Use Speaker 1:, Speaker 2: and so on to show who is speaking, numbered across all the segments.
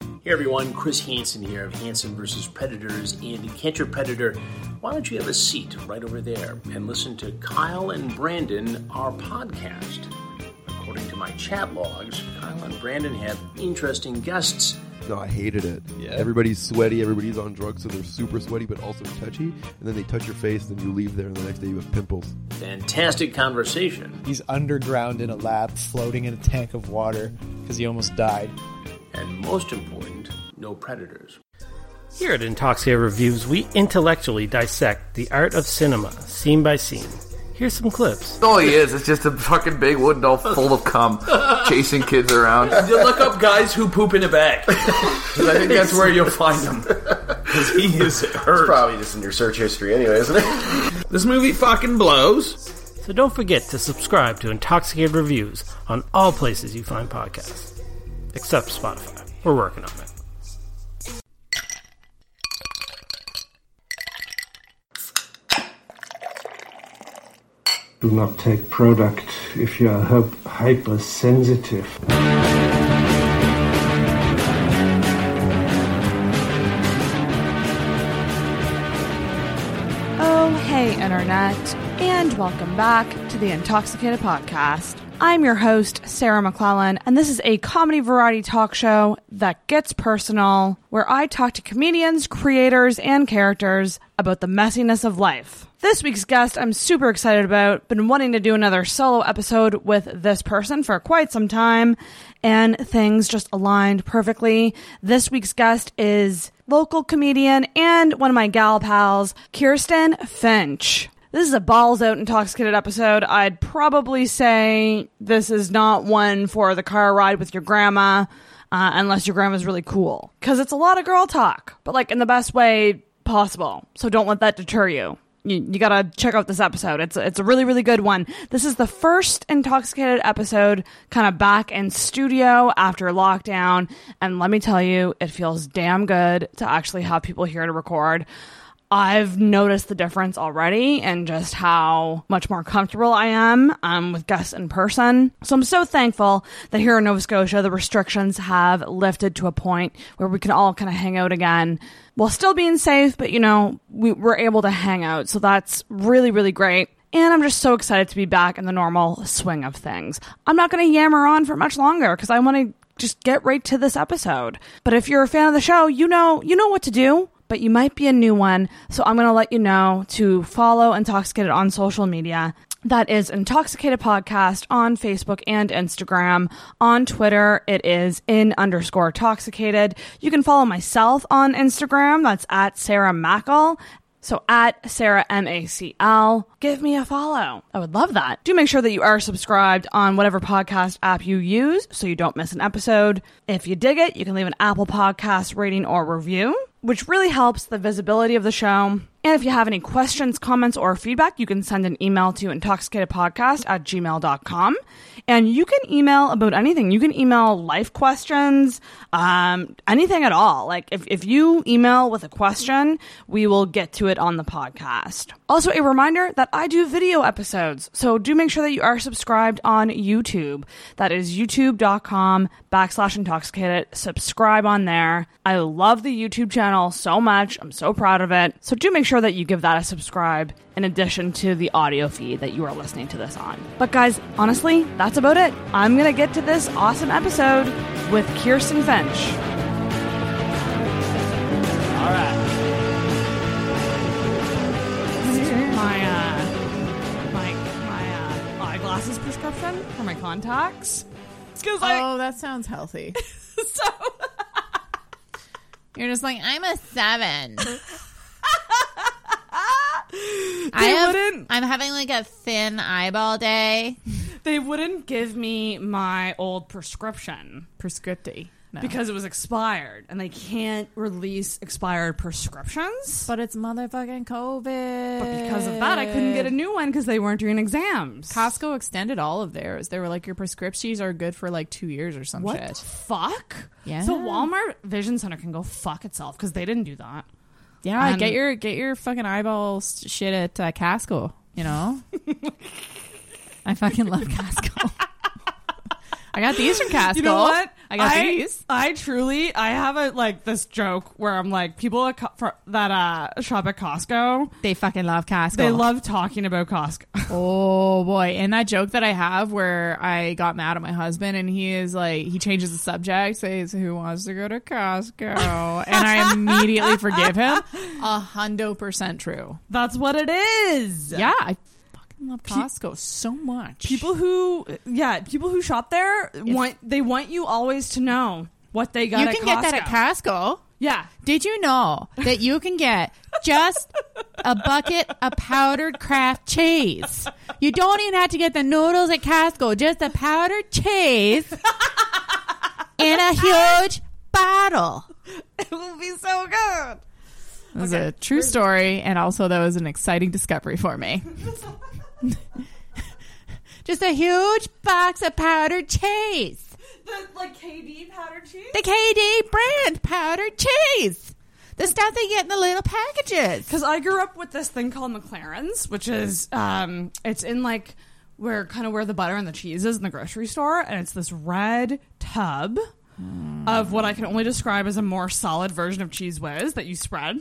Speaker 1: Hey everyone, Chris Hansen here of Hansen vs. Predators. And if you can't your predator, why don't you have a seat right over there and listen to Kyle and Brandon, our podcast? According to my chat logs, Kyle and Brandon have interesting guests.
Speaker 2: No, I hated it.
Speaker 3: Yeah.
Speaker 2: Everybody's sweaty, everybody's on drugs, so they're super sweaty but also touchy. And then they touch your face, then you leave there, and the next day you have pimples.
Speaker 1: Fantastic conversation.
Speaker 3: He's underground in a lab, floating in a tank of water because he almost died.
Speaker 1: And most important, no predators.
Speaker 4: Here at Intoxia Reviews, we intellectually dissect the art of cinema, scene by scene. Here's some clips.
Speaker 5: That's all he is. It's just a fucking big wooden doll full of cum, chasing kids around. I
Speaker 6: You look up guys who poop in a bag. 'Cause I think that's where you'll find them. Because he is hurt.
Speaker 7: probably just in your search history anyway, isn't it?
Speaker 6: this movie fucking blows.
Speaker 4: So don't forget to subscribe to Intoxicated Reviews on all places you find podcasts, except Spotify. We're working on it.
Speaker 8: Do not take product if you are hy- hypersensitive.
Speaker 9: Oh, hey, Internet, and welcome back to the Intoxicated Podcast. I'm your host, Sarah McClellan, and this is a comedy variety talk show that gets personal, where I talk to comedians, creators, and characters about the messiness of life. This week's guest, I'm super excited about. Been wanting to do another solo episode with this person for quite some time, and things just aligned perfectly. This week's guest is local comedian and one of my gal pals, Kirsten Finch. This is a balls out intoxicated episode. I'd probably say this is not one for the car ride with your grandma, uh, unless your grandma's really cool. Because it's a lot of girl talk, but like in the best way possible. So don't let that deter you you, you gotta check out this episode. It's it's a really really good one. This is the first intoxicated episode, kind of back in studio after lockdown, and let me tell you, it feels damn good to actually have people here to record. I've noticed the difference already and just how much more comfortable I am um, with guests in person. So I'm so thankful that here in Nova Scotia, the restrictions have lifted to a point where we can all kind of hang out again while still being safe, but you know, we, we're able to hang out. So that's really, really great. And I'm just so excited to be back in the normal swing of things. I'm not going to yammer on for much longer because I want to just get right to this episode. But if you're a fan of the show, you know you know what to do. But you might be a new one, so I'm going to let you know to follow Intoxicated on social media. That is Intoxicated Podcast on Facebook and Instagram. On Twitter, it is in underscore toxicated. You can follow myself on Instagram. That's at Sarah Mackle. So at Sarah M A C L, give me a follow. I would love that. Do make sure that you are subscribed on whatever podcast app you use so you don't miss an episode. If you dig it, you can leave an Apple Podcast rating or review, which really helps the visibility of the show. And if you have any questions, comments, or feedback, you can send an email to intoxicatedpodcast at gmail.com. And you can email about anything. You can email life questions, um, anything at all. Like if, if you email with a question, we will get to it on the podcast. Also, a reminder that I do video episodes. So do make sure that you are subscribed on YouTube. That is youtube.com backslash intoxicated. Subscribe on there. I love the YouTube channel so much. I'm so proud of it. So do make sure that you give that a subscribe in addition to the audio feed that you are listening to this on. But guys, honestly, that's about it. I'm going to get to this awesome episode with Kirsten Finch. This is my uh, my my uh, eyeglasses prescription for my contacts. Because I
Speaker 10: Oh, that sounds healthy.
Speaker 9: so
Speaker 10: You're just like, I'm a seven. I have,
Speaker 9: wouldn't-
Speaker 10: I'm having like a thin eyeball day.
Speaker 9: they wouldn't give me my old prescription
Speaker 10: Prescripty. No.
Speaker 9: because it was expired, and they can't release expired prescriptions.
Speaker 10: but it's motherfucking COVID.
Speaker 9: But because of that, I couldn't get a new one because they weren't doing exams.
Speaker 10: Costco extended all of theirs. They were like, your prescriptions are good for like two years or some
Speaker 9: What the
Speaker 10: shit.
Speaker 9: fuck?
Speaker 10: Yeah.
Speaker 9: So Walmart Vision Center can go fuck itself because they didn't do that.
Speaker 10: Yeah,
Speaker 9: And-
Speaker 10: get your get your fucking eyeballs shit at uh, Costco. You know, I fucking love Costco. I got these from Costco.
Speaker 9: You know what?
Speaker 10: I got these.
Speaker 9: I truly, I have a like this joke where I'm like, people at Co- for, that uh, shop at Costco,
Speaker 10: They fucking love Costco.
Speaker 9: they love talking about Costco.
Speaker 10: Oh boy! And that joke that I have where I got mad at my husband and he is like, he changes the subject, says, "Who wants to go to Costco?" and I immediately forgive him. A hundo percent true.
Speaker 9: That's what it is.
Speaker 10: Yeah, I fucking love Costco so much.
Speaker 9: People who, yeah, people who shop there want they want you always to know what they got.
Speaker 10: you
Speaker 9: at
Speaker 10: can get that
Speaker 9: Costco.
Speaker 10: at Costco.
Speaker 9: Yeah,
Speaker 10: Did you know that you can get just a bucket of powdered craft cheese? You don't even have to get the noodles at Costco, just a powdered cheese in a huge bottle.
Speaker 9: it will be so good.
Speaker 10: That was a true story, and also that was an exciting discovery for me. just a huge box of powdered cheese.
Speaker 9: The like KD powder cheese.
Speaker 10: The KD brand powdered cheese. The stuff they get in the little packages.
Speaker 9: Because I grew up with this thing called McLaren's, which is um, it's in like where kind of where the butter and the cheese is in the grocery store, and it's this red tub of what I can only describe as a more solid version of cheese whiz that you spread,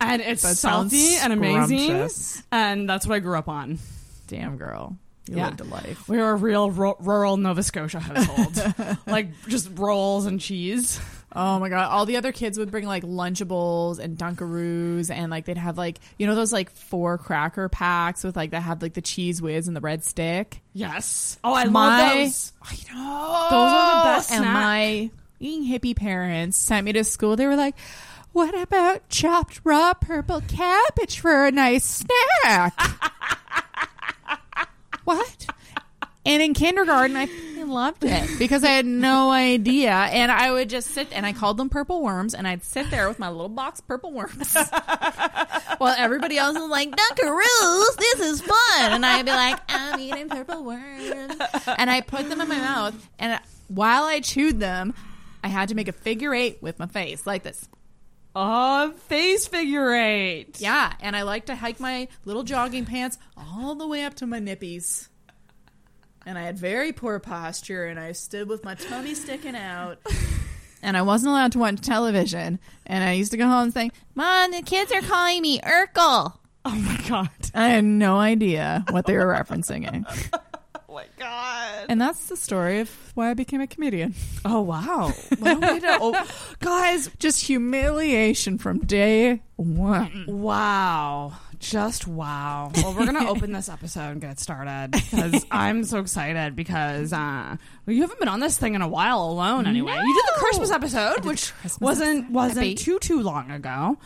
Speaker 9: and it's
Speaker 10: That sounds
Speaker 9: salty and amazing,
Speaker 10: scrumptious.
Speaker 9: and that's what I grew up on.
Speaker 10: Damn girl. You
Speaker 9: Yeah.
Speaker 10: lived a life.
Speaker 9: We were a real ru- rural Nova Scotia household, like just rolls and cheese.
Speaker 10: Oh my god. All the other kids would bring like lunchables and dunkaroos and like they'd have like you know those like four cracker packs with like that had like the cheese whiz and the red stick.
Speaker 9: Yes. Oh, I love
Speaker 10: My-
Speaker 9: those.
Speaker 10: I know.
Speaker 9: Those are the best
Speaker 10: And
Speaker 9: snack.
Speaker 10: my being hippie parents sent me to school. They were like, What about chopped raw purple cabbage for a nice snack? what? And in kindergarten, I fucking loved it because I had no idea. And I would just sit, and I called them purple worms, and I'd sit there with my little box of purple worms while everybody else was like, Dunkaroos, this is fun. And I'd be like, I'm eating purple worms. And I put them in my mouth, and while I chewed them, I had to make a figure eight with my face like this.
Speaker 9: Oh, face figure eight.
Speaker 10: Yeah, and I like to hike my little jogging pants all the way up to my nippies. And I had very poor posture, and I stood with my tummy sticking out. And I wasn't allowed to watch television. And I used to go home saying, Mom, the kids are calling me Urkel.
Speaker 9: Oh my god.
Speaker 10: I had no idea what they were referencing.
Speaker 9: Oh my god.
Speaker 10: And that's the story of why I became a comedian.
Speaker 9: Oh wow. guys,
Speaker 10: Just humiliation from day one.
Speaker 9: wow. Just wow. Well, we're gonna open this episode and get it started because I'm so excited because uh, well, you haven't been on this thing in a while alone. Anyway, you did the
Speaker 10: No.
Speaker 9: Christmas episode,
Speaker 10: did
Speaker 9: which
Speaker 10: the Christmas
Speaker 9: wasn't
Speaker 10: episode. Happy.
Speaker 9: wasn't too too long ago.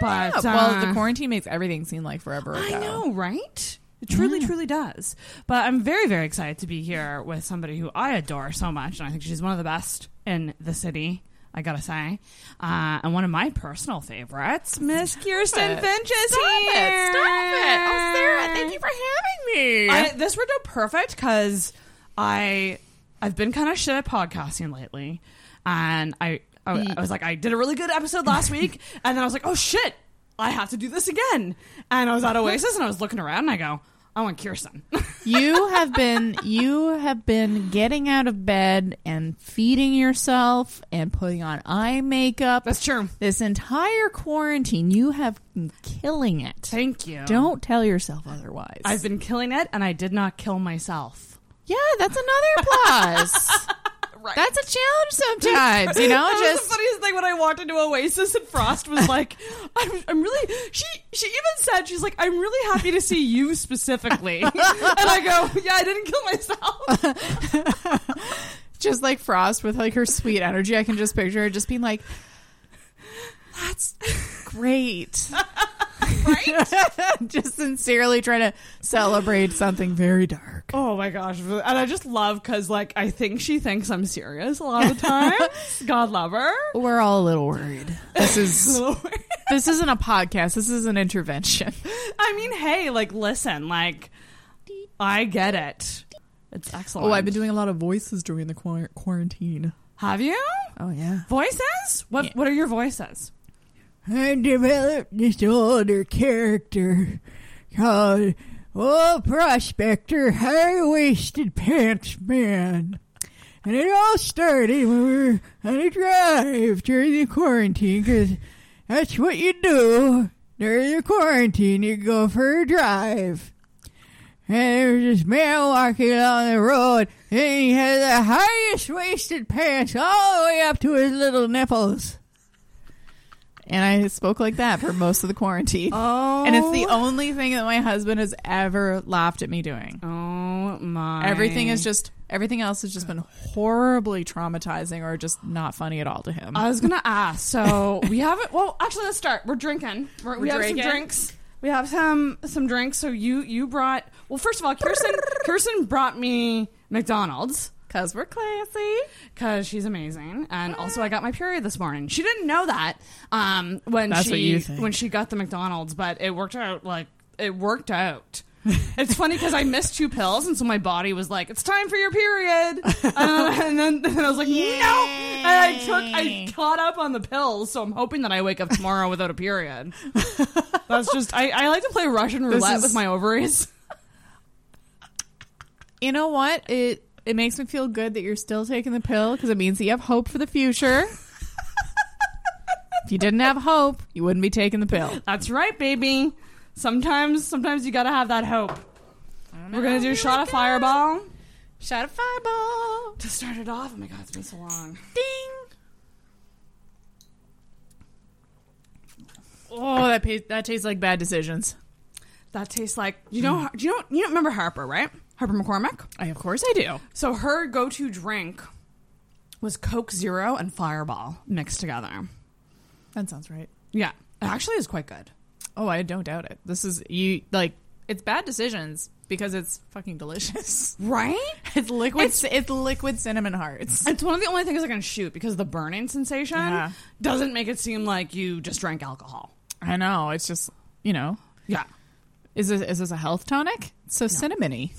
Speaker 9: But uh,
Speaker 10: well, the quarantine makes everything seem like forever ago.
Speaker 9: I know, right? It truly, truly does. But I'm very, very excited to be here with somebody who I adore so much, and I think she's one of the best in the city. I gotta say, uh, and one of my personal favorites, Miss Kirsten
Speaker 10: it.
Speaker 9: Finch is
Speaker 10: Stop
Speaker 9: here.
Speaker 10: it! Stop it! Oh, Sarah, thank you for having me.
Speaker 9: I, this would do perfect because I I've been kind of shit at podcasting lately, and I I, I was like I did a really good episode last week, and then I was like oh shit I have to do this again, and I was at Oasis and I was looking around and I go I want Kirsten.
Speaker 10: you have been you have been getting out of bed and feeding yourself and putting on eye makeup.
Speaker 9: That's true.
Speaker 10: This entire quarantine, you have been killing it.
Speaker 9: Thank you.
Speaker 10: Don't tell yourself otherwise.
Speaker 9: I've been killing it, and I did not kill myself.
Speaker 10: yeah, that's another plus.
Speaker 9: Right.
Speaker 10: That's a challenge sometimes, you know.
Speaker 9: that was
Speaker 10: Just
Speaker 9: the funniest thing when I walked into Oasis and Frost was like, I'm, "I'm really." She she even said she's like, "I'm really happy to see you specifically," and I go, "Yeah, I didn't kill myself."
Speaker 10: just like Frost with like her sweet energy, I can just picture her just being like, "That's great." Right? just sincerely trying to celebrate something very dark.
Speaker 9: Oh my gosh! And I just love because like I think she thinks I'm serious a lot of the time. God love her.
Speaker 10: We're all a little worried. This is this isn't a podcast. This is an intervention.
Speaker 9: I mean, hey, like listen, like I get it. It's excellent.
Speaker 10: Oh, I've been doing a lot of voices during the quar- quarantine.
Speaker 9: Have you
Speaker 10: Oh yeah.
Speaker 9: voices? What
Speaker 10: Yeah.
Speaker 9: What are your voices?
Speaker 10: I developed this older character called
Speaker 11: Oh, Prospector, high waisted pants man. And it all started when we were on a drive during the quarantine, 'cause that's what you do during the quarantine. You go for a drive. And there was this man walking along the road, and he had the highest waisted pants all the way up to his little nipples.
Speaker 10: And I spoke like that for most of the quarantine.
Speaker 11: Oh.
Speaker 10: And it's the only thing that my husband has ever laughed at me doing.
Speaker 9: Oh my.
Speaker 10: Everything is just everything else has just been horribly traumatizing or just not funny at all to him.
Speaker 9: I was gonna ask. So we haven't. Well, actually, let's start. We're drinking. We're, we
Speaker 10: We're
Speaker 9: have
Speaker 10: drinking?
Speaker 9: some drinks. We have some some drinks. So you you brought. Well, first of all, Kirsten Kirsten brought me McDonald's.
Speaker 10: Cause we're classy.
Speaker 9: Cause she's amazing, and also I got my period this morning. She didn't know that um, when
Speaker 10: That's
Speaker 9: she
Speaker 10: what you think.
Speaker 9: when she got the McDonald's, but it worked out. Like it worked out. it's funny because I missed two pills, and so my body was like, "It's time for your period," uh, and then, then I was like, "No!" And I took I caught up on the pills, so I'm hoping that I wake up tomorrow without a period. That's just I, I like to play Russian
Speaker 10: This
Speaker 9: roulette
Speaker 10: is-
Speaker 9: with my ovaries.
Speaker 10: You know what? It it makes me feel good that you're still taking the pill because it means that you have hope for the future. if you didn't have hope, you wouldn't be taking the pill.
Speaker 9: That's right, baby. Sometimes, sometimes you gotta have that hope. We're gonna do shot of fireball
Speaker 10: Shot of fireball.
Speaker 9: to start it off. Oh my god, it's been so long.
Speaker 10: Ding. Oh, that pa- that tastes like bad decisions.
Speaker 9: That tastes like you know. Do you know? You don't remember Harper, right? Harper McCormick.
Speaker 10: I of course I do.
Speaker 9: So her go-to drink was Coke Zero and Fireball mixed together.
Speaker 10: That sounds right.
Speaker 9: Yeah, it actually is quite good.
Speaker 10: Oh, I don't doubt it. This is you like it's bad decisions because it's fucking delicious.
Speaker 9: Right?
Speaker 10: It's liquid. It's, it's liquid cinnamon hearts.
Speaker 9: It's one of the only things I can shoot because the burning sensation
Speaker 10: Yeah.
Speaker 9: doesn't make it seem like you just drank alcohol.
Speaker 10: I know. It's just you know.
Speaker 9: Yeah.
Speaker 10: Is this is this a health tonic? It's so cinnamony.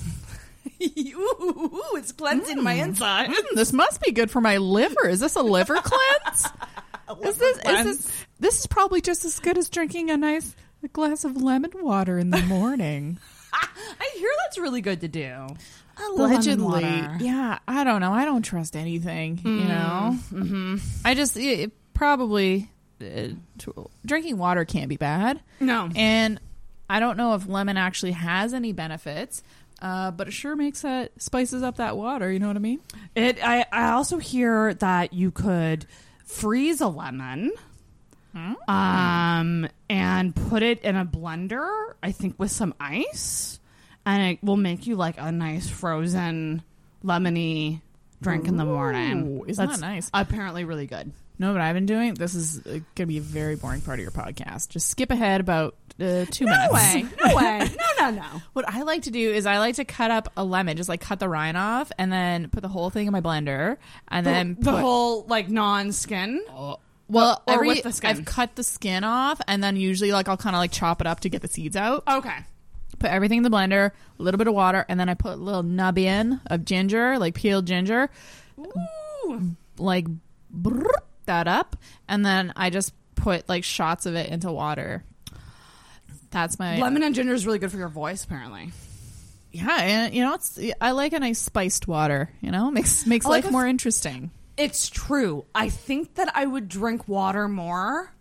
Speaker 9: Ooh, it's cleansing my inside.
Speaker 10: Mm, this must be good for my liver. Is this a liver cleanse? is this is this this is probably just as good as drinking a nice glass of lemon water in the morning.
Speaker 9: I hear that's really good to do.
Speaker 10: Allegedly,
Speaker 9: water.
Speaker 10: yeah. I don't know. I don't trust anything. You know. Mm-hmm. I just it, it probably uh, t- drinking water can't be bad.
Speaker 9: No.
Speaker 10: And I don't know if lemon actually has any benefits, uh, but it sure makes that spices up that water. You know what I mean?
Speaker 9: It. I. I also hear that you could freeze a lemon, Hmm? um, and put it in a blender. I think with some ice, and it will make you like a nice frozen lemony drink in the morning.
Speaker 10: Ooh, isn't that nice?
Speaker 9: Apparently, really good.
Speaker 10: No, but I've been doing this is uh, going to be a very boring part of your podcast. Just skip ahead about uh, two minutes.
Speaker 9: No way. No. No. No.
Speaker 10: What I like to do is I like to cut up a lemon, just like cut the rind off, and then put the whole thing in my blender, and then
Speaker 9: the
Speaker 10: put-
Speaker 9: whole like non-skin.
Speaker 10: well
Speaker 9: or
Speaker 10: every
Speaker 9: with the skin.
Speaker 10: I've cut the skin off, and then usually like I'll kind of like chop it up to get the seeds out.
Speaker 9: Okay.
Speaker 10: Put everything in the blender, a little bit of water, and then I put a little nub in of ginger, like peeled ginger,
Speaker 9: Ooh.
Speaker 10: like brrr, that up, and then I just put like shots of it into water. That's my
Speaker 9: Lemon and ginger is really good for your voice, apparently.
Speaker 10: Yeah, and you know, it's I like a nice spiced water. You know, makes makes
Speaker 9: like
Speaker 10: life
Speaker 9: a-
Speaker 10: more interesting.
Speaker 9: It's true. I think that I would drink water more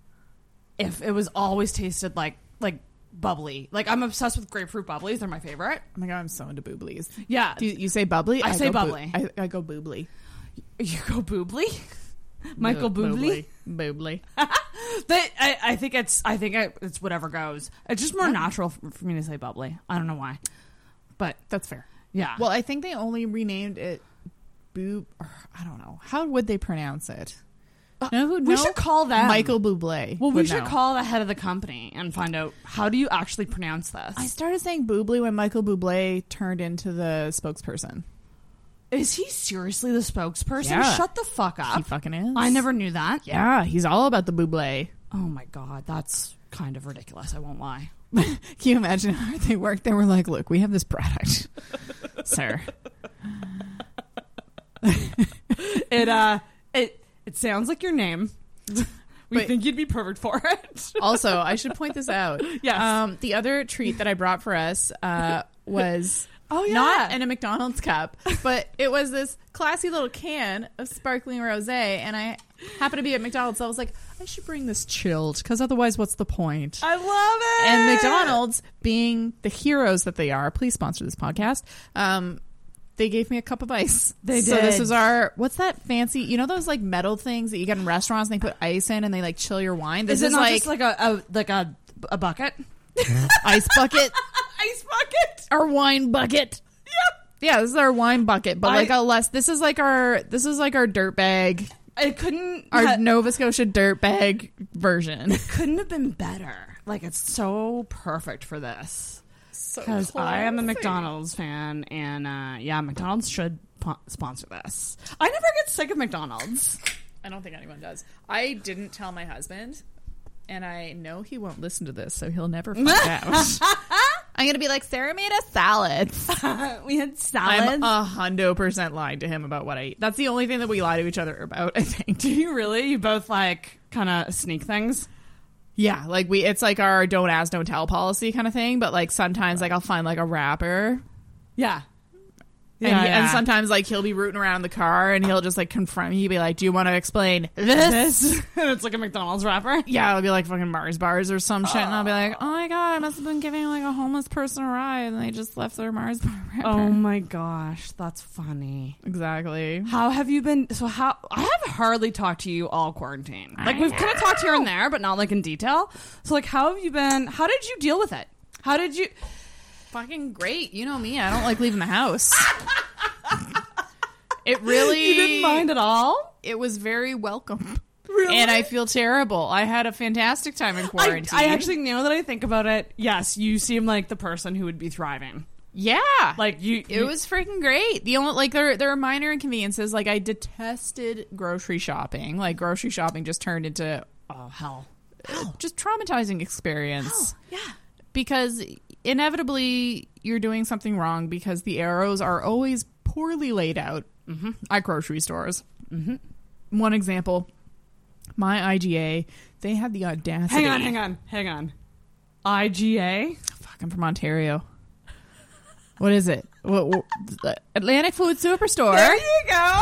Speaker 9: if it was always tasted like like bubbly. Like I'm obsessed with grapefruit bubblies; they're my favorite.
Speaker 10: Oh my god, I'm so into booblies.
Speaker 9: Yeah,
Speaker 10: Do you, you say bubbly?
Speaker 9: I say
Speaker 10: go boo-
Speaker 9: bubbly.
Speaker 10: I, I go boobly.
Speaker 9: you go boobly, Michael Boobly.
Speaker 10: Boobly.
Speaker 9: But I, I think it's I think I, it's whatever goes. It's just more natural for, for me to say bubbly. I don't know why, but
Speaker 10: That's fair.
Speaker 9: yeah.
Speaker 10: Well, I think they only renamed it boob. Or, I don't know how would they pronounce it. no, who
Speaker 9: Uh, we
Speaker 10: know?
Speaker 9: should call them.
Speaker 10: Michael Bublé.
Speaker 9: well, we
Speaker 10: would
Speaker 9: should
Speaker 10: know.
Speaker 9: call the head of the company and find out how do you actually pronounce this.
Speaker 10: I started saying boobly when Michael Bublé turned into the spokesperson.
Speaker 9: Is he seriously the spokesperson?
Speaker 10: Yeah.
Speaker 9: Shut the fuck up.
Speaker 10: He fucking is.
Speaker 9: I never knew that.
Speaker 10: Yeah, he's all about the Bublé.
Speaker 9: Oh my god, that's kind of ridiculous. I won't lie.
Speaker 10: Can you imagine how hard they worked? They were like, look, we have this product, sir.
Speaker 9: It uh, it it sounds like your name, We think you'd be perfect for it.
Speaker 10: also, I should point this out.
Speaker 9: Yes.
Speaker 10: Um, the other treat that I brought for us uh, was
Speaker 9: Oh, yeah.
Speaker 10: not in a McDonald's cup, but it was this classy little can of sparkling rosé, and I happened to be at McDonald's, so I was like, I should bring this chilled because otherwise, what's the point?
Speaker 9: I love it.
Speaker 10: and McDonald's, being the heroes that they are, please sponsor this podcast. Um, they gave me a cup of ice.
Speaker 9: They
Speaker 10: So this
Speaker 9: did.
Speaker 10: is our what's that fancy? You know those like metal things that you get in restaurants and they put ice in and they like chill your wine. This
Speaker 9: is it
Speaker 10: is,
Speaker 9: not
Speaker 10: like,
Speaker 9: just like a, a like a, a bucket?
Speaker 10: ice bucket,
Speaker 9: Ice bucket.
Speaker 10: our wine bucket. Yeah, yeah. This is our wine bucket, but
Speaker 9: I-
Speaker 10: like a less. This is like our this is like our dirt bag,
Speaker 9: I couldn't.
Speaker 10: our
Speaker 9: ha-
Speaker 10: Nova Scotia dirt bag version.
Speaker 9: couldn't have been better. Like it's so perfect for this. Because I am a McDonald's fan, and uh, yeah, McDonald's should po- sponsor this. I never get sick of McDonald's.
Speaker 10: I don't think anyone does. I didn't tell my husband, and I know he won't listen to this, so he'll never find out. I'm gonna be like Sarah made us salads.
Speaker 9: we had
Speaker 10: I'm
Speaker 9: salads.
Speaker 10: a hundred percent lying to him about what I eat. That's the only thing that we lie to each other about. I think.
Speaker 9: Do you really? You both like kind of sneak things.
Speaker 10: Yeah, like we, it's like our don't ask, don't tell policy kind of thing. But like sometimes, like I'll find like a rapper,
Speaker 9: Yeah.
Speaker 10: and, he- and sometimes like he'll be rooting around in the car, and he'll just like confront me. He'll be like, "Do you want to explain this?"
Speaker 9: this, and it's like a McDonald's wrapper.
Speaker 10: Yeah, it'll be like fucking Mars bars or some shit, and I'll be like, "Oh my god, I must have been giving like a homeless person a ride, and they just left their Mars bar." Wrapper.
Speaker 9: Oh my gosh, that's funny.
Speaker 10: exactly.
Speaker 9: How have you been? So how I have hardly talked to you all quarantine. Like we've kind of talked here and there, but not like in detail. So like, how have you been? How did you deal with it? How did you?
Speaker 10: Fucking great. You know me. I don't like leaving the house. it really
Speaker 9: You didn't mind at all.
Speaker 10: It was very welcome. And I feel terrible. I had a fantastic time in
Speaker 9: I,
Speaker 10: quarantine.
Speaker 9: I actually now that I think about it, yes, you seem like the person who would be thriving.
Speaker 10: Yeah.
Speaker 9: Like you,
Speaker 10: it was freaking great. The only like there there are minor inconveniences. Like I detested grocery shopping. Like grocery shopping just turned into
Speaker 9: oh hell.
Speaker 10: just traumatizing experience.
Speaker 9: Yeah.
Speaker 10: because inevitably you're doing something wrong because the arrows are always poorly laid out
Speaker 9: Mm-hmm.
Speaker 10: at grocery stores. Mm-hmm. One example, my IGA, they had the audacity.
Speaker 9: Hang on, hang on, hang on. IGA.
Speaker 10: Fuck, I'm from Ontario. What is it? What, what, Atlantic Food Superstore.
Speaker 9: you go.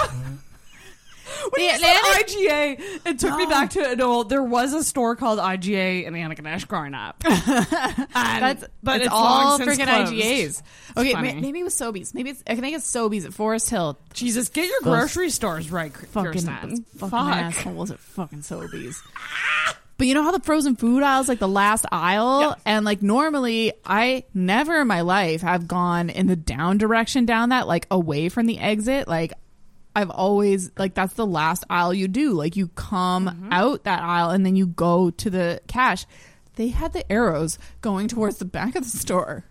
Speaker 9: When
Speaker 10: The
Speaker 9: you said
Speaker 10: Atlantic-
Speaker 9: IGA, it took me back to an old. There was a store called IGA in Anaconish growing up, And-
Speaker 10: That's,
Speaker 9: but
Speaker 10: it's,
Speaker 9: it's
Speaker 10: all
Speaker 9: long since
Speaker 10: freaking
Speaker 9: closed.
Speaker 10: IGAs. Okay, ma-
Speaker 9: funny.
Speaker 10: maybe it was Sobeys. Maybe it's, I think it's Sobeys at Forest Hill.
Speaker 9: Jesus, get your
Speaker 10: Those
Speaker 9: grocery stores right, Kr-
Speaker 10: fucking,
Speaker 9: Kirsten.
Speaker 10: fucking
Speaker 9: Fuck.
Speaker 10: assholes at fucking Sobeys. But you know how the frozen food aisle is like the last aisle? And like normally, I never in my life have gone in the down direction down that, like away from the exit. Like I've always, like that's the last aisle you do. Like you come out that aisle and then you go to the cash. They had the arrows going towards the back of the store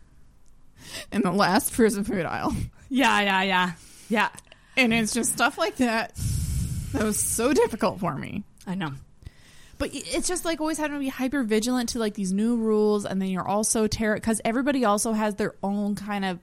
Speaker 10: in the last frozen food aisle.
Speaker 9: Yeah, yeah, yeah, yeah.
Speaker 10: And it's just stuff like that that was so difficult for me.
Speaker 9: I know.
Speaker 10: But y- it's just like always having to be hyper vigilant to like these new rules, and then you're also terror because everybody also has their own kind of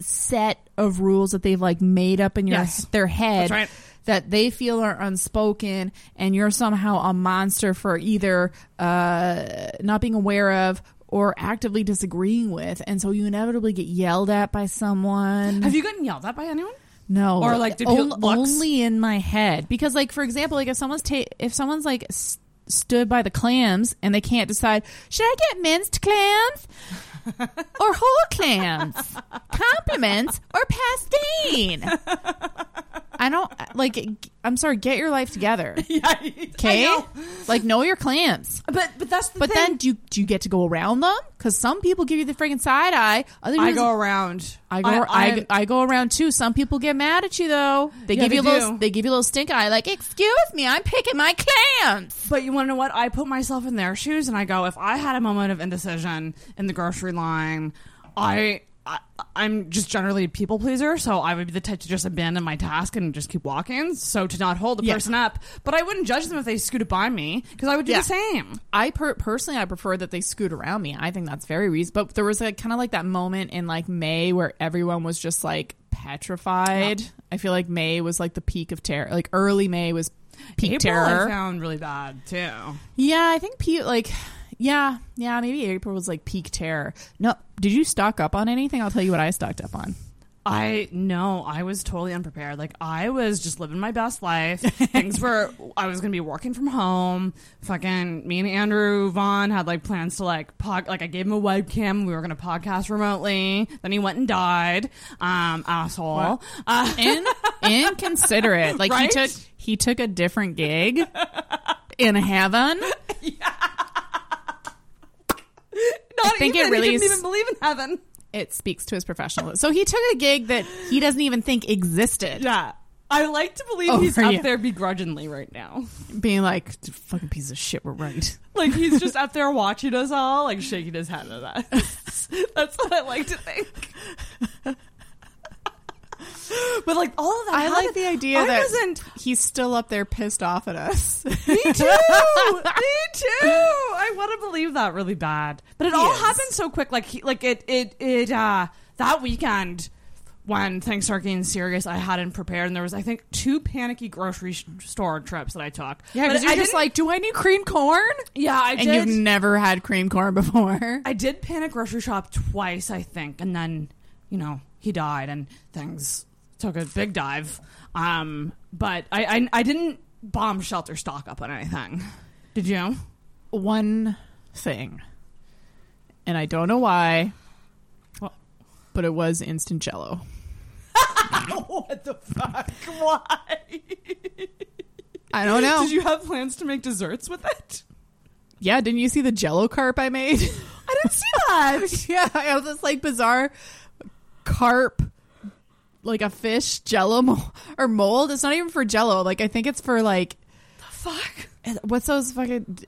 Speaker 10: set of rules that they've like made up in your
Speaker 9: Yes.
Speaker 10: their head
Speaker 9: That's right.
Speaker 10: that they feel are unspoken, and you're somehow a monster for either uh, not being aware of or actively disagreeing with, and so you inevitably get yelled at by someone.
Speaker 9: Have you gotten yelled at by anyone?
Speaker 10: No,
Speaker 9: Or, like, did
Speaker 10: on-
Speaker 9: you- looks?
Speaker 10: only in my head because like for example, like if someone's ta- if someone's like s- stood by the clams and they can't decide should I get minced clams or whole clams, compliments or pastine. I don't like. I'm sorry. Get your life together,
Speaker 9: Yeah. I
Speaker 10: okay?
Speaker 9: know.
Speaker 10: Like know your clams.
Speaker 9: But but that's the
Speaker 10: But
Speaker 9: thing.
Speaker 10: then do you, do you get to go around them? Because some people give you the freaking side eye. Other
Speaker 9: I
Speaker 10: people-
Speaker 9: go around.
Speaker 10: I go, I, I, go around too. Some people get mad at you though. They
Speaker 9: Yeah,
Speaker 10: give
Speaker 9: they
Speaker 10: you a little,
Speaker 9: do.
Speaker 10: they give you a little stink eye, like "Excuse me, I'm picking my clams."
Speaker 9: But you want to know what? I put myself in their shoes and I go, if I had a moment of indecision in the grocery line, I. I, I'm just generally a people pleaser, so I would be the type to just abandon my task and just keep walking. So to not hold the
Speaker 10: Yeah.
Speaker 9: person up, but I wouldn't judge them if they scooted by me because I would do
Speaker 10: Yeah.
Speaker 9: the same.
Speaker 10: I per- personally, I prefer that they scoot around me. I think that's very reasonable. But there was like kind of like that moment in like May where everyone was just like petrified. I feel like May was like the peak of terror. Like early May was peak
Speaker 9: April
Speaker 10: terror.
Speaker 9: I found really bad too.
Speaker 10: Yeah, I think Pete like yeah, yeah, maybe April was like peak terror. No, did you stock up on anything? I'll tell you what I stocked up on.
Speaker 9: I no, I was totally unprepared. Like I was just living my best life. Things were I was gonna be working from home. Fucking me and Andrew Vaughn had like plans to like pod, like I gave him a webcam. We were gonna podcast remotely. Then he went and died. Um, asshole. Uh,
Speaker 10: In- inconsiderate. Like
Speaker 9: Right?
Speaker 10: he took he took a different gig in heaven.
Speaker 9: Not
Speaker 10: I think
Speaker 9: even,
Speaker 10: it really
Speaker 9: he didn't
Speaker 10: s-
Speaker 9: even believe in heaven.
Speaker 10: It speaks to his professionalism. So he took a gig that he doesn't even think existed.
Speaker 9: Yeah. I like to believe
Speaker 10: Oh,
Speaker 9: he's
Speaker 10: for
Speaker 9: up
Speaker 10: you.
Speaker 9: there begrudgingly right now.
Speaker 10: Being like, fucking piece of shit, we're right.
Speaker 9: Like he's just up there watching us all, like shaking his head at us. That's what I like to think. but like all of that,
Speaker 10: I like
Speaker 9: happened-
Speaker 10: the idea
Speaker 9: I
Speaker 10: that
Speaker 9: wasn't.
Speaker 10: he's still up there pissed off at us.
Speaker 9: Me too. me too. I want to believe that really bad, but it
Speaker 10: He
Speaker 9: all
Speaker 10: is.
Speaker 9: happened so quick. Like he, like it, it, it. Uh, that weekend when things started getting serious, I hadn't prepared, and there was I think two panicky grocery sh- store trips that I took.
Speaker 10: Yeah,
Speaker 9: But
Speaker 10: because you're
Speaker 9: I
Speaker 10: just
Speaker 9: didn't-
Speaker 10: like, do I need cream corn?
Speaker 9: yeah, I
Speaker 10: and
Speaker 9: did.
Speaker 10: you've never had cream corn before.
Speaker 9: I did panic grocery shop twice, I think, and then you know he died and things took a big dive. Um, but I, I I didn't bomb shelter stock up on anything. Did you?
Speaker 10: One thing, and I don't know why, but it was instant jello.
Speaker 9: what the fuck? Why?
Speaker 10: I don't know.
Speaker 9: Did you have plans to make desserts with it?
Speaker 10: Yeah, didn't you see the jello carp I made? I
Speaker 9: didn't see
Speaker 10: that. yeah, I have this like bizarre carp like a fish jello mo- or mold. It's not even for jello. Like I think it's for like the fuck. What's those fucking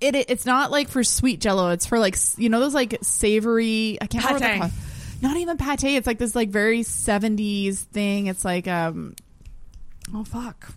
Speaker 10: it, it it's not like for sweet jello. It's for like s- you know those like savory I can't
Speaker 9: Pate.
Speaker 10: remember what they're called. Not even pate. It's like this like very 70s thing. It's like um
Speaker 9: Oh fuck.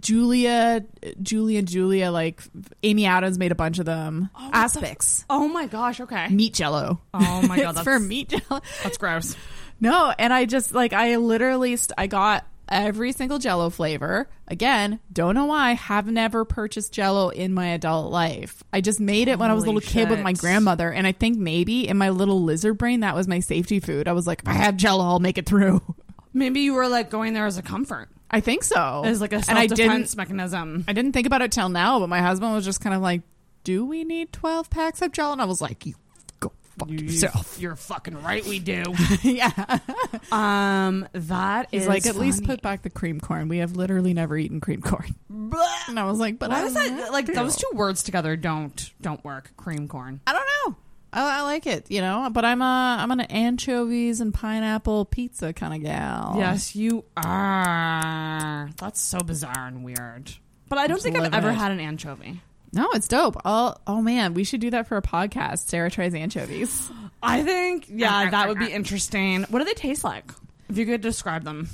Speaker 10: Julia, Julia, Julia, like Amy Adams made a bunch of them. Aspects.
Speaker 9: Oh my gosh. Okay.
Speaker 10: meat jello.
Speaker 9: Oh my god.
Speaker 10: it's
Speaker 9: that's,
Speaker 10: for meat jello.
Speaker 9: That's gross.
Speaker 10: No, and I just like I literally st- I got every single jello flavor. Again, don't know why have never purchased jello in my adult life. I just made it when I was a
Speaker 9: Holy
Speaker 10: little kid with
Speaker 9: shit.
Speaker 10: my grandmother and I think maybe in my little lizard brain that was my safety food. I was like, if I have jello, I'll make it through.
Speaker 9: Maybe you were like going there as a comfort,
Speaker 10: I think so.
Speaker 9: as like a
Speaker 10: and I didn't
Speaker 9: self-defense mechanism.
Speaker 10: I didn't think about it till now, but my husband was just kind of like, "Do we need twelve packs of gel?" And I was like, "You go fuck yourself."
Speaker 9: You're fucking right. We do.
Speaker 10: yeah,
Speaker 9: Um, that
Speaker 10: he's
Speaker 9: is
Speaker 10: like, "At least
Speaker 9: funny.
Speaker 10: put back the cream corn. We have literally never eaten cream corn." And I was like, "But
Speaker 9: Why
Speaker 10: I
Speaker 9: was that
Speaker 10: want
Speaker 9: like
Speaker 10: to."
Speaker 9: those two words together? Don't don't work. Cream corn.
Speaker 10: I don't know. I, I like it, you know. But I'm a I'm an anchovies and pineapple pizza kind of gal.
Speaker 9: Yes, you are. That's so bizarre and weird. But I don't think I've
Speaker 10: living
Speaker 9: ever
Speaker 10: it.
Speaker 9: had an anchovy.
Speaker 10: No, it's dope. Oh, oh man, we should do that for a podcast. Sarah tries anchovies.
Speaker 9: I think yeah, that would be interesting. What do they taste like? If you could describe them.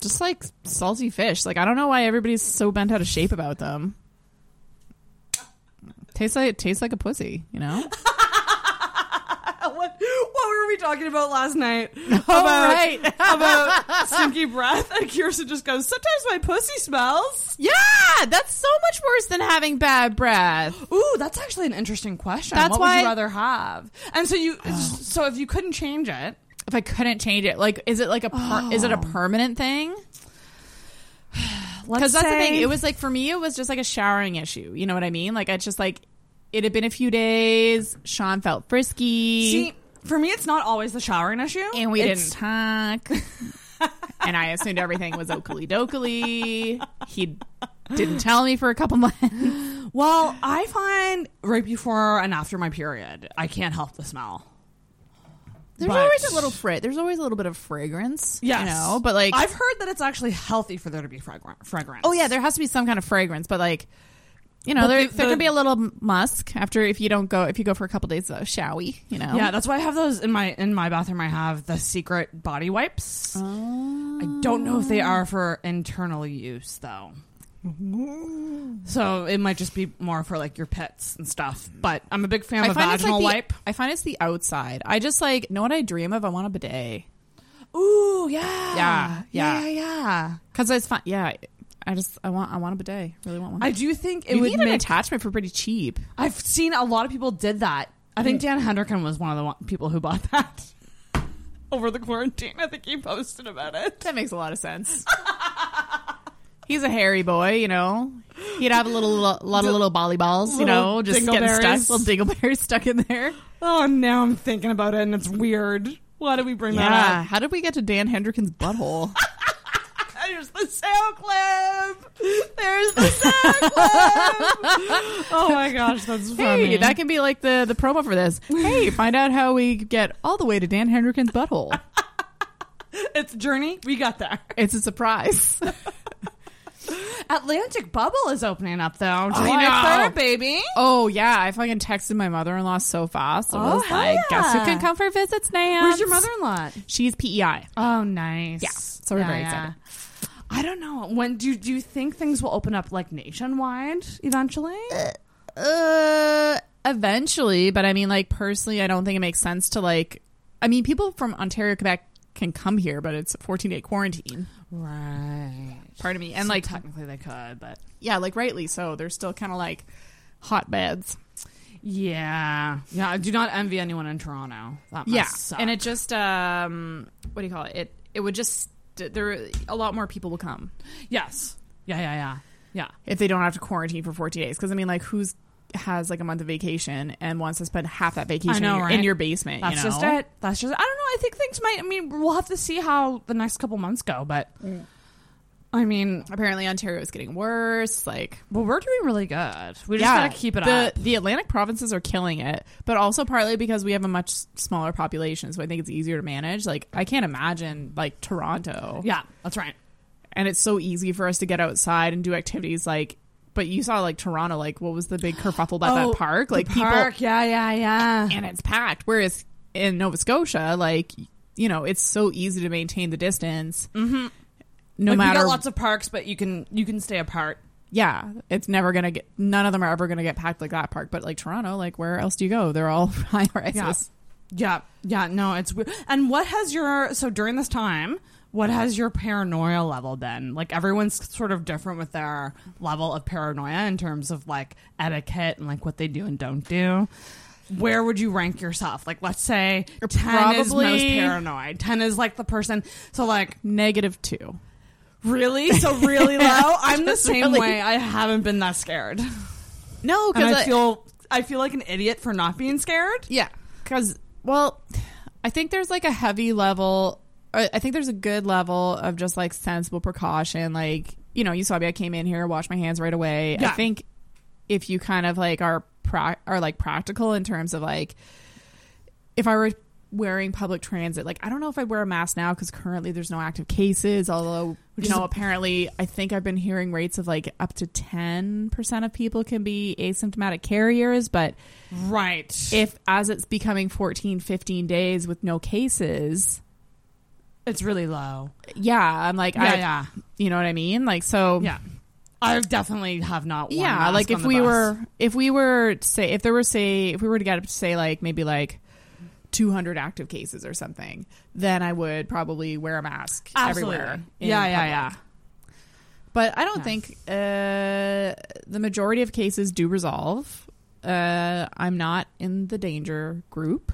Speaker 10: Just like salty fish. Like I don't know why everybody's so bent out of shape about them. Tastes like it tastes like a pussy, you know?
Speaker 9: Uh, What, what were we talking about last night?
Speaker 10: right.
Speaker 9: about stinky breath. And Kirsten just goes, sometimes my pussy smells.
Speaker 10: yeah, that's so much worse than having bad breath.
Speaker 9: Ooh, that's actually an interesting question.
Speaker 10: That's
Speaker 9: what would
Speaker 10: why-
Speaker 9: you rather have? And so you, so if you couldn't change it,
Speaker 10: If I couldn't change it, like is it like a per- is it a permanent thing? Because
Speaker 9: let's
Speaker 10: that's the thing.
Speaker 9: say-
Speaker 10: It was like for me, it was just like a showering issue. You know what I mean? Like it's just like it had been a few days. Sean felt frisky,
Speaker 9: See, for me, it's not always the showering issue.
Speaker 10: and we
Speaker 9: It's-
Speaker 10: didn't talk. and I assumed everything was okily dokily. He didn't tell me for a couple months.
Speaker 9: Well, I find right before and after my period, I can't help the smell.
Speaker 10: There's
Speaker 9: But-
Speaker 10: always a little frit. There's always a little bit of fragrance.
Speaker 9: Yes.
Speaker 10: You know, but like,
Speaker 9: I've heard that it's actually healthy for there to be fragrant, fragrance.
Speaker 10: oh yeah, there has to be some kind of fragrance, but like, you know,
Speaker 9: But
Speaker 10: there,
Speaker 9: the-
Speaker 10: there
Speaker 9: the-
Speaker 10: can be a little musk after if you don't go if you go for a couple days of showy. You know.
Speaker 9: Yeah, that's why I have those in my in my bathroom. I have the secret body wipes. I don't know if they
Speaker 10: Oh.
Speaker 9: are for internal use though. So it might just be more for like your pets and stuff. But I'm a big fan
Speaker 10: I
Speaker 9: of a
Speaker 10: find it's like
Speaker 9: vaginal
Speaker 10: the,
Speaker 9: wipe.
Speaker 10: I find it's the outside. I just like know what I dream of. I want a bidet
Speaker 9: Ooh, yeah.
Speaker 10: Yeah, yeah.
Speaker 9: yeah, yeah.
Speaker 10: because it's fun. Yeah, I just I want I want a bidet. Really want one.
Speaker 9: I do think it
Speaker 10: you
Speaker 9: would
Speaker 10: need an
Speaker 9: make-
Speaker 10: attachment for pretty cheap.
Speaker 9: I've seen a lot of people did that. I think Dan Hendrickson was one of the one- people who bought that over the quarantine. I think he posted about it.
Speaker 10: That makes a lot of sense. He's a hairy boy, you know. He'd have a little, lot of little volleyballs, you know,
Speaker 9: Little
Speaker 10: just getting
Speaker 9: dingleberries.
Speaker 10: stuck, little dingleberries stuck in there.
Speaker 9: Oh, now I'm thinking about it, and it's weird. Why did we bring
Speaker 10: Yeah.
Speaker 9: that up?
Speaker 10: How did we get to Dan Hendrickin's butthole?
Speaker 9: There's the sound clip. There's the sound clip. oh my gosh, that's funny.
Speaker 10: hey, that can be like the the promo for this. Hey, find out how we get all the way to Dan Hendrickin's butthole.
Speaker 9: it's a journey. We got there.
Speaker 10: It's a surprise.
Speaker 9: Atlantic Bubble is opening up though.
Speaker 10: I know.
Speaker 9: July third, baby.
Speaker 10: Oh yeah, I fucking texted my mother in law so fast. I
Speaker 9: Oh,
Speaker 10: was
Speaker 9: hell
Speaker 10: like, guess who
Speaker 9: yeah.
Speaker 10: can come for visits now?
Speaker 9: Where's your mother-in-law?
Speaker 10: She's PEI.
Speaker 9: Oh, nice.
Speaker 10: Yeah, so we're very excited.
Speaker 9: I don't know. When do do you think things will open up like nationwide eventually?
Speaker 10: Uh, eventually, but I mean, like personally, I don't think it makes sense to like. I mean, people from Ontario, Quebec can come here, but it's a 14 day quarantine.
Speaker 9: Right.
Speaker 10: Pardon me. And
Speaker 9: So
Speaker 10: like,
Speaker 9: technically they could, but
Speaker 10: yeah, like rightly so. They're still kind of like hotbeds.
Speaker 9: yeah, yeah. I do not envy anyone in Toronto. That must
Speaker 10: yeah,
Speaker 9: suck.
Speaker 10: and it just um, what do you call it? It it would just there a lot more people will come
Speaker 9: yes, yeah, yeah, yeah, yeah.
Speaker 10: if they don't have to quarantine for 14 days. Because I mean, like, who's has like a month of vacation and wants to spend half that vacation in, your, in your basement?
Speaker 9: That's
Speaker 10: you know?
Speaker 9: just it. That's just. I don't know. I think things might. I mean, we'll have to see how the next couple months go. But I mean,
Speaker 10: Apparently, Ontario is getting worse. Like,
Speaker 9: well, we're doing really good. We just gotta keep it
Speaker 10: the,
Speaker 9: up.
Speaker 10: The Atlantic provinces are killing it, but also partly because we have a much smaller population, so I think it's easier to manage. Like I can't imagine like Toronto.
Speaker 9: Yeah, that's right.
Speaker 10: And it's so easy for us to get outside and do activities like but you saw like Toronto, like what was the big kerfuffle about
Speaker 9: Oh,
Speaker 10: that park? Like
Speaker 9: the park.
Speaker 10: people
Speaker 9: Yeah, yeah, yeah.
Speaker 10: and it's packed. Whereas in Nova Scotia, like you know, it's so easy to maintain the distance.
Speaker 9: Mhm.
Speaker 10: No
Speaker 9: Like, we
Speaker 10: matter
Speaker 9: got lots of parks, but you can you can stay apart.
Speaker 10: yeah, it's never gonna get. None of them are ever gonna get packed like that park. But like Toronto, like where else do you go? They're all high rises.
Speaker 9: Yeah. Yeah, yeah, no, it's weird. And what has your so during this time, what has your paranoia level been? Like everyone's sort of different with their level of paranoia in terms of like etiquette and like what they do and don't do. Where would you rank yourself? Like, let's say ten is most
Speaker 10: Probably-
Speaker 9: paranoid. Ten is like the person. So like
Speaker 10: Negative two.
Speaker 9: really, so really low. I'm the
Speaker 10: Just
Speaker 9: same
Speaker 10: really-
Speaker 9: way. I haven't been that scared,
Speaker 10: No,
Speaker 9: and
Speaker 10: because
Speaker 9: I feel I feel like an idiot for not being scared.
Speaker 10: yeah, because well, I think there's like a heavy level. uh, I I think there's a good level of just like sensible precaution. Like you know, you saw me. I came in here, washed my hands right away. I
Speaker 9: Yeah.
Speaker 10: think if you kind of like are pra- are like practical in terms of like if I were wearing public transit, like I don't know if I wear a mask now because currently there's no active cases. Although
Speaker 9: Which
Speaker 10: you
Speaker 9: is-
Speaker 10: know, apparently I think I've been hearing rates of like up to ten percent of people can be asymptomatic carriers. But
Speaker 9: Right.
Speaker 10: if as it's becoming 14, 15 days with no cases,
Speaker 9: it's really low.
Speaker 10: yeah, I'm like,
Speaker 9: Yeah,
Speaker 10: I,
Speaker 9: yeah.
Speaker 10: you know what I mean? Like so,
Speaker 9: Yeah. I definitely have not worn
Speaker 10: yeah
Speaker 9: mask
Speaker 10: like
Speaker 9: on
Speaker 10: if
Speaker 9: the
Speaker 10: we
Speaker 9: bus.
Speaker 10: were if we were to say if there were say if we were to get up to say like maybe like 200 active cases or something then i would probably wear a mask
Speaker 9: Absolutely.
Speaker 10: everywhere in
Speaker 9: Yeah, yeah,
Speaker 10: public. but i don't
Speaker 9: Yeah.
Speaker 10: think uh the majority of cases do resolve uh i'm not in the danger group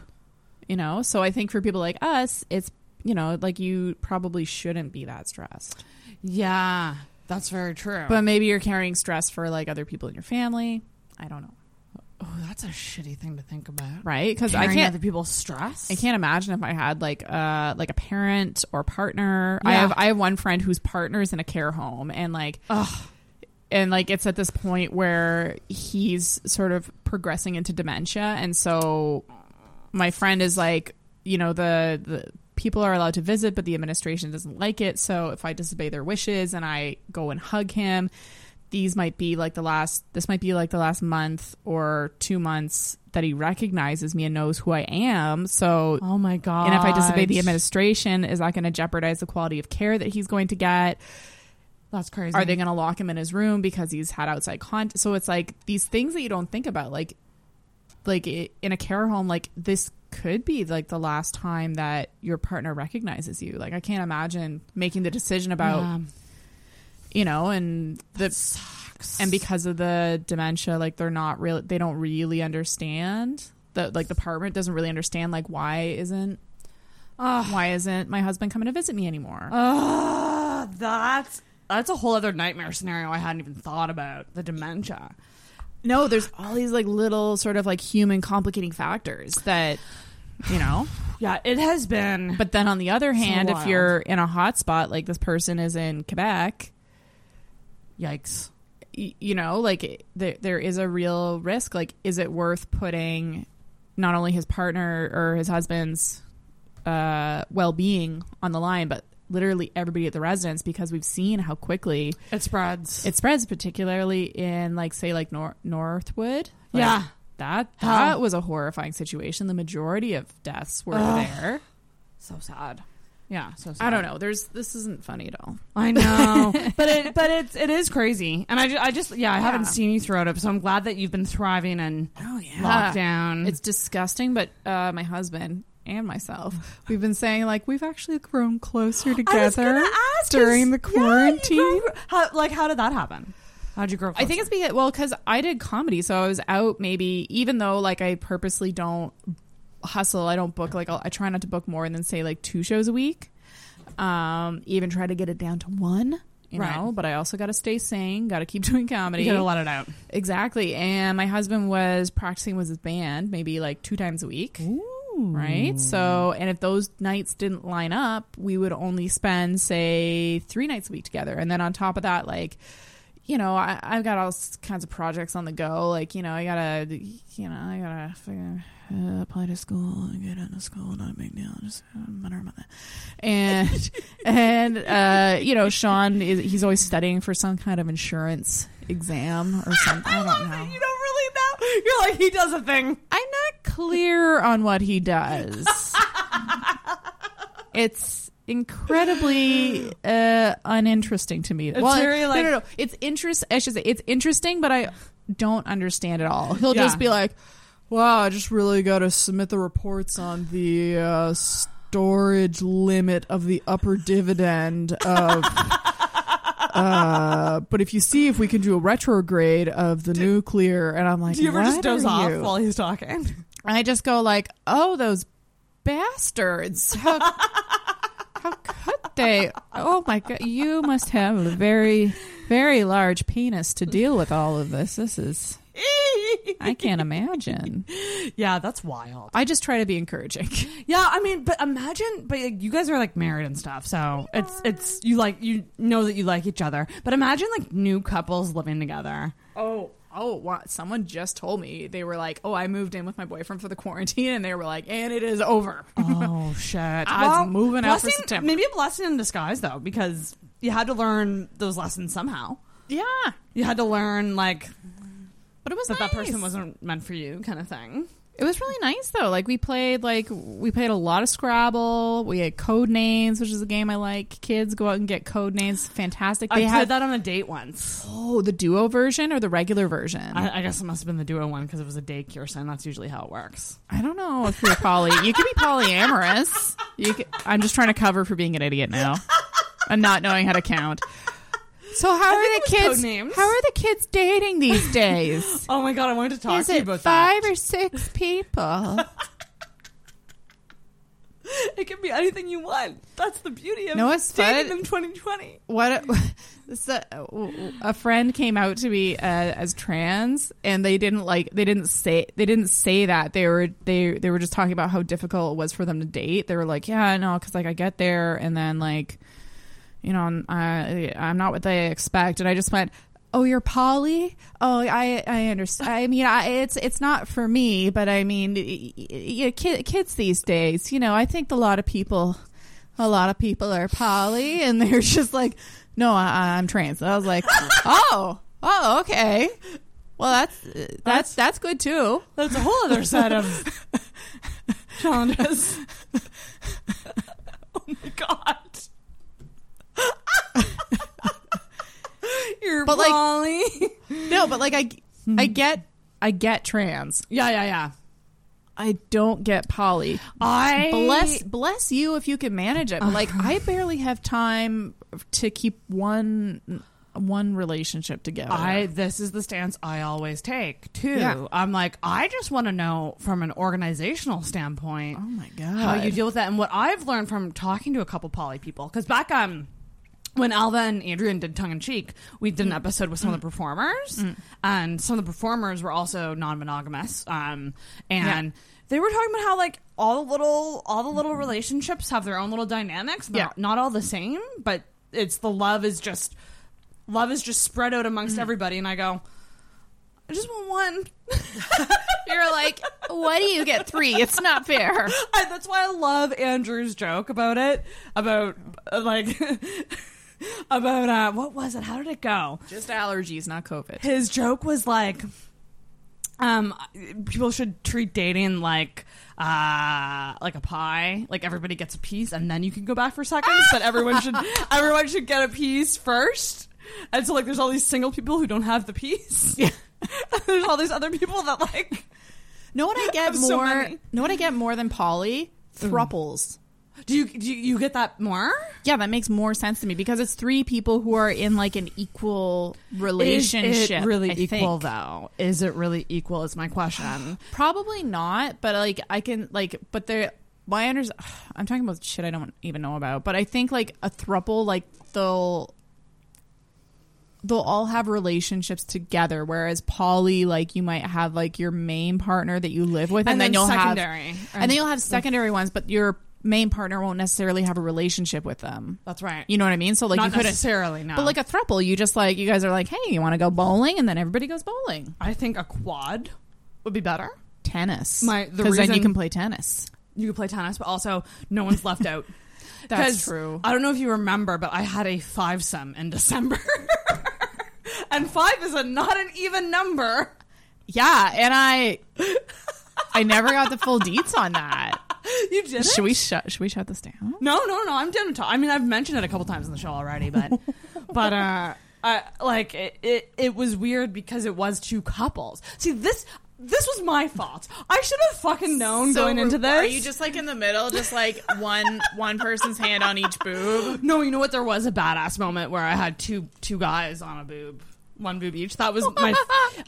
Speaker 10: you know so i think for people like us it's you know like you probably shouldn't be that stressed
Speaker 9: Yeah. That's very true.
Speaker 10: but maybe you're carrying stress for like other people in your family i don't know
Speaker 9: oh, that's a shitty thing to think about.
Speaker 10: right? Because I
Speaker 9: Carrying
Speaker 10: can't,
Speaker 9: other people's stress.
Speaker 10: I can't imagine if I had like uh like a parent or partner. I
Speaker 9: Yeah.
Speaker 10: have I have one friend whose partner is in a care home, and like, and like it's at this point where he's sort of progressing into dementia, and so my friend is like, you know, the the people are allowed to visit, but the administration doesn't like it. So if I disobey their wishes and I go and hug him, these might be like the last. This might be like the last month or two months that he recognizes me and knows who I am. So.
Speaker 9: Oh my god.
Speaker 10: and if I disobey the administration, is that going to jeopardize the quality of care that he's going to get?
Speaker 9: That's crazy.
Speaker 10: Are they going to lock him in his room because he's had outside contact? So it's like these things that you don't think about, like like i in a care home, like this could be like the last time that your partner recognizes you. Like I can't imagine making the decision about
Speaker 9: Yeah.
Speaker 10: you know, and the and because of the dementia, like they're not really they don't really understand the like the apartment doesn't really understand like why isn't why isn't my husband coming to visit me anymore?
Speaker 9: Ugh, that's that's a whole other nightmare scenario I hadn't even thought about. The dementia.
Speaker 10: No, there's all these like little sort of like human complicating factors that you know.
Speaker 9: yeah, it has been.
Speaker 10: But then on the other
Speaker 9: so
Speaker 10: hand, if
Speaker 9: wild.
Speaker 10: you're in a hot spot like this person is in Quebec,
Speaker 9: yikes.
Speaker 10: y- You know, like it- there, there is a real risk like is it worth putting not only his partner or his husband's uh well-being on the line but literally everybody at the residence because we've seen how quickly
Speaker 9: it spreads.
Speaker 10: It spreads particularly in like say like Nor- Northwood. Like,
Speaker 9: Yeah.
Speaker 10: That
Speaker 9: Hell.
Speaker 10: that was a horrifying situation. The majority of deaths were
Speaker 9: Ugh.
Speaker 10: there.
Speaker 9: So sad.
Speaker 10: Yeah,
Speaker 9: so sad.
Speaker 10: I don't know. There's this isn't funny at all.
Speaker 9: I know, but it but it's it is crazy, and I just, I just yeah I haven't
Speaker 10: Yeah.
Speaker 9: seen you throw it up, so I'm glad that you've been thriving and lockdown.
Speaker 10: It's disgusting, but uh, my husband and myself, we've been saying like we've actually grown closer together during the quarantine.
Speaker 9: how, like how did that happen? How'd you grow?
Speaker 10: I think it's because well, because I did comedy, so I was out maybe even though like I purposely don't hustle, I don't book like I'll, I try not to book more than say like two shows a week. Um, even try to get it down to one, you
Speaker 9: Right.
Speaker 10: know. But I also got to stay sane, got to keep doing comedy,
Speaker 9: You gotta let it out.
Speaker 10: Exactly. And my husband was practicing with his band maybe like two times a week. Right. So,
Speaker 9: Mm.
Speaker 10: and if those nights didn't line up, we would only spend, say, three nights a week together. And then on top of that, like, you know, I, I've got all s- kinds of projects on the go. Like, you know, I gotta, you know, I gotta figure, uh, apply to school and get into school. Not a big deal. Just uh, matter of money. And and uh, you know, Sean is he's always studying for some kind of insurance exam or something. I don't know.
Speaker 9: you don't really know. You're like he does a thing.
Speaker 10: I'm not clear on what he does. it's incredibly uh, uninteresting to me.
Speaker 9: It's very, like-
Speaker 10: no, no, no. It's interest. I should say it's interesting, but I don't understand at all. He'll
Speaker 9: Yeah.
Speaker 10: just be like, "Wow, I just really got to submit the reports on the uh, storage limit of the upper dividend of." Uh, but if you see if we can do a retrograde of the nuclear, and I'm like,
Speaker 9: Do you ever just
Speaker 10: "What
Speaker 9: doze
Speaker 10: are
Speaker 9: off
Speaker 10: you?"
Speaker 9: while he's talking?
Speaker 10: I just go like, "Oh, those bastards! How, how could they? Oh my god! You must have a very, very large penis to deal with all of this. This is, I can't imagine.
Speaker 9: Yeah, that's wild.
Speaker 10: I just try to be encouraging.
Speaker 9: Yeah, I mean, but imagine, but like, you guys are like married and stuff, so it's it's you like you know that you like each other, but imagine like new couples living together.
Speaker 10: Oh, oh, what? Someone just told me they were like, "Oh, I moved in with my boyfriend for the quarantine," and they were like, "And it is over."
Speaker 9: Oh shit!
Speaker 10: I was moving out for September.
Speaker 9: Maybe a blessing in disguise though, because you had to learn those lessons somehow.
Speaker 10: Yeah,
Speaker 9: you had to learn like,
Speaker 10: but it was
Speaker 9: that that person
Speaker 10: nice.
Speaker 9: wasn't meant for you, kind of thing.
Speaker 10: It was really nice though. Like we played like we played a lot of Scrabble. We had code names, which is a game I like. Kids go out and get code names. Fantastic.
Speaker 9: I
Speaker 10: They
Speaker 9: had
Speaker 10: had
Speaker 9: that on a date once.
Speaker 10: Oh, the duo version or the regular version?
Speaker 9: I, I guess it must have been the duo one because it was a day cure, and that's usually how it works.
Speaker 10: I don't know if you're poly. You could be polyamorous. You could, I'm just trying to cover for being an idiot now and not knowing how to count. So how are the
Speaker 9: think it was code
Speaker 10: kids?
Speaker 9: names.
Speaker 10: How are the kids dating these days?
Speaker 9: Oh my god, I wanted to talk
Speaker 10: Is
Speaker 9: to you
Speaker 10: it
Speaker 9: about that.
Speaker 10: five or six people?
Speaker 9: It can be anything you want. That's the beauty of
Speaker 10: No, it's
Speaker 9: dating
Speaker 10: fun.
Speaker 9: in 2020.
Speaker 10: what so, a friend came out to me uh, as trans and they didn't like they didn't say they didn't say that they were they they were just talking about how difficult it was for them to date they were like yeah no because like i get there and then like you know I'm, I, I'm not what they expect and i just went oh you're poly oh i i understand i mean I, it's it's not for me but i mean y- y- y- kid, kids these days you know i think a lot of people a lot of people are poly and they're just like no I, i'm trans i was like oh oh okay well that's that's that's good too
Speaker 9: That's a whole other set of challenges. oh my god. You're
Speaker 10: But, like-
Speaker 9: poly. Hmm.
Speaker 10: no but like i i get i get trans
Speaker 9: yeah, yeah, yeah.
Speaker 10: i don't get poly
Speaker 9: I Uh-huh.
Speaker 10: bless bless you if you can manage it but like i barely have time to keep one one relationship together.
Speaker 9: I this is the stance I always take too.
Speaker 10: Yeah.
Speaker 9: I'm like I just want to know from an organizational standpoint. Oh my
Speaker 10: God.
Speaker 9: how you deal with that and what I've learned from talking to a couple poly people because back um when Alva and Adrian did Tongue in Cheek, we did an episode with some of the performers,
Speaker 10: Mm.
Speaker 9: and some of the performers were also non monogamous. Um, and
Speaker 10: Yeah.
Speaker 9: they were talking about how like all the little all the little relationships have their own little dynamics. They're
Speaker 10: Yeah.
Speaker 9: not all the same, but it's the love is just love is just spread out amongst
Speaker 10: Mm.
Speaker 9: everybody. And I go, I just want one.
Speaker 10: You're like, why do you get three? It's not fair.
Speaker 9: I, that's why I love Andrew's joke about it. About uh, like about uh, what was it? How did it go?
Speaker 10: Just allergies, not COVID.
Speaker 9: His joke was like, um, people should treat dating like. Uh, like a pie, like everybody gets a piece, and then you can go back for seconds. But everyone should, everyone should get a piece first. And so, like, there's all these single people who don't have the piece. Yeah, there's all these other people that like.
Speaker 10: Know what I get
Speaker 9: have so
Speaker 10: more?
Speaker 9: many. Mm.
Speaker 10: know what I get more than poly? Thruples.
Speaker 9: Do you do you get that more?
Speaker 10: Yeah, that makes more sense to me because it's three people who are in like an equal relationship.
Speaker 9: Is it really
Speaker 10: I
Speaker 9: equal
Speaker 10: think.
Speaker 9: though? Is it really equal? Is my question.
Speaker 10: Probably not, but like I can like, but there. My under, I'm talking about shit I don't even know about, but I think like a thruple, like they'll they'll all have relationships together, whereas poly, like you might have like your main partner that you live with,
Speaker 9: And
Speaker 10: and, then,
Speaker 9: then
Speaker 10: you'll
Speaker 9: secondary.
Speaker 10: have, and then you'll have secondary ones, but your main partner won't necessarily have a relationship with them.
Speaker 9: That's right.
Speaker 10: You know what I mean? So like
Speaker 9: Not
Speaker 10: you couldn't
Speaker 9: necessarily, no.
Speaker 10: But like a thruple, you just like you guys are like, hey, you want to go bowling, and then everybody goes bowling.
Speaker 9: I think a quad would be better.
Speaker 10: Tennis.
Speaker 9: My- the
Speaker 10: because then you
Speaker 9: reason-
Speaker 10: can play tennis.
Speaker 9: You could play tennis, but also no one's left out.
Speaker 10: That's
Speaker 9: 'Cause
Speaker 10: true.
Speaker 9: I don't know if you remember, but I had a five sum in December, and five is a not an even number.
Speaker 10: Yeah, and I I never got the full deets on that.
Speaker 9: You did.
Speaker 10: Should we shut should we shut this down?
Speaker 9: No, no, no. I'm down to talk. I mean, I've mentioned it a couple times in the show already, but but uh, I, like it, it, it was weird because it was two couples. See, this this was my fault. I should have fucking known going into this.
Speaker 10: Are you just like in the middle, just like one one person's hand on each boob?
Speaker 9: No, you know what? There was a badass moment where I had two two guys on a boob, one boob each. That was my.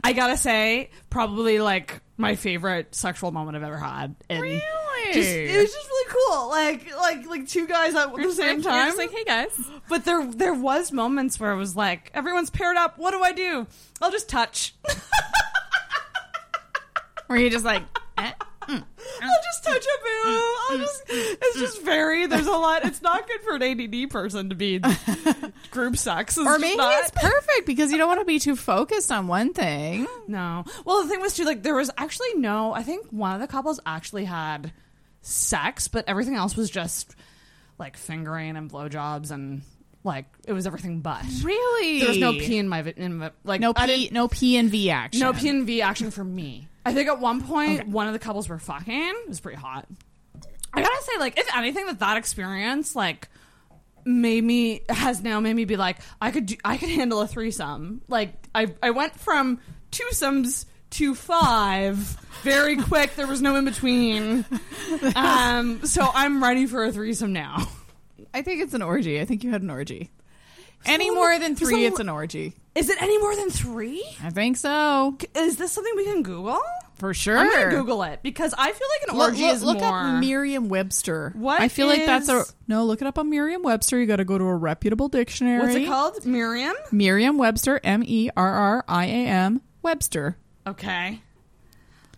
Speaker 9: I gotta say, probably like my favorite sexual moment I've ever had. And really, just, it was just really cool. Like like like two guys at the same
Speaker 10: You're just
Speaker 9: time.
Speaker 10: like, "Hey, guys."
Speaker 9: But there there was moments where it was like everyone's paired up. What do I do? I'll just touch.
Speaker 10: Were you just like? "Eh, Mm,
Speaker 9: I'll just touch a boo. I'll just. It's just very. There's a lot. It's not good for an ADD person to be group sex. It's
Speaker 10: Or
Speaker 9: just
Speaker 10: maybe
Speaker 9: not.
Speaker 10: it's perfect because you don't want to be too focused on one thing.
Speaker 9: No. Well, the thing was too, like there was actually no. I think one of the couples actually had sex, but everything else was just like fingering and blowjobs and like it was everything but.
Speaker 10: Really?
Speaker 9: There was no P in my vi- in my, like
Speaker 10: No
Speaker 9: I
Speaker 10: P
Speaker 9: didn't-
Speaker 10: no P and V action.
Speaker 9: no P and V action for me. I think at one point one of the couples were fucking. It was pretty hot. I gotta say, like if anything, that that experience like made me has now made me be like I could do, I could handle a threesome. Like I I went from twosomes to five very quick. There was no in between. Um, so I'm ready for a threesome now.
Speaker 10: I think it's an orgy. I think you had an orgy. Any more than
Speaker 9: so-
Speaker 10: three, it's an orgy.
Speaker 9: Is it any more than three?
Speaker 10: I think so.
Speaker 9: Is this something we can Google?
Speaker 10: For sure.
Speaker 9: I'm gonna Google it because I feel like an
Speaker 10: Look-
Speaker 9: orgy
Speaker 10: look,
Speaker 9: is
Speaker 10: look
Speaker 9: more.
Speaker 10: up Merriam-Webster.
Speaker 9: What
Speaker 10: I feel like that's a
Speaker 9: is-
Speaker 10: no. Look it up on Merriam-Webster. You got to go to a reputable dictionary.
Speaker 9: What's it called? Miriam.
Speaker 10: Merriam-Webster. M E R R I A M Webster.
Speaker 9: Okay.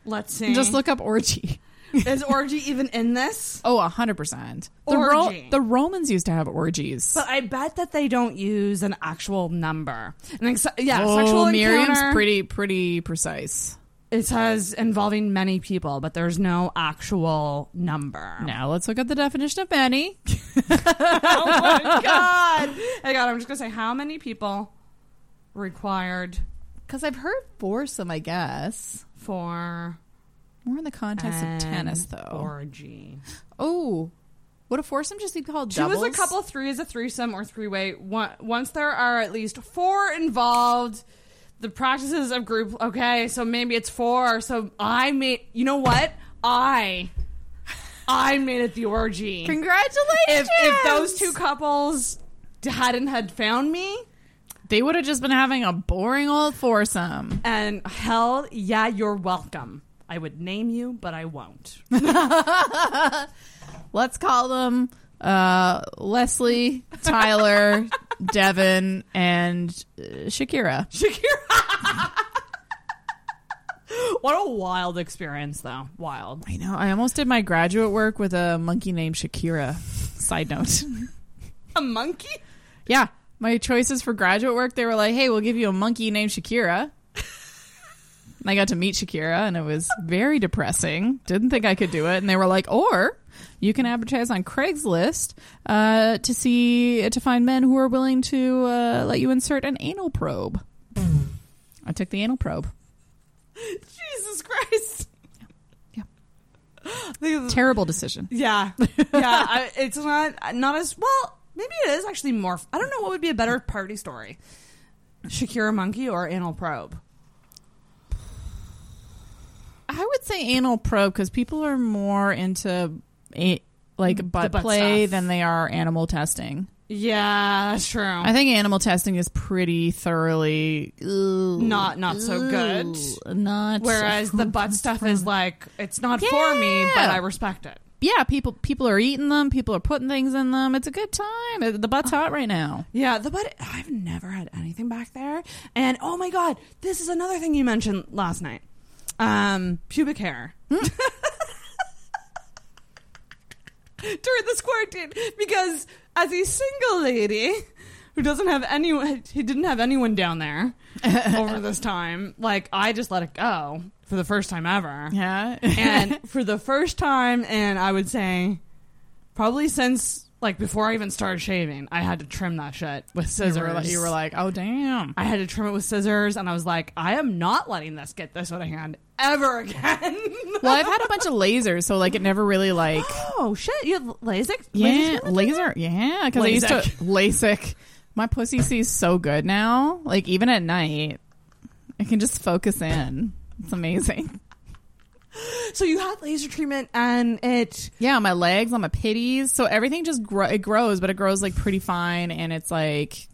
Speaker 9: Let's see.
Speaker 10: And Just look up orgy.
Speaker 9: Is orgy even in this?
Speaker 10: Oh, a hundred percent. The
Speaker 9: Orgy.
Speaker 10: the Romans used to have orgies.
Speaker 9: But I bet that they don't use an actual number. An ex- yeah,
Speaker 10: oh,
Speaker 9: sexual
Speaker 10: Merriam's
Speaker 9: encounter.
Speaker 10: pretty pretty precise.
Speaker 9: It says involving many people, but there's no actual number.
Speaker 10: Now let's look at the definition of many.
Speaker 9: oh my god! Oh my god! I'm just gonna say how many people required
Speaker 10: Because I've heard foursome, I guess.
Speaker 9: for
Speaker 10: More in the context
Speaker 9: an
Speaker 10: of tennis, though.
Speaker 9: Orgy.
Speaker 10: oh, would a foursome just be called
Speaker 9: Two
Speaker 10: doubles?
Speaker 9: is a couple, three is a threesome or three way. One, once there are at least four involved, the practices of group. Okay, so maybe it's four. So I made. You know what? I, I made it the orgy.
Speaker 10: Congratulations!
Speaker 9: If if those two couples hadn't had found me,
Speaker 10: They would have just been having a boring old foursome.
Speaker 9: And hell yeah, you're welcome. I would name you, but I won't.
Speaker 10: Let's call them uh, Leslie, Tyler, Devin, and uh, Shakira.
Speaker 9: Shakira. what a wild experience, though. Wild.
Speaker 10: I know. I almost did my graduate work with a monkey named Shakira. Side note.
Speaker 9: A monkey?
Speaker 10: Yeah. My choices for graduate work, they were like, hey, we'll give you a monkey named Shakira. and I got to meet Shakira, and it was very depressing. Didn't think I could do it. And they were like, or you can advertise on Craigslist uh, to see, to find men who are willing to uh, let you insert an anal probe. I took the anal probe.
Speaker 9: Jesus Christ.
Speaker 10: Terrible decision.
Speaker 9: Yeah, yeah. I, it's not not as well. Maybe it is actually more. I don't know what would be a better party story: Shakira monkey or anal probe.
Speaker 10: I would say anal probe because people are more into a, like Mm, butt,
Speaker 9: butt
Speaker 10: play
Speaker 9: stuff.
Speaker 10: than they are animal testing.
Speaker 9: Yeah, that's true.
Speaker 10: I think animal testing is pretty thoroughly ew,
Speaker 9: not not so good.
Speaker 10: ew, Not
Speaker 9: Whereas the butt stuff is like it's not for me, but
Speaker 10: Yeah.
Speaker 9: I respect it.
Speaker 10: yeah, people people are eating them. People are putting things in them. It's a good time. Uh, The butt's hot right now.
Speaker 9: Yeah, the butt. I've never had anything back there. And oh my god, this is another thing you mentioned last night. Um, pubic hair. During this quarantine, because as a single lady who doesn't have anyone, who didn't have anyone down there over this time, like I just let it go for the first time ever.
Speaker 10: Yeah,
Speaker 9: and for the first time, and I would say probably since like before I even started shaving, I had to trim that shit with scissors.
Speaker 10: You were, like, you were like, oh damn.
Speaker 9: I had to trim it with scissors, and I was like, I am not letting this get this out of hand ever again.
Speaker 10: well, I've had a bunch of lasers, so like it never really like
Speaker 9: oh shit, you have LASIK?
Speaker 10: Yeah, laser. Yeah, because I used to
Speaker 9: LASIK.
Speaker 10: LASIK. My pussy sees so good now. Like even at night, I can just focus in. It's amazing.
Speaker 9: So you had laser treatment, and it
Speaker 10: Yeah, my legs, on my pitties, so everything just grow. It grows, but it grows like pretty fine, and it's like,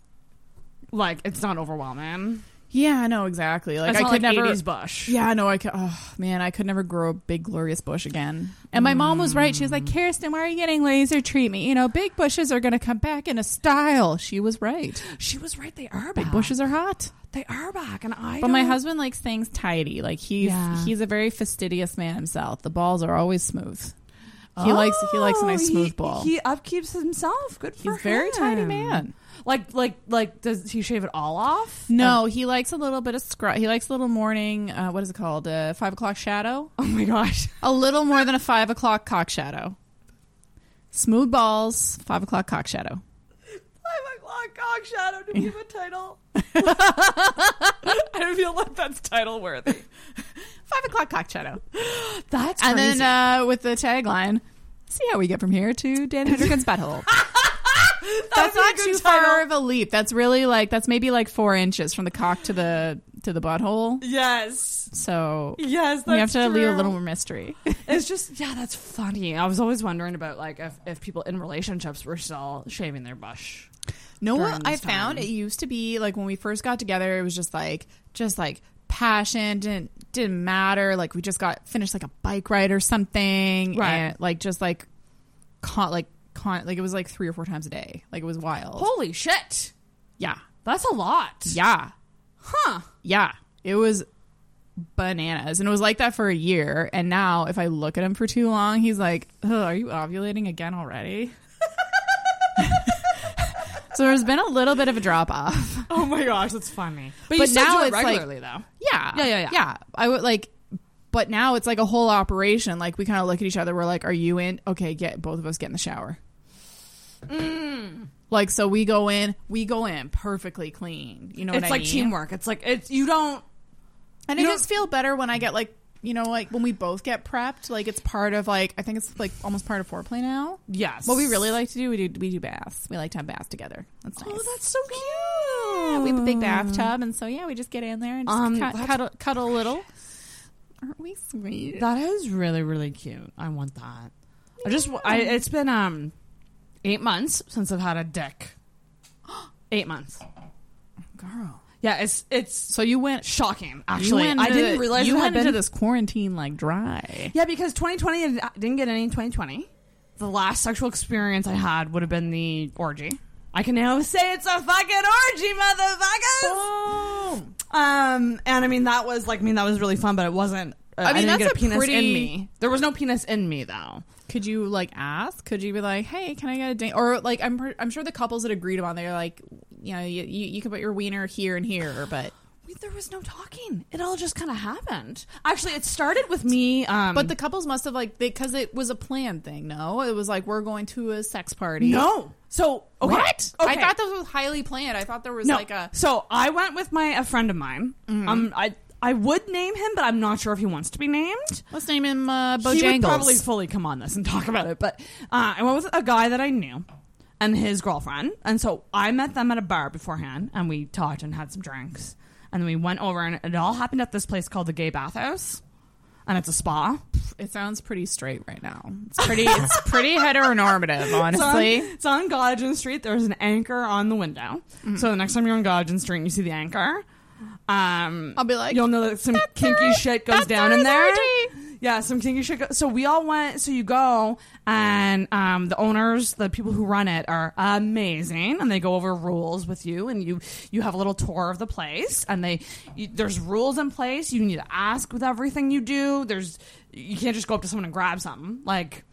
Speaker 9: like it's not overwhelming.
Speaker 10: yeah, I know exactly. Like
Speaker 9: It's
Speaker 10: I
Speaker 9: not
Speaker 10: could
Speaker 9: like
Speaker 10: never
Speaker 9: 80s bush.
Speaker 10: Yeah, no, I could. Oh man, I could never grow a big glorious bush again. And my mom was right. She was like,
Speaker 9: Mm.
Speaker 10: Kirsten, why are you getting laser treatment? You know, big bushes are going to come back in a style. She was right.
Speaker 9: She was right; they are
Speaker 10: Big
Speaker 9: back.
Speaker 10: bushes are hot.
Speaker 9: They are back, and I.
Speaker 10: but my
Speaker 9: don't-
Speaker 10: husband likes things tidy. Like he's
Speaker 9: Yeah.
Speaker 10: he's a very fastidious man himself. The balls are always smooth. He likes he likes a nice
Speaker 9: Oh, he-
Speaker 10: smooth ball.
Speaker 9: He upkeeps himself. Good for
Speaker 10: He's very tidy
Speaker 9: him.
Speaker 10: man.
Speaker 9: Like like like does he shave it all off?
Speaker 10: no, he likes a little bit of scrub. He likes a little morning. Uh, what is it called? Uh, five o'clock shadow.
Speaker 9: Oh my gosh.
Speaker 10: A little more than a five o'clock cock shadow. Smooth balls. Five o'clock cock shadow.
Speaker 9: Five o'clock cock shadow to give a title. I feel like that's title worthy.
Speaker 10: Five o'clock cock shadow.
Speaker 9: That's
Speaker 10: and then uh, with the tagline, see how we get from here to Dan Hendrick's butthole. that's not too far of a leap. That's really like that's maybe like four inches from the cock to the to the butthole.
Speaker 9: yes.
Speaker 10: So
Speaker 9: Yes,
Speaker 10: we have
Speaker 9: that's
Speaker 10: to leave a
Speaker 9: true.
Speaker 10: little more mystery.
Speaker 9: It's just yeah, that's funny. I was always wondering about like if, if people in relationships were still shaving their bush.
Speaker 10: No,
Speaker 9: during
Speaker 10: what I
Speaker 9: this
Speaker 10: found
Speaker 9: time.
Speaker 10: it used to be like when we first got together, it was just like just like passion didn't didn't matter. Like we just got finished like a bike ride or something,
Speaker 9: Right.
Speaker 10: And like just like con like con like it was like three or four times a day. Like it was wild.
Speaker 9: Holy shit.
Speaker 10: Yeah,
Speaker 9: That's a lot.
Speaker 10: yeah,
Speaker 9: Huh.
Speaker 10: yeah. It was bananas, and it was like that for a year. And now, if I look at him for too long, he's like, "Ugh, "Are you ovulating again already?" so there's been a little bit of a drop off.
Speaker 9: Oh my gosh, that's funny.
Speaker 10: But
Speaker 9: you
Speaker 10: But
Speaker 9: still
Speaker 10: now
Speaker 9: do it
Speaker 10: it's like-
Speaker 9: regularly though.
Speaker 10: Yeah.
Speaker 9: Yeah, yeah, yeah.
Speaker 10: I would like but now it's like a whole operation. Like we kind of look at each other, we're like, "Are you in? Okay, get both of us get in the shower."
Speaker 9: Mm.
Speaker 10: Like so we go in, we go in perfectly clean. You know
Speaker 9: it's
Speaker 10: what I
Speaker 9: like
Speaker 10: mean?
Speaker 9: teamwork. It's like it's you don't
Speaker 10: And I just feel better when I get like, you know, like when we both get prepped, like it's part of like I think it's like almost part of foreplay now.
Speaker 9: Yes.
Speaker 10: What we really like to do, we do we do baths. We like to have baths together. That's nice.
Speaker 9: Oh, that's so cute.
Speaker 10: Yeah, we have a big bathtub, and so yeah, we just get in there and just
Speaker 9: Um,
Speaker 10: cut,
Speaker 9: that's
Speaker 10: cuddle, cuddle a little. Aren't we sweet?
Speaker 9: That is really really cute. I want that. I just w- I it's been um 8 months since I've had a dick. 8 months. girl. Yeah, it's it's so you went shocking. Actually,
Speaker 10: You went
Speaker 9: I
Speaker 10: into-
Speaker 9: didn't realize it
Speaker 10: you went
Speaker 9: had
Speaker 10: into
Speaker 9: been-
Speaker 10: this quarantine like dry.
Speaker 9: Yeah, because 2020 I didn't get any in 2020. The last sexual experience I had would have been the orgy. I can now say it's a fucking orgy, motherfuckers. Boom. Um, and I mean that was like, I mean that was really fun, but it wasn't. Uh, I
Speaker 10: I mean,
Speaker 9: didn't
Speaker 10: that's
Speaker 9: get a penis
Speaker 10: pretty.
Speaker 9: in me. There was no penis in me though.
Speaker 10: Could you like ask? Could you be like, "Hey, can I get a date?" Or like, I'm pre- I'm sure the couples that agreed upon, they're like, you know, you, you, you can put your wiener here and here, but
Speaker 9: there was no talking. It all just kind of happened. Actually, it started with me. Um,
Speaker 10: but the couples must have like because it was a planned thing. No, it was like we're going to a sex party.
Speaker 9: No. So okay.
Speaker 10: What?
Speaker 9: Okay.
Speaker 10: I thought this was highly planned. I thought there was
Speaker 9: no.
Speaker 10: like a
Speaker 9: so I went with my a friend of mine.
Speaker 10: Mhm.
Speaker 9: Um, I I would name him, but I'm not sure if he wants to be named.
Speaker 10: Let's name him uh,
Speaker 9: He would
Speaker 10: Bojangles.
Speaker 9: probably fully come on this and talk about it. But uh, I went with a guy that I knew and his girlfriend, and so I met them at a bar beforehand, and we talked and had some drinks, and then we went over, and it all happened at this place called the Gay Bathhouse, and it's a spa.
Speaker 10: It sounds pretty straight right now. It's pretty. It's pretty heteronormative, honestly.
Speaker 9: It's on, it's on Godgen Street. There's an anchor on the window. So the next time you're on Godgen Street and you see the anchor, um, I'll be like, you'll know that some kinky shit goes down in there. Yeah, some kinky shit. Go- so we all went. So you go, and um, the owners, the people who run it, are amazing, and they go over rules with you, and you you have a little tour of the place, and they you, there's rules in place. You need to ask with everything you do. There's you can't just go up to someone and grab something like.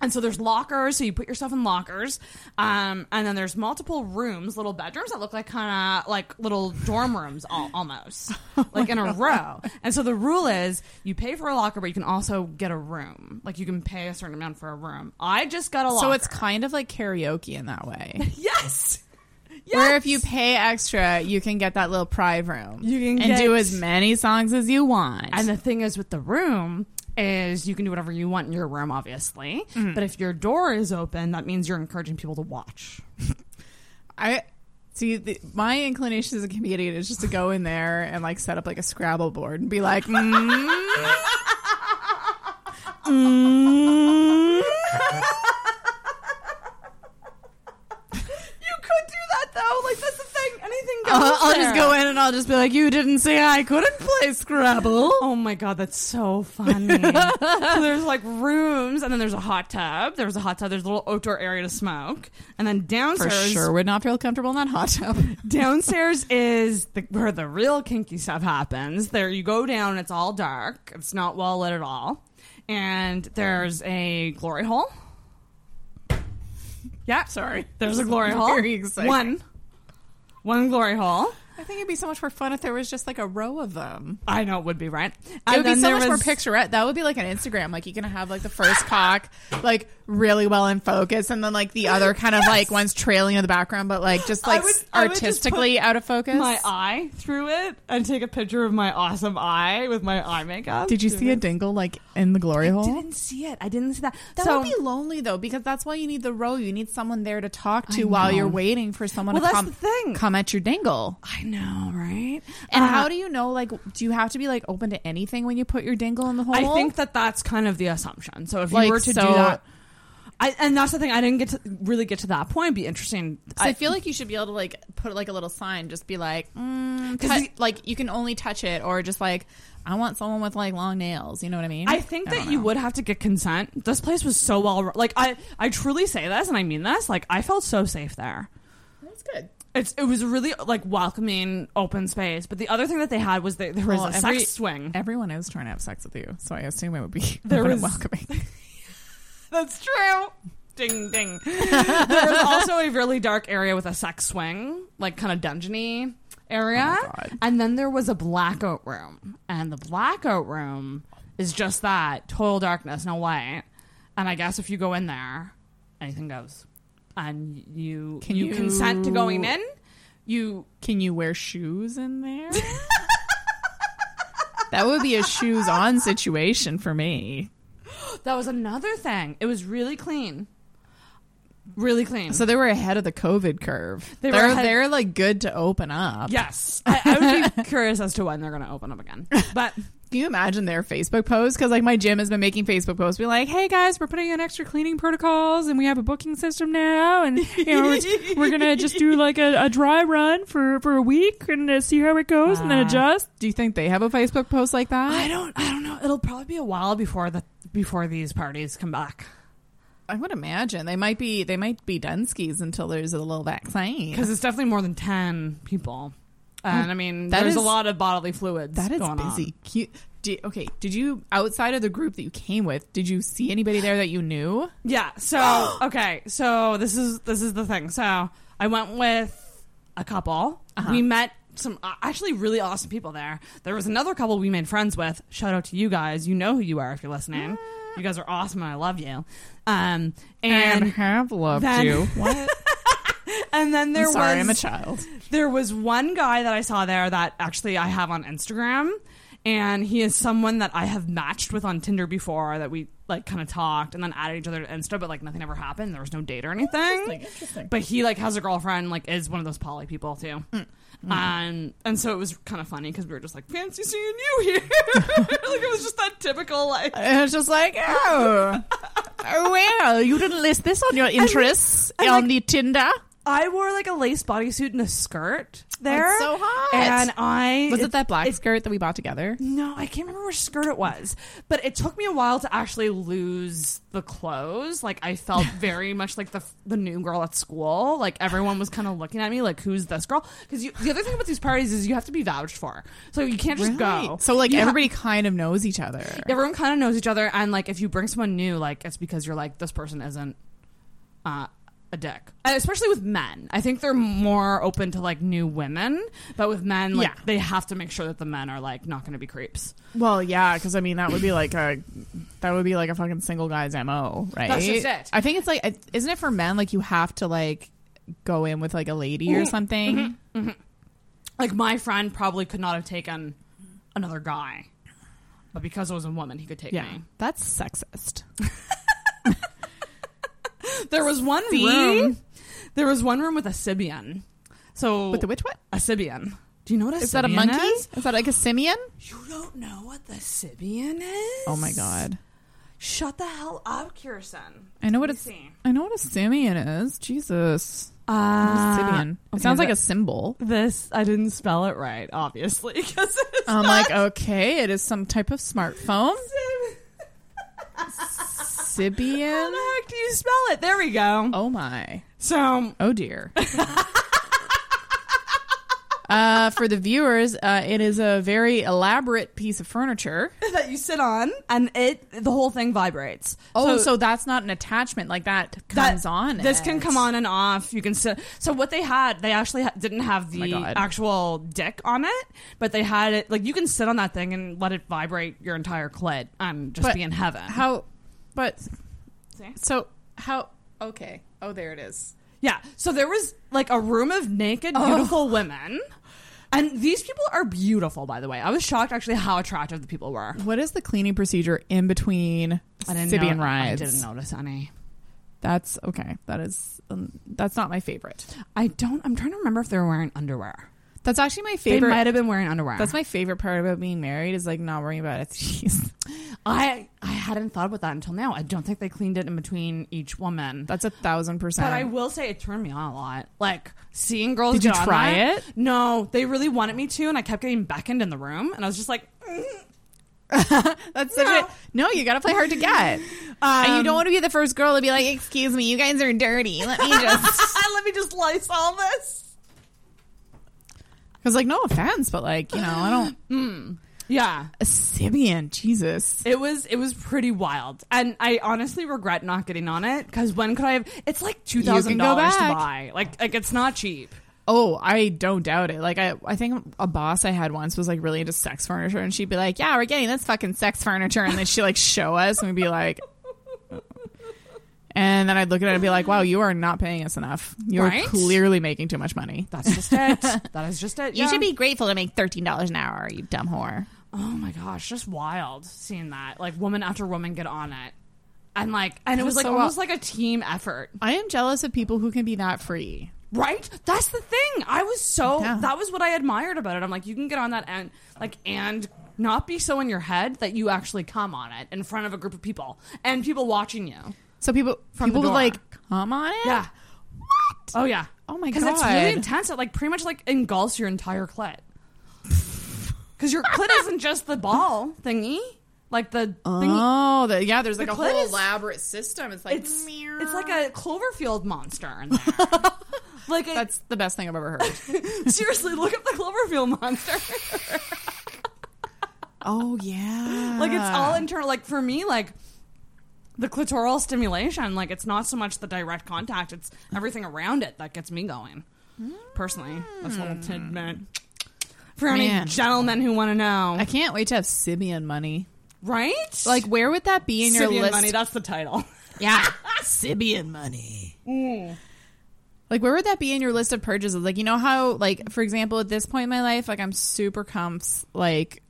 Speaker 9: And so there's lockers, so you put yourself in lockers, um, and then there's multiple rooms, little bedrooms that look like kind of like little dorm rooms al- almost, like in a row. And so the rule is you pay for a locker, but you can also get a room. Like you can pay a certain amount for a room. I just got a locker.
Speaker 10: So it's kind of like karaoke in that way.
Speaker 9: yes.
Speaker 10: Where if you pay extra, you can get that little private room. You
Speaker 9: can get-
Speaker 10: and do as many songs as you want.
Speaker 9: And the thing is with the room is you can do whatever you want in your room, obviously.
Speaker 10: Mm.
Speaker 9: But if your door is open, that means you're encouraging people to watch.
Speaker 10: I see. The, my inclination as a comedian is just to go in there and like set up like a Scrabble board and be like, mm,
Speaker 9: Mm. You could do that though. Like that's the thing. Anything goes.
Speaker 10: I'll, I'll just
Speaker 9: there.
Speaker 10: go in and I'll just be like, you didn't say I couldn't play Scrabble.
Speaker 9: Oh my god, that's so funny. so there's like rooms, and then there's a hot tub. There's a hot tub. There's a little outdoor area to smoke, and then
Speaker 10: For
Speaker 9: downstairs.
Speaker 10: sure, would not feel comfortable in that hot tub.
Speaker 9: downstairs is the, where the real kinky stuff happens. There you go down, it's all dark. It's not well lit at all. And there's a glory hole. Yeah, sorry. There's a glory hole.
Speaker 10: Very exciting.
Speaker 9: One. One glory hole.
Speaker 10: I think it'd be so much more fun if there was just like a row of them.
Speaker 9: I know it would be right. It
Speaker 10: It would be so much more picturesque. That would be like an Instagram. Like you can have like the first cock like really well in focus, and then like the other kind of like one's trailing in the background, but like just like s- artistically out of focus.
Speaker 9: My eye through it and take a picture of my awesome eye with my eye makeup.
Speaker 10: Did you see a dingle like in the glory hole?
Speaker 9: didn't see it. I didn't see that.
Speaker 10: That
Speaker 9: So-
Speaker 10: would be lonely though, because that's why you need the row. You need someone there to talk to
Speaker 9: I
Speaker 10: while
Speaker 9: know.
Speaker 10: you're waiting for someone
Speaker 9: Well,
Speaker 10: to
Speaker 9: that's
Speaker 10: come,
Speaker 9: the thing.
Speaker 10: come at your dingle.
Speaker 9: I know, right?
Speaker 10: And
Speaker 9: Uh,
Speaker 10: how do you know? Like, do you have to be like open to anything when you put your dingle in the hole?
Speaker 9: I think that that's kind of the assumption. So if
Speaker 10: Like,
Speaker 9: you were to
Speaker 10: so-
Speaker 9: do that, I, and that's the thing. I didn't get to really get to that point. It'd be interesting.
Speaker 10: So I, feel like you should be able to like put like a little sign, just be like, mm,
Speaker 9: 'Cause
Speaker 10: tou-
Speaker 9: the-
Speaker 10: like you can only touch it, or just like I want someone with like long nails. You know what I mean?
Speaker 9: I think
Speaker 10: don't
Speaker 9: that you
Speaker 10: know.
Speaker 9: would have to get consent. This place was so well. Like I, I truly say this, and I mean this. Like I felt so safe there.
Speaker 10: That's good.
Speaker 9: It's it was really like welcoming, open space. But the other thing that they had was that there was
Speaker 10: Well,
Speaker 9: a
Speaker 10: every-
Speaker 9: sex swing.
Speaker 10: Everyone is trying to have sex with you, so I assume it would be
Speaker 9: There
Speaker 10: open and
Speaker 9: was-
Speaker 10: welcoming.
Speaker 9: That's true. Ding ding. there was also a really dark area with a sex swing, like kind of dungeony area.
Speaker 10: Oh
Speaker 9: and then there was a blackout room. And the blackout room is just that total darkness, no light. And I guess if you go in there, anything goes. And you
Speaker 10: Can
Speaker 9: you,
Speaker 10: you-
Speaker 9: consent to going in? You
Speaker 10: Can you wear shoes in there? that would be a shoes on situation for me.
Speaker 9: That was another thing. It was really clean. Really clean.
Speaker 10: So they were ahead of the COVID curve.
Speaker 9: They
Speaker 10: They
Speaker 9: were
Speaker 10: are
Speaker 9: ahead-
Speaker 10: they're like good to open up.
Speaker 9: Yes. I, I would be curious as to when they're going to open up again. But
Speaker 10: Can you imagine their Facebook posts? Because like my gym has been making Facebook posts, be like, "Hey guys, we're putting in extra cleaning protocols, and we have a booking system now, and you know we're, we're gonna just do like a, a dry run for for a week and uh, see how it goes, and then
Speaker 9: Ah.
Speaker 10: adjust." Do you think they have a Facebook post like that?
Speaker 9: I don't. I don't know. It'll probably be a while before the before these parties come back
Speaker 10: I would imagine they might be they might be Dunskies until there's a little vaccine
Speaker 9: because it's definitely more than ten people. And I mean,
Speaker 10: Oh, That
Speaker 9: there's
Speaker 10: is-
Speaker 9: a lot of bodily fluids.
Speaker 10: That is
Speaker 9: going on.
Speaker 10: busy. Cute. Did, okay, did you outside of the group that you came with? Did you see anybody there that you knew?
Speaker 9: Yeah. So okay. So this is this is the thing. So I went with a couple.
Speaker 10: Uh-huh.
Speaker 9: We met some uh, actually really awesome people there. There was another couple we made friends with. Shout out to you guys. You know who you are if you're listening.
Speaker 10: Ah.
Speaker 9: You guys are awesome and I love you. Um and,
Speaker 10: have loved
Speaker 9: then-
Speaker 10: you. What?
Speaker 9: and then there
Speaker 10: I'm sorry,
Speaker 9: was
Speaker 10: I'm a child.
Speaker 9: There was one guy that I saw there that actually I have on Instagram and he is someone that I have matched with on Tinder before that we like kind of talked and then added each other to Insta but like nothing ever happened. There was no date or anything. But he like has a girlfriend, like is one of those poly people too. Um, and so it was kind of funny because we were just like fancy seeing you here. like it was just that typical like.
Speaker 10: And it's just like, oh, oh well, you didn't list this on your interests
Speaker 9: and,
Speaker 10: on
Speaker 9: like,
Speaker 10: the Tinder.
Speaker 9: I wore like a lace bodysuit and a skirt there.
Speaker 10: That's so hot.
Speaker 9: And I
Speaker 10: was it,
Speaker 9: it's-
Speaker 10: that black skirt that we bought together?
Speaker 9: No, I can't remember which skirt it was, but it took me a while to actually lose the clothes. Like I felt very much like the the new girl at school. Like everyone was kind of looking at me, like who's this girl? Because the other thing about these parties is you have to be vouched for, so you can't just go.
Speaker 10: Right. So like
Speaker 9: You ha-
Speaker 10: everybody kind of knows each other.
Speaker 9: everyone kind of knows each other, and like if you bring someone new, like it's because you're like this person isn't uh, a dick, and especially with men. I think they're more open to like new women, but with men, like
Speaker 10: Yeah.
Speaker 9: they have to make sure that the men are like not going to be creeps.
Speaker 10: Well, yeah, because I mean that would be like a that would be like a fucking single guy's mo, right?
Speaker 9: That's just it.
Speaker 10: I think it's like it- isn't it for men like you have to like go in with like a lady or
Speaker 9: Mhm,
Speaker 10: something?
Speaker 9: mhm, mhm. Like my friend probably could not have taken another guy, but because it was a woman, he could take
Speaker 10: Yeah,
Speaker 9: me.
Speaker 10: that's sexist.
Speaker 9: There was one
Speaker 10: See?
Speaker 9: room. There was one room with a Sibian. So
Speaker 10: With the which what?
Speaker 9: A Sibian. Do you know what a
Speaker 10: Is that a
Speaker 9: Sibian
Speaker 10: monkey?
Speaker 9: Is?
Speaker 10: Is? that like a simian?
Speaker 9: You don't know what the Sibian is?
Speaker 10: Oh my god!
Speaker 9: Shut the hell up, Kirsten.
Speaker 10: I know what
Speaker 9: Let me
Speaker 10: it's.
Speaker 9: see.
Speaker 10: I know what a simian is. Jesus.
Speaker 9: Uh,
Speaker 10: Sibian. It
Speaker 9: okay,
Speaker 10: sounds like
Speaker 9: that-
Speaker 10: a symbol.
Speaker 9: This I didn't spell it right, obviously. 'cause it's
Speaker 10: I'm
Speaker 9: not
Speaker 10: like, okay, it is some type of smartphone.
Speaker 9: Sib- How
Speaker 10: Sibian.
Speaker 9: the heck do you spell it? There we go.
Speaker 10: Oh my.
Speaker 9: So
Speaker 10: Oh dear. uh, for the viewers, uh, it is a very elaborate piece of furniture.
Speaker 9: that you sit on, and it the whole thing vibrates.
Speaker 10: Oh, so, that's not an attachment like that comes
Speaker 9: that-
Speaker 10: on.
Speaker 9: This
Speaker 10: it.
Speaker 9: can come on and off. You can sit. So what they had, they actually ha- didn't have
Speaker 10: Oh my
Speaker 9: the
Speaker 10: God.
Speaker 9: actual dick on it, but they had it. Like you can sit on that thing and let it vibrate your entire clit and just
Speaker 10: But
Speaker 9: be in heaven.
Speaker 10: How? But
Speaker 9: See?
Speaker 10: so how? Okay. Oh, there it is.
Speaker 9: Yeah. So there was like a room of naked, beautiful women. And these people are beautiful, by the way. I was shocked actually how attractive the people were.
Speaker 10: What is the cleaning procedure in between
Speaker 9: I didn't
Speaker 10: Sibian
Speaker 9: know-
Speaker 10: rides?
Speaker 9: I didn't notice any.
Speaker 10: That's okay. That is um, that's not my favorite.
Speaker 9: I don't. I'm trying to remember if they were wearing underwear.
Speaker 10: That's actually my
Speaker 9: They
Speaker 10: favorite.
Speaker 9: might have been wearing underwear.
Speaker 10: that's my favorite part about being married is like not worrying about it. Jeez.
Speaker 9: I I hadn't thought about that until now. I don't think they cleaned it in between each woman.
Speaker 10: That's a thousand percent.
Speaker 9: But I will say it turned me on a lot. Like seeing girls.
Speaker 10: Did you
Speaker 9: get on
Speaker 10: try
Speaker 9: that-
Speaker 10: it?
Speaker 9: No, they really wanted me to, and I kept getting beckoned in the room, and I was just like,
Speaker 10: That's such
Speaker 9: No.
Speaker 10: a no. You got to play hard to get,
Speaker 9: Um,
Speaker 10: and you don't want to be the first girl to be like, "Excuse me, you guys are dirty." Let me just
Speaker 9: "Ah, "Let me just lice all this."
Speaker 10: because, like, no offense, but like, you know, I don't
Speaker 9: Yeah,
Speaker 10: a Sibian. Jesus,
Speaker 9: it was it was pretty wild, and I honestly regret not getting on it because when could I have? It's like two
Speaker 10: go
Speaker 9: thousand dollars to
Speaker 10: back.
Speaker 9: buy. Like like it's not cheap.
Speaker 10: Oh, I don't doubt it. Like I, I think a boss I had once was like really into sex furniture, and she'd be like, "Yeah, we're getting this fucking sex furniture," and then she like show us, and we'd be like, and then I'd look at it and be like, "Wow, you are not paying us enough. You're
Speaker 9: Right?
Speaker 10: clearly making too much money.
Speaker 9: That's just it. that is just it.
Speaker 10: You
Speaker 9: yeah.
Speaker 10: should be grateful to make thirteen dollars an hour, you dumb whore."
Speaker 9: Oh my gosh, just wild seeing that. Like woman after woman get on it, and like and it was
Speaker 10: is
Speaker 9: like
Speaker 10: so
Speaker 9: almost like a team effort.
Speaker 10: I am jealous of people who can be that free.
Speaker 9: Right? That's the thing. I was so
Speaker 10: Yeah.
Speaker 9: that was what I admired about it. I'm like, you can get on that and like and not be so in your head that you actually come on it in front of a group of people and people watching you.
Speaker 10: So people
Speaker 9: from
Speaker 10: people
Speaker 9: the
Speaker 10: would
Speaker 9: door.
Speaker 10: like come on it.
Speaker 9: Yeah. What? Oh yeah.
Speaker 10: Oh my
Speaker 9: Because it's really
Speaker 10: God.
Speaker 9: intense. It like pretty much like engulfs your entire clit. Because your clit isn't just the ball thingy, like the
Speaker 10: Oh, the, yeah. There's like
Speaker 9: The
Speaker 10: a whole
Speaker 9: clit is-
Speaker 10: elaborate system. It's like
Speaker 9: it's it's like a Cloverfield monster. In there. like
Speaker 10: that's the best thing I've ever heard.
Speaker 9: seriously, look up the Cloverfield monster.
Speaker 10: oh yeah.
Speaker 9: like it's all internal like for me like the clitoral stimulation like it's not so much the direct contact it's everything around it that gets me going personally that's a little tidbit for
Speaker 10: Man.
Speaker 9: any gentlemen who want to know
Speaker 10: I can't wait to have Sibian money.
Speaker 9: right
Speaker 10: Like, where would that be in your
Speaker 9: Sibian
Speaker 10: list?
Speaker 9: money that's the title
Speaker 10: yeah, Sibian money.
Speaker 9: Mm.
Speaker 10: Like, where would that be in your list of purchases? Like, you know how, like, for example, at this point in my life, like, I'm super comfs. Like,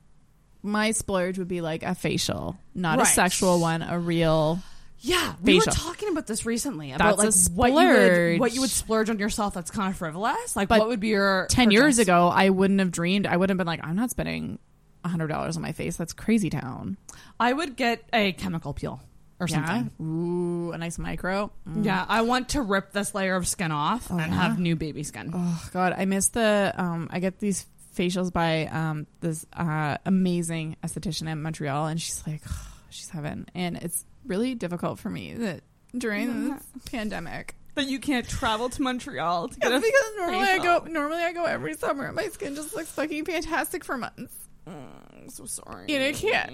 Speaker 10: my splurge would be like a facial, not a
Speaker 9: Right.
Speaker 10: sexual one, a real.
Speaker 9: yeah we
Speaker 10: Facial.
Speaker 9: were talking about this recently about
Speaker 10: That's a
Speaker 9: like what you, would,
Speaker 10: splurge.
Speaker 9: what you would splurge on yourself that's kind of frivolous like
Speaker 10: But
Speaker 9: what would be your
Speaker 10: Ten
Speaker 9: purchase?
Speaker 10: years ago, I wouldn't have dreamed. I would have been like, I'm not spending a hundred dollars on my face. That's crazy town.
Speaker 9: i would get a chemical peel or
Speaker 10: Yeah?
Speaker 9: something
Speaker 10: Ooh, a nice micro. Mm. Oh,
Speaker 9: Yeah, I want to rip this layer of skin off and
Speaker 10: yeah?
Speaker 9: have new baby skin.
Speaker 10: Oh god, I miss the um I get these facials by um this uh amazing esthetician in Montreal and she's like she's heaven and it's really difficult for me that during this pandemic
Speaker 9: But you can't travel to Montreal to get
Speaker 10: Yeah,
Speaker 9: a
Speaker 10: because normally I
Speaker 9: facial.
Speaker 10: go normally I go every summer and my skin just looks fucking fantastic for months. I'm so sorry. And I can't.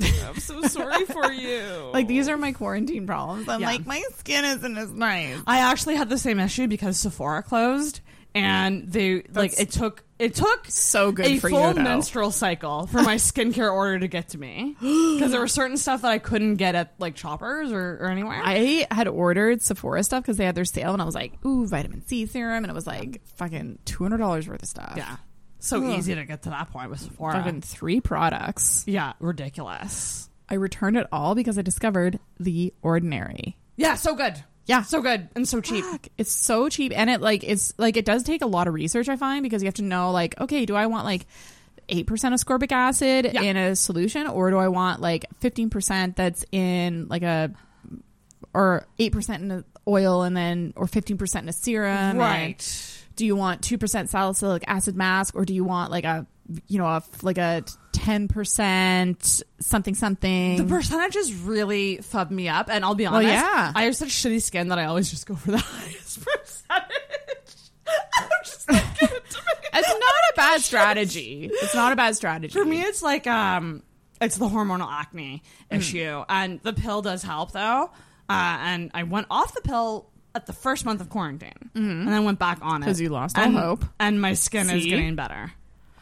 Speaker 9: I'm so sorry for you.
Speaker 10: Like these are my quarantine problems. I'm
Speaker 9: Yeah.
Speaker 10: like my skin isn't as nice.
Speaker 9: I actually had the same issue because Sephora closed, and they like it took it took
Speaker 10: so good
Speaker 9: a
Speaker 10: for you,
Speaker 9: full
Speaker 10: though.
Speaker 9: menstrual cycle for my skincare order to get to me because there were certain stuff that I couldn't get at like Choppers or, or anywhere.
Speaker 10: I had ordered Sephora stuff because they had their sale, and I was like, "Ooh, vitamin C serum," and it was like fucking two hundred dollars worth of stuff.
Speaker 9: yeah, so
Speaker 10: Ugh.
Speaker 9: easy to get to that point with Sephora.
Speaker 10: fucking three products.
Speaker 9: yeah, ridiculous.
Speaker 10: I returned it all because I discovered the Ordinary.
Speaker 9: Yeah, so good.
Speaker 10: Yeah,
Speaker 9: so good and so cheap.
Speaker 10: It's so cheap, and it like it's like it does take a lot of research. I find because you have to know like, okay, do I want like. 8% ascorbic acid
Speaker 9: Yeah.
Speaker 10: in a solution or do I want like 15% that's in like a or 8% in a oil and then or 15% in a serum and
Speaker 9: Right.
Speaker 10: do you want 2% salicylic acid mask or do you want like a you know a, like a 10% something something
Speaker 9: The percentages really fub me up, and I'll be
Speaker 10: Well,
Speaker 9: honest.
Speaker 10: yeah.
Speaker 9: I have such shitty skin that I always just go for the highest percentage. I'm just like, give it to me.
Speaker 10: it's not a bad strategy it's not a bad strategy
Speaker 9: For me, it's like um, it's the hormonal acne issue, and the pill does help though. Uh, and I went off the pill at the first month of quarantine, and then went back on it
Speaker 10: 'Cause you lost all
Speaker 9: and,
Speaker 10: hope.
Speaker 9: and my skin is
Speaker 10: See?
Speaker 9: getting better.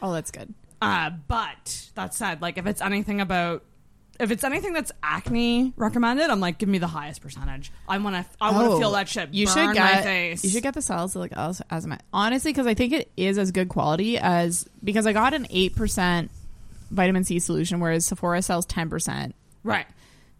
Speaker 10: oh that's good
Speaker 9: Uh, but that said, like if it's anything about if it's anything that's acne recommended, I'm like, give me the highest percentage. I want to. I want to
Speaker 10: Oh,
Speaker 9: feel that shit.
Speaker 10: you
Speaker 9: burn
Speaker 10: should get
Speaker 9: my face.
Speaker 10: you should get the salicylic as- acetate honestly because i think it is as good quality as because i got an 8% vitamin c solution whereas sephora sells 10%
Speaker 9: right.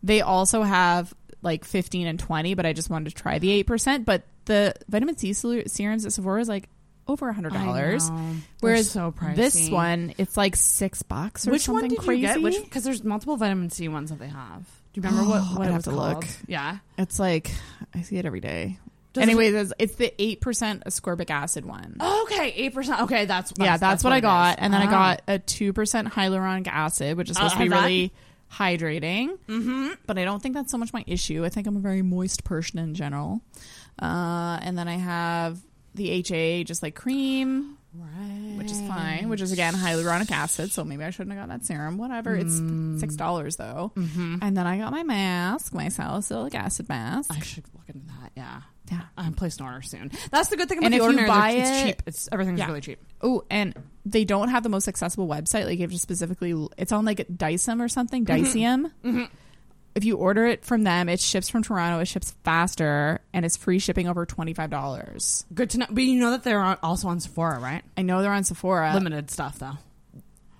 Speaker 10: They also have like 15 and 20, but I just wanted to try the 8%. But the vitamin C solu- serums at Sephora is like over
Speaker 9: I know.
Speaker 10: $100.
Speaker 9: They're
Speaker 10: Whereas
Speaker 9: so pricey.
Speaker 10: this one, it's like six bucks or
Speaker 9: Which one
Speaker 10: something
Speaker 9: did
Speaker 10: crazy.
Speaker 9: you get? Which because there's multiple vitamin C ones that they have. Do you remember what? what
Speaker 10: Oh, I'd
Speaker 9: it
Speaker 10: have
Speaker 9: was
Speaker 10: to look.
Speaker 9: called? Yeah.
Speaker 10: It's like, I see it every day.
Speaker 9: Does Oh,
Speaker 10: anyway, it's, it's the 8% ascorbic acid one.
Speaker 9: Okay, eight percent. Okay, that's,
Speaker 10: yeah, that's, what, I
Speaker 9: it is.
Speaker 10: got. And then
Speaker 9: Ah.
Speaker 10: I got a 2% hyaluronic acid, which is
Speaker 9: I'll
Speaker 10: supposed to be
Speaker 9: have Uh, that.
Speaker 10: really hydrating. Mm-hmm. But I don't think that's so much my issue. I think I'm a very moist person in general. Uh, and then I have the HA, just like cream, which is fine, which is again hyaluronic acid. So maybe I shouldn't have got that serum. Whatever. It's
Speaker 9: Mm.
Speaker 10: $6 though.
Speaker 9: Mm-hmm.
Speaker 10: And then I got my mask, my salicylic acid mask.
Speaker 9: I should look into that. Yeah.
Speaker 10: yeah.
Speaker 9: I'm placing an order soon. That's the good thing about
Speaker 10: And
Speaker 9: the
Speaker 10: if you
Speaker 9: ordinary. they're-
Speaker 10: buy
Speaker 9: it's
Speaker 10: it-
Speaker 9: cheap. It's everything's
Speaker 10: Yeah.
Speaker 9: really cheap.
Speaker 10: Oh, and they don't have the most accessible website. Like, if you specifically, it's on like Dysum or something, Dysium. If you order it from them, it ships from Toronto. It ships faster, and it's free shipping over twenty five dollars.
Speaker 9: Good to know. But you know that they're on, also on Sephora, right?
Speaker 10: I know they're on Sephora.
Speaker 9: Limited stuff though.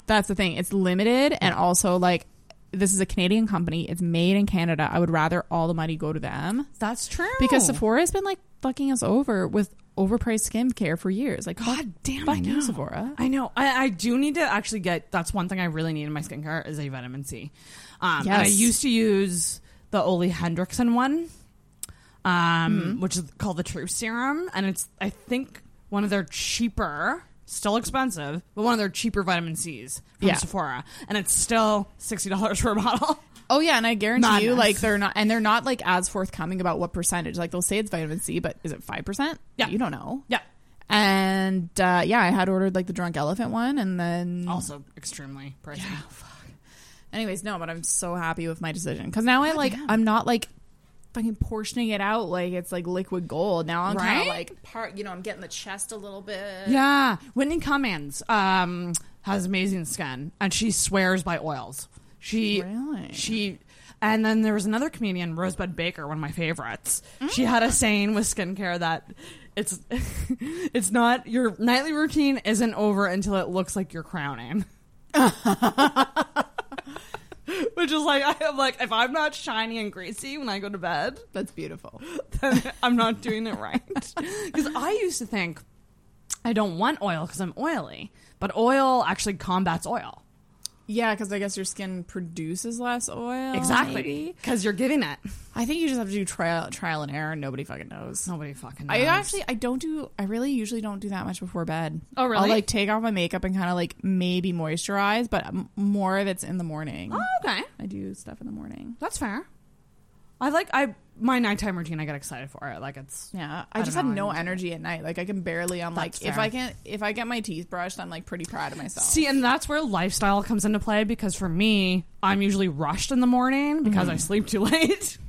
Speaker 10: That's the thing. It's limited, and also like this is a Canadian company. It's made in Canada. I would rather all the money go to them
Speaker 9: That's true.
Speaker 10: Oh. because Sephora has been like fucking us over with overpriced skincare for years. Like, God damn, fuck you, Sephora.
Speaker 9: I know. I, I do need to actually get. That's one thing I really need in my skincare is a vitamin C. Um, and I
Speaker 10: Yes.
Speaker 9: used to use the Ole Hendrickson one, um, which is called the True Serum, and it's I think one of their cheaper, still expensive, but one of their cheaper vitamin C's from
Speaker 10: Yeah.
Speaker 9: Sephora, and it's still sixty dollars for a bottle.
Speaker 10: Oh yeah, and I guarantee
Speaker 9: Not
Speaker 10: you,
Speaker 9: enough.
Speaker 10: like they're not, and they're not like as forthcoming about what percentage. Like they'll say it's vitamin C, but is it five percent? Yeah, you don't know.
Speaker 9: Yeah,
Speaker 10: and uh, yeah, I had ordered like the drunk elephant one, and then
Speaker 9: Also extremely pricey.
Speaker 10: Anyways, no, but I'm so happy with my decision because now I like I'm not like fucking portioning it out like it's like liquid gold. Now I'm kind
Speaker 9: Right?
Speaker 10: of like part, you know, I'm getting the chest a little bit.
Speaker 9: Yeah, Whitney Cummings um, has amazing skin, and she swears by oils. She really she, and then there was another comedian, Rosebud Baker, one of my favorites. She had a saying with skincare that it's it's not your nightly routine isn't over until it looks like you're crowning. Which is like I'm like if I'm not shiny and greasy when I go to bed,
Speaker 10: that's beautiful.
Speaker 9: Then I'm not doing it right. Because I used to think I don't want oil because I'm oily, but oil actually combats oil.
Speaker 10: Yeah, because I guess your skin produces less
Speaker 9: Oh.
Speaker 10: oil.
Speaker 9: Exactly, because you're giving it.
Speaker 10: I think you just have to do trial trial and error. and Nobody fucking knows.
Speaker 9: Nobody fucking. knows.
Speaker 10: I actually I don't do I really usually don't do that much before bed.
Speaker 9: Oh, really?
Speaker 10: I'll like take off my makeup and kind of like maybe moisturize, but m- more of it's in the morning.
Speaker 9: Oh, okay.
Speaker 10: I do stuff in the morning.
Speaker 9: That's fair. I like I my nighttime routine. I get excited for it. Like it's
Speaker 10: yeah.
Speaker 9: I
Speaker 10: I just
Speaker 9: don't
Speaker 10: have
Speaker 9: know,
Speaker 10: no
Speaker 9: I
Speaker 10: energy at night. Like I can barely. I'm like
Speaker 9: That's
Speaker 10: if
Speaker 9: fair.
Speaker 10: I can if I get my teeth brushed, I'm like pretty proud of myself.
Speaker 9: See, and that's where lifestyle comes into play because for me, I'm usually rushed in the morning because I
Speaker 10: Mhm.
Speaker 9: sleep too late.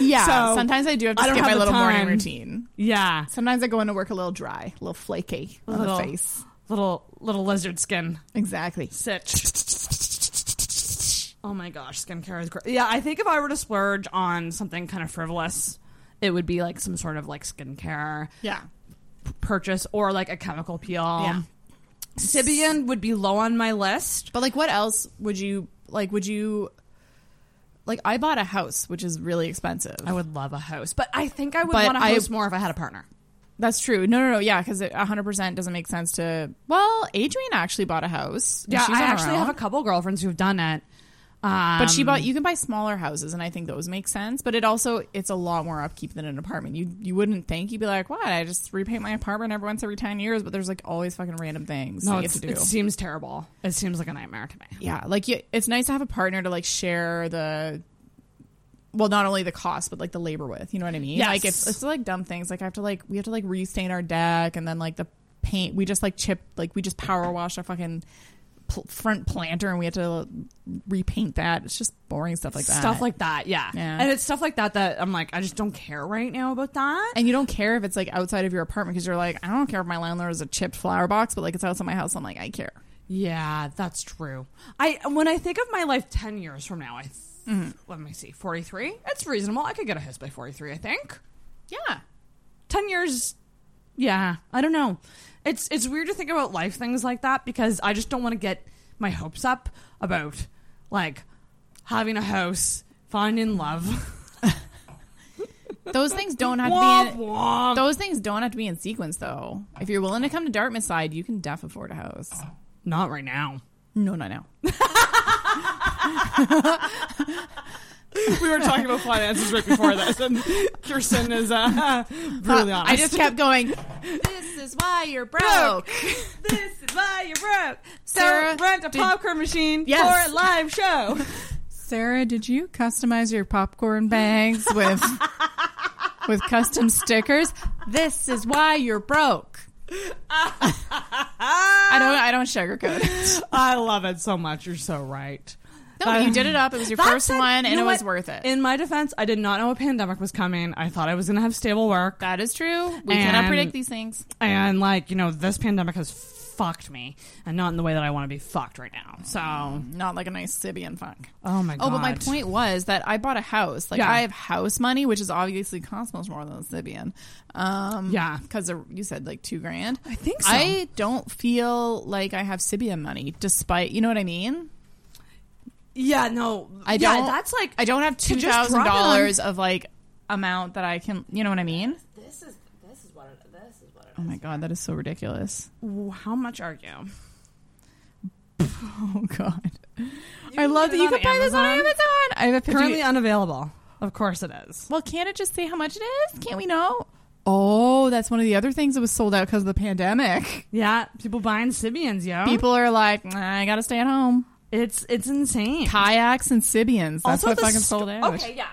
Speaker 10: Yeah.
Speaker 9: So,
Speaker 10: sometimes I do have to
Speaker 9: I don't
Speaker 10: skip
Speaker 9: have
Speaker 10: my
Speaker 9: the
Speaker 10: little morning
Speaker 9: time.
Speaker 10: routine.
Speaker 9: Yeah.
Speaker 10: Sometimes I go into work a little dry, a little flaky on
Speaker 9: Little-
Speaker 10: the face.
Speaker 9: Little little lizard skin.
Speaker 10: Exactly.
Speaker 9: Sit. Oh my gosh, skincare is great. Yeah, I think if I were to splurge on something kind of frivolous, it would be like some sort of like skincare
Speaker 10: Yeah. Um,
Speaker 9: p- purchase or like a chemical peel.
Speaker 10: Yeah.
Speaker 9: Sibian would be low on my list.
Speaker 10: But like what else would you like would you like I bought a house, which is really expensive. I
Speaker 9: would love a house, but I think I would
Speaker 10: But
Speaker 9: want to
Speaker 10: I-
Speaker 9: host more if I had a partner.
Speaker 10: That's true. No, no, no. Yeah, because hundred percent doesn't make sense to. Well, Adrian actually bought a house. and
Speaker 9: Yeah,
Speaker 10: she's
Speaker 9: I
Speaker 10: on her
Speaker 9: actually have
Speaker 10: own.
Speaker 9: a couple girlfriends who've done it.
Speaker 10: but she
Speaker 9: Um,
Speaker 10: bought. You can buy smaller houses, and I think those make sense. But it also it's a lot more upkeep than an apartment. You you wouldn't think you'd be like, what? I just repaint my apartment every once every ten years, but there's like always fucking random things
Speaker 9: No,
Speaker 10: that you have
Speaker 9: it's,
Speaker 10: to do.
Speaker 9: it seems terrible. It seems like a nightmare to me.
Speaker 10: yeah, like you, it's nice to have a partner to like share the. Well, not only the cost, but like the labor with. You know what I mean?
Speaker 9: Yes.
Speaker 10: Like it's it's like dumb things. Like I have to like we have to like restain our deck, and then like the paint we just like chip like we just power wash our fucking pl- front planter, and we have to repaint that. It's just boring stuff like that.
Speaker 9: Stuff like that, yeah.
Speaker 10: Yeah.
Speaker 9: And it's stuff like that that I'm like, I just don't care right now about that.
Speaker 10: And you don't care if it's like outside of your apartment because you're like, I don't care if my landlord is a chipped flower box, but like it's outside my house. I'm like, I care.
Speaker 9: Yeah, that's true. I when I think of my life ten years from now, I th- let me see, forty three. It's reasonable. I could get a house by forty three. I think.
Speaker 10: Yeah,
Speaker 9: ten years. Yeah, I don't know. It's it's weird to think about life things like that because I just don't want to get my hopes up about like having a house, finding love.
Speaker 10: Those things don't have to be. In,
Speaker 9: Womp womp.
Speaker 10: Those things don't have to be in sequence though. If you're willing to come to Dartmouth side, you can def afford a house.
Speaker 9: Not right now.
Speaker 10: No, not now.
Speaker 9: we were talking about finances right before this, and Kirsten is uh, brutally honest.
Speaker 10: I just kept going. This is why you're broke.
Speaker 9: this is why you're broke. So
Speaker 10: Sarah,
Speaker 9: rent a
Speaker 10: did-
Speaker 9: popcorn machine
Speaker 10: Yes.
Speaker 9: for a live show.
Speaker 10: Sarah, did you customize your popcorn bags with with custom stickers? This is why you're broke. I don't. I don't sugarcoat it.
Speaker 9: I love it so much. You're so right.
Speaker 10: No, you did it up. It was your
Speaker 9: That
Speaker 10: first
Speaker 9: said,
Speaker 10: one, and
Speaker 9: you know
Speaker 10: it was
Speaker 9: what?
Speaker 10: worth it.
Speaker 9: In my defense, I did not know a pandemic was coming. I thought I was going to have stable work.
Speaker 10: That is true. We cannot
Speaker 9: And-
Speaker 10: predict these things.
Speaker 9: And, like, you know, this pandemic has fucked me, and not in the way that I want to be fucked right now. So,
Speaker 10: Not like a nice Sibian funk.
Speaker 9: oh my god.
Speaker 10: Oh, but my point was that I bought a house. Like
Speaker 9: Yeah.
Speaker 10: I have house money, which is obviously cost much more than Sibian. Um,
Speaker 9: Yeah.
Speaker 10: because you said like two grand. I
Speaker 9: think so.
Speaker 10: I don't feel like I have Sibian money, despite you know what I mean.
Speaker 9: Yeah, no.
Speaker 10: I
Speaker 9: yeah,
Speaker 10: don't.
Speaker 9: that's like.
Speaker 10: I don't have
Speaker 9: to
Speaker 10: two
Speaker 9: just drop it
Speaker 10: thousand
Speaker 9: on-
Speaker 10: dollars of like amount that I can. You know what I mean?
Speaker 12: This is this is why
Speaker 10: Oh my god, that is so ridiculous.
Speaker 9: How much are you?
Speaker 10: Oh god. I love that
Speaker 9: get
Speaker 10: you
Speaker 9: it on
Speaker 10: can buy this on
Speaker 9: Amazon.
Speaker 10: Amazon. I have a picture.
Speaker 9: Currently unavailable. Of course it is.
Speaker 10: Well, can't it just say how much it is? Can't we know? Oh, that's one of the other things that was sold out because of the pandemic.
Speaker 9: Yeah, people buying Sibians, yo.
Speaker 10: People are like, "Nah, I gotta stay at home.
Speaker 9: It's it's insane.
Speaker 10: Kayaks and Sibians. That's what fucking sold out.
Speaker 9: Okay, yeah.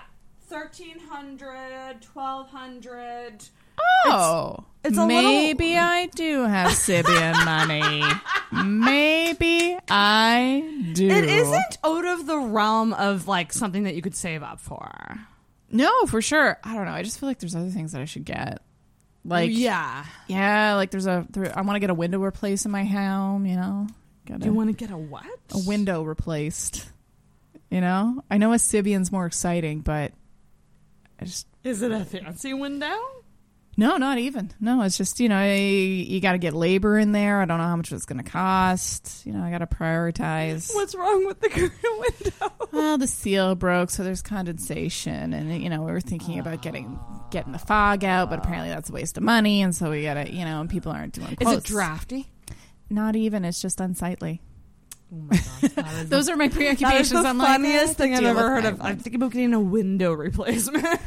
Speaker 9: 1300, 1200.
Speaker 10: Oh,
Speaker 9: It's- it's a little-
Speaker 10: maybe I do have Sibian money. Maybe I do.
Speaker 9: It isn't out of the realm of like something that you could save up for.
Speaker 10: No, for sure. I don't know. I just feel like there's other things that I should get. Like
Speaker 9: Yeah.
Speaker 10: yeah. Like there's a there, I want to get a window replaced in my home. You know, Gotta-
Speaker 9: You want to get a what?
Speaker 10: a window replaced. You know, I know a Sibian's more exciting, but I just
Speaker 9: Is it a fancy window?
Speaker 10: no, not even. No, it's just you know you, you got to get labor in there. I don't know how much it's going to cost. You know, I got to prioritize.
Speaker 9: What's wrong with the current window?
Speaker 10: Well, the seal broke, so there's condensation, and you know we were thinking about getting getting the fog out, but apparently that's a waste of money, and so we got to you know, and people aren't doing.
Speaker 9: Is
Speaker 10: Quotes.
Speaker 9: it drafty?
Speaker 10: Not even. It's just unsightly.
Speaker 9: is
Speaker 10: Those are my preoccupations.
Speaker 9: That is the
Speaker 10: I'm like, I have
Speaker 9: funniest
Speaker 10: to
Speaker 9: thing I've
Speaker 10: deal
Speaker 9: ever heard
Speaker 10: with my
Speaker 9: of. I'm thinking about getting a window replacement.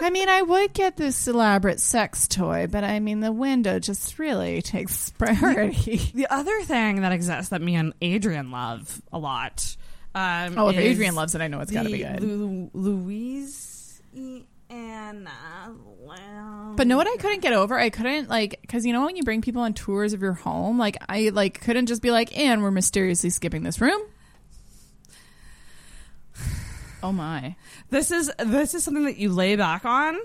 Speaker 10: I mean, I would get this elaborate sex toy, but I mean, the window just really takes priority.
Speaker 9: the other thing that exists that me and Adrian love a lot. Um,
Speaker 10: Oh, if
Speaker 9: is
Speaker 10: Adrian loves it, I know it's gotta be
Speaker 9: the
Speaker 10: good.
Speaker 9: Lu- Louise and
Speaker 10: But know what I couldn't get over? I couldn't like because you know when you bring people on tours of your home, like I like couldn't just be like, and we're mysteriously skipping this room. Oh my!
Speaker 9: this is this is something that you lay back on,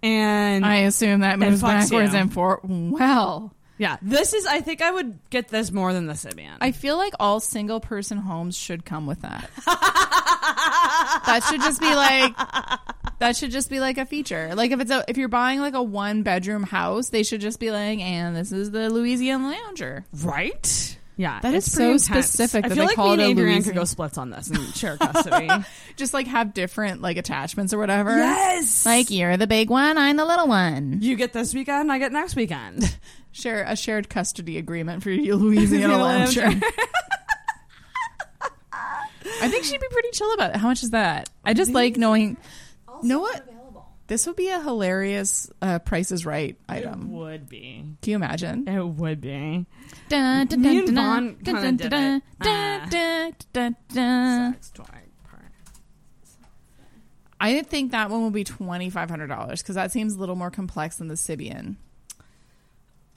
Speaker 9: and
Speaker 10: I assume that moves
Speaker 9: fucks
Speaker 10: backwards
Speaker 9: you.
Speaker 10: and forward. Wow.
Speaker 9: Yeah, this is. I think I would get this more than the Sibian.
Speaker 10: I feel like all single person homes should come with that. that should just be like that should just be like a feature. Like if it's a if you're buying like a one bedroom house, they should just be like, and this is the Louisiana lounger.
Speaker 9: right? Yeah,
Speaker 10: That
Speaker 9: it's
Speaker 10: is
Speaker 9: pretty
Speaker 10: so
Speaker 9: intense.
Speaker 10: specific
Speaker 9: I
Speaker 10: that
Speaker 9: feel
Speaker 10: they
Speaker 9: like
Speaker 10: call
Speaker 9: me
Speaker 10: it
Speaker 9: and
Speaker 10: a
Speaker 9: Adrian could
Speaker 10: Louisiana-
Speaker 9: go splits on this and share custody.
Speaker 10: Just like have different like attachments or whatever.
Speaker 9: Yes!
Speaker 10: Like you're the big one, I'm the little one.
Speaker 9: you get this weekend, I get next weekend.
Speaker 10: Share a shared custody agreement for your Louisiana lounger. I think she'd be pretty chill about it. How much is that? I just like knowing. know what? This would be a hilarious uh, Price is Right item.
Speaker 9: Would be.
Speaker 10: Can you imagine?
Speaker 9: It would be.
Speaker 10: Dun, dun,
Speaker 9: Me
Speaker 10: dun,
Speaker 9: and
Speaker 10: dun,
Speaker 9: Vaughn
Speaker 10: dun,
Speaker 9: kinda
Speaker 10: dun,
Speaker 9: did
Speaker 10: dun,
Speaker 9: it.
Speaker 10: dun,
Speaker 9: Uh,
Speaker 10: dun, dun, dun. I think that one will be twenty five hundred dollars because that seems a little more complex than the Sibian.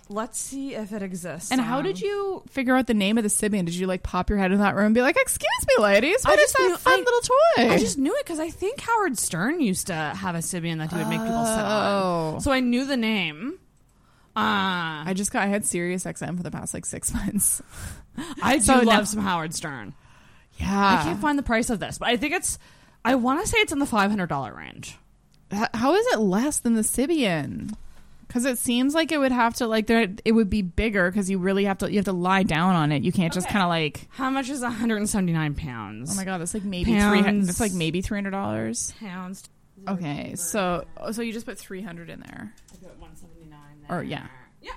Speaker 9: Let's see if it exists.
Speaker 10: And how did you figure out the name of the Sibian? Did you like pop your head in that room and be like, "Excuse me, ladies,
Speaker 9: I
Speaker 10: what is
Speaker 9: just
Speaker 10: that
Speaker 9: knew-
Speaker 10: fun
Speaker 9: I-
Speaker 10: little toy?"
Speaker 9: I just knew it because I think Howard Stern used to have a Sibian that he would make people sit
Speaker 10: Oh.
Speaker 9: on. So I knew the name. Uh,
Speaker 10: I just got I had Sirius XM for the past like six months.
Speaker 9: I do
Speaker 10: So
Speaker 9: love
Speaker 10: now-
Speaker 9: some Howard Stern.
Speaker 10: Yeah,
Speaker 9: I can't find the price of this, but I think it's. I want to say it's in the five hundred dollar range.
Speaker 10: H- how is it less than the Sibian? Because it seems like it would have to like there it would be bigger because you really have to you have to lie down on it. You can't just kind of like
Speaker 9: How much is one hundred and seventy nine pounds?
Speaker 10: oh my god, that's like maybe three hundred.
Speaker 9: Pounds.
Speaker 10: That's like maybe three hundred dollars.
Speaker 9: pounds.
Speaker 10: Okay, so oh, so you just put three hundred in there.
Speaker 9: I put one seventy nine.
Speaker 10: Or, yeah.
Speaker 9: yeah.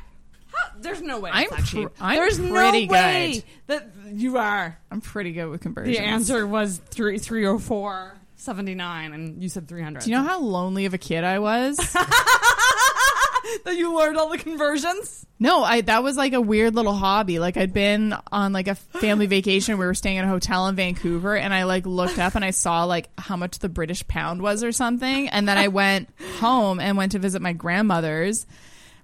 Speaker 9: How- There's no way.
Speaker 10: I'm
Speaker 9: it's that cheap.
Speaker 10: pr- I'm
Speaker 9: There's
Speaker 10: pretty
Speaker 9: no
Speaker 10: good.
Speaker 9: way that you are.
Speaker 10: I'm pretty good with conversions.
Speaker 9: The answer was three, three or four seventy nine, and you said three hundred.
Speaker 10: Do you know how lonely of a kid I was?
Speaker 9: that you learned all the conversions?
Speaker 10: no, I that was like a weird little hobby. Like I'd been on like a family vacation. We were staying at a hotel in Vancouver, and I like looked up and I saw like how much the British pound was or something. And then I went home and went to visit my grandmother's,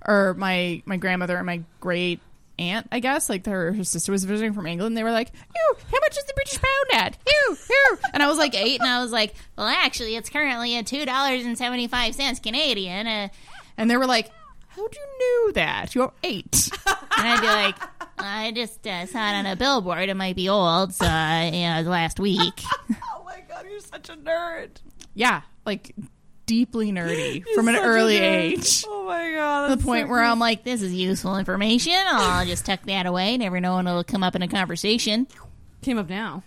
Speaker 10: or my my grandmother and my great aunt, I guess. Like her her sister was visiting from England. they were like, "Ew, how much is the British pound at?" Ew, ew. And I was like eight, and I was like,
Speaker 12: Well, actually, it's currently at two dollars and seventy five cents Canadian. Uh,
Speaker 10: and they were like, "How do you know that? You're eight.
Speaker 12: and I'd be like, I just uh, saw it on a billboard. It might be old, so uh, you know, last week.
Speaker 9: Oh my god, you're such a nerd
Speaker 10: yeah, like deeply nerdy
Speaker 9: You're
Speaker 10: from an
Speaker 9: such a
Speaker 10: early
Speaker 9: nerd.
Speaker 10: age.
Speaker 9: Oh my god,
Speaker 12: to
Speaker 9: that's
Speaker 12: the point
Speaker 9: so
Speaker 12: where
Speaker 9: cool.
Speaker 12: I'm like, this is useful information. I'll just tuck that away. Never know when it'll come up in a conversation.
Speaker 9: came up now.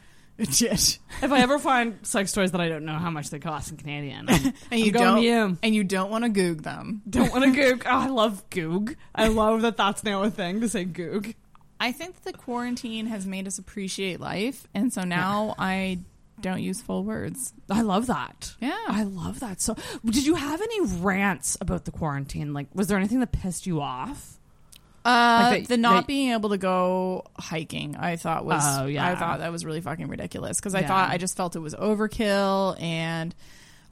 Speaker 9: Yes. If I ever find sex toys that I don't know how much they cost in Canadian, I'm,
Speaker 10: And you
Speaker 9: I'm going
Speaker 10: don't-
Speaker 9: to you.
Speaker 10: and you don't want to goog them.
Speaker 9: Don't want to goog. Oh, I love goog. I love that that's now a thing to say goog.
Speaker 10: I think the quarantine has made us appreciate life, and so now I don't use full words.
Speaker 9: I love that.
Speaker 10: Yeah,
Speaker 9: I love that. So, did you have any rants about the quarantine? Like, was there anything that pissed you off?
Speaker 10: Uh,
Speaker 9: Like that-
Speaker 10: the not
Speaker 9: that-
Speaker 10: being able to go hiking, I thought was
Speaker 9: Oh, yeah.
Speaker 10: I thought that was really fucking ridiculous because I
Speaker 9: Yeah.
Speaker 10: thought I just felt it was overkill and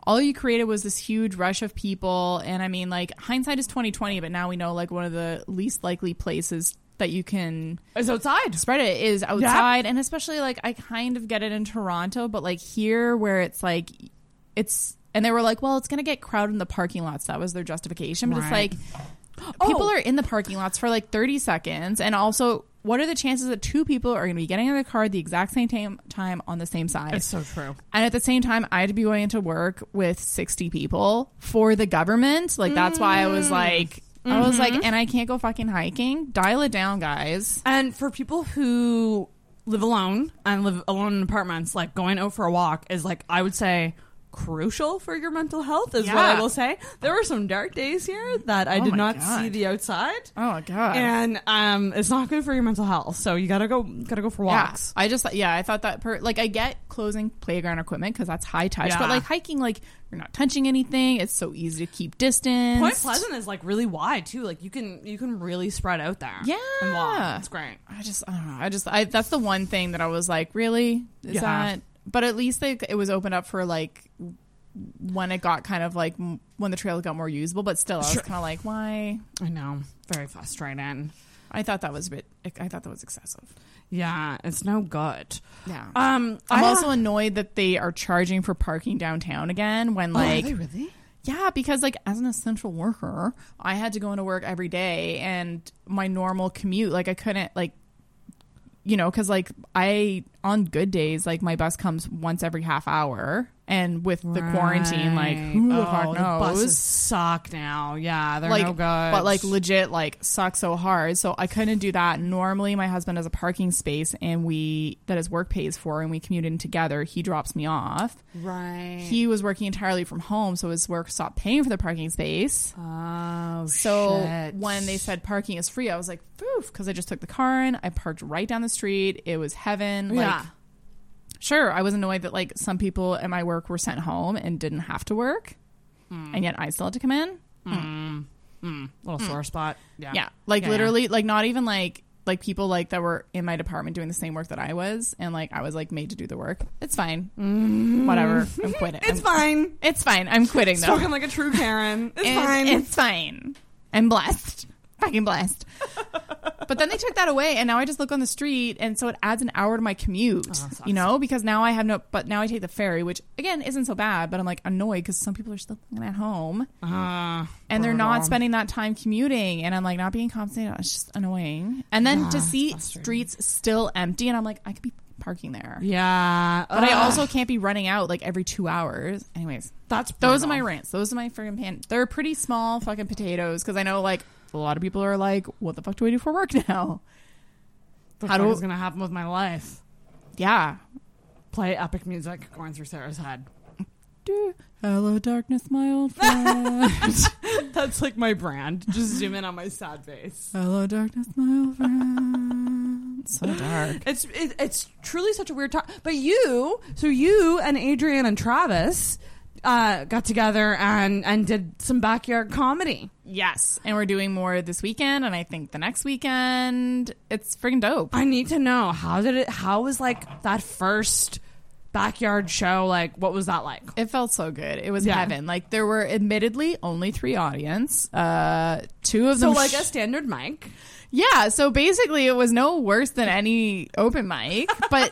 Speaker 10: all you created was this huge rush of people and I mean like hindsight is twenty twenty, but now we know like one of the least likely places that you can
Speaker 9: is outside
Speaker 10: spread it is outside and especially like I kind of get it in Toronto, but like here where it's like it's and they were like, well, it's gonna get crowded in the parking lots. That was their justification, but it's
Speaker 9: Right. Oh.
Speaker 10: like people are in the parking lots for like 30 seconds and also what are the chances that two people are going to be getting out of the car at the exact same time, time on the same side
Speaker 9: It's so true.
Speaker 10: and at the same time i had to be going into work with 60 people for the government like that's why i was
Speaker 9: Mm.
Speaker 10: like i was like
Speaker 9: Mhm.
Speaker 10: and i can't go fucking hiking dial it down guys
Speaker 9: And for people who live alone and live alone in apartments, like going out for a walk is like I would say crucial for your mental health is what I
Speaker 10: Yeah.
Speaker 9: will say. There were some dark days here that I
Speaker 10: Oh
Speaker 9: did
Speaker 10: my
Speaker 9: not
Speaker 10: God.
Speaker 9: see the outside.
Speaker 10: Oh god.
Speaker 9: And um it's not good for your mental health. So you gotta go gotta go for walks.
Speaker 10: Yeah. I just yeah, I thought that per like I get closing playground equipment because that's high touch,
Speaker 9: Yeah.
Speaker 10: but like hiking, like you're not touching anything. It's so easy to keep distance.
Speaker 9: Point Pleasant is like really wide too. Like you can you can really spread out there.
Speaker 10: Yeah,
Speaker 9: And walk. It's great.
Speaker 10: I just I don't know. I just I that's the one thing that I was like, really is
Speaker 9: Yeah.
Speaker 10: that? But at least like it was opened up for like when it got kind of like m- when the trail got more usable. But still, I was
Speaker 9: Sure.
Speaker 10: kind of like, why?
Speaker 9: I know. Very frustrating.
Speaker 10: I thought that was a bit. I thought that was excessive.
Speaker 9: Yeah, it's no good.
Speaker 10: Yeah.
Speaker 9: Um
Speaker 10: I'm
Speaker 9: I-
Speaker 10: also annoyed that they are charging for parking downtown again when
Speaker 9: Oh, are
Speaker 10: like
Speaker 9: they really?
Speaker 10: Yeah, because like as an essential worker, I had to go into work every day and my normal commute, like I couldn't like you know, cuz like I on good days, like my bus comes once every half hour and with the quarantine like who the
Speaker 9: oh,
Speaker 10: fuck knows?
Speaker 9: the buses suck now. Yeah, they're
Speaker 10: like
Speaker 9: no good.
Speaker 10: but like legit like sucks so hard so i couldn't do that normally my husband has a parking space and we that his work pays for and we commute in together he drops me off
Speaker 9: right.
Speaker 10: he was working entirely from home so his work stopped paying for the parking space
Speaker 9: oh
Speaker 10: so
Speaker 9: shit.
Speaker 10: when they said parking is free i was like poof because i just took the car in i parked right down the street it was heaven
Speaker 9: Yeah.
Speaker 10: like sure i was annoyed that like some people at my work were sent home and didn't have to work
Speaker 9: Hmm.
Speaker 10: and yet i still had to come in
Speaker 9: Mm. Mm. Little sore spot. Yeah.
Speaker 10: yeah, like
Speaker 9: Yeah,
Speaker 10: literally like not even like like people like that were in my department doing the same work that i was and like i was like made to do the work it's fine whatever i'm quitting
Speaker 9: Mm-hmm. It's
Speaker 10: I'm-
Speaker 9: fine.
Speaker 10: it's fine i'm quitting though
Speaker 9: Spoken like a true Karen. It's
Speaker 10: It-
Speaker 9: fine.
Speaker 10: it's fine i'm blessed fucking blessed but then they took that away and now i just look on the street and so it adds an hour to my
Speaker 9: Oh,
Speaker 10: commute you know because now i have no but now i take the ferry which again isn't so bad but i'm like annoyed because some people are still fucking at home
Speaker 9: Ah,
Speaker 10: and they're
Speaker 9: brutal.
Speaker 10: not spending that time commuting and i'm like not being compensated it's just annoying and then
Speaker 9: Yeah,
Speaker 10: to
Speaker 9: it's
Speaker 10: see streets still empty and i'm like i could be parking there
Speaker 9: Yeah.
Speaker 10: but i
Speaker 9: Ugh.
Speaker 10: also can't be running out like every two hours anyways
Speaker 9: that's
Speaker 10: those
Speaker 9: brutal.
Speaker 10: are my rants those are my friggin' pan they're pretty small fucking potatoes because i know like a lot of people are like what the fuck do i do for work now
Speaker 9: The
Speaker 10: how
Speaker 9: fuck
Speaker 10: do-
Speaker 9: is gonna happen with my life?
Speaker 10: yeah
Speaker 9: Play epic music going through Sarah's head.
Speaker 10: hello darkness my old friend
Speaker 9: That's like my brand. Just zoom in on my sad face.
Speaker 10: hello darkness my old friend so dark
Speaker 9: It's it, it's truly such a weird time. But you, so you and Adrian and Travis uh, got together and and did some backyard comedy.
Speaker 10: Yes, and we're doing more this weekend, and I think the next weekend. It's freaking dope.
Speaker 9: I need to know how did it? How was like that first backyard show? Like, what was that like?
Speaker 10: It felt so good. It was
Speaker 9: Yeah.
Speaker 10: heaven. Like there were admittedly only three audience. Uh, two of
Speaker 9: So
Speaker 10: them.
Speaker 9: like a standard mic.
Speaker 10: yeah. So basically, it was no worse than any open mic, but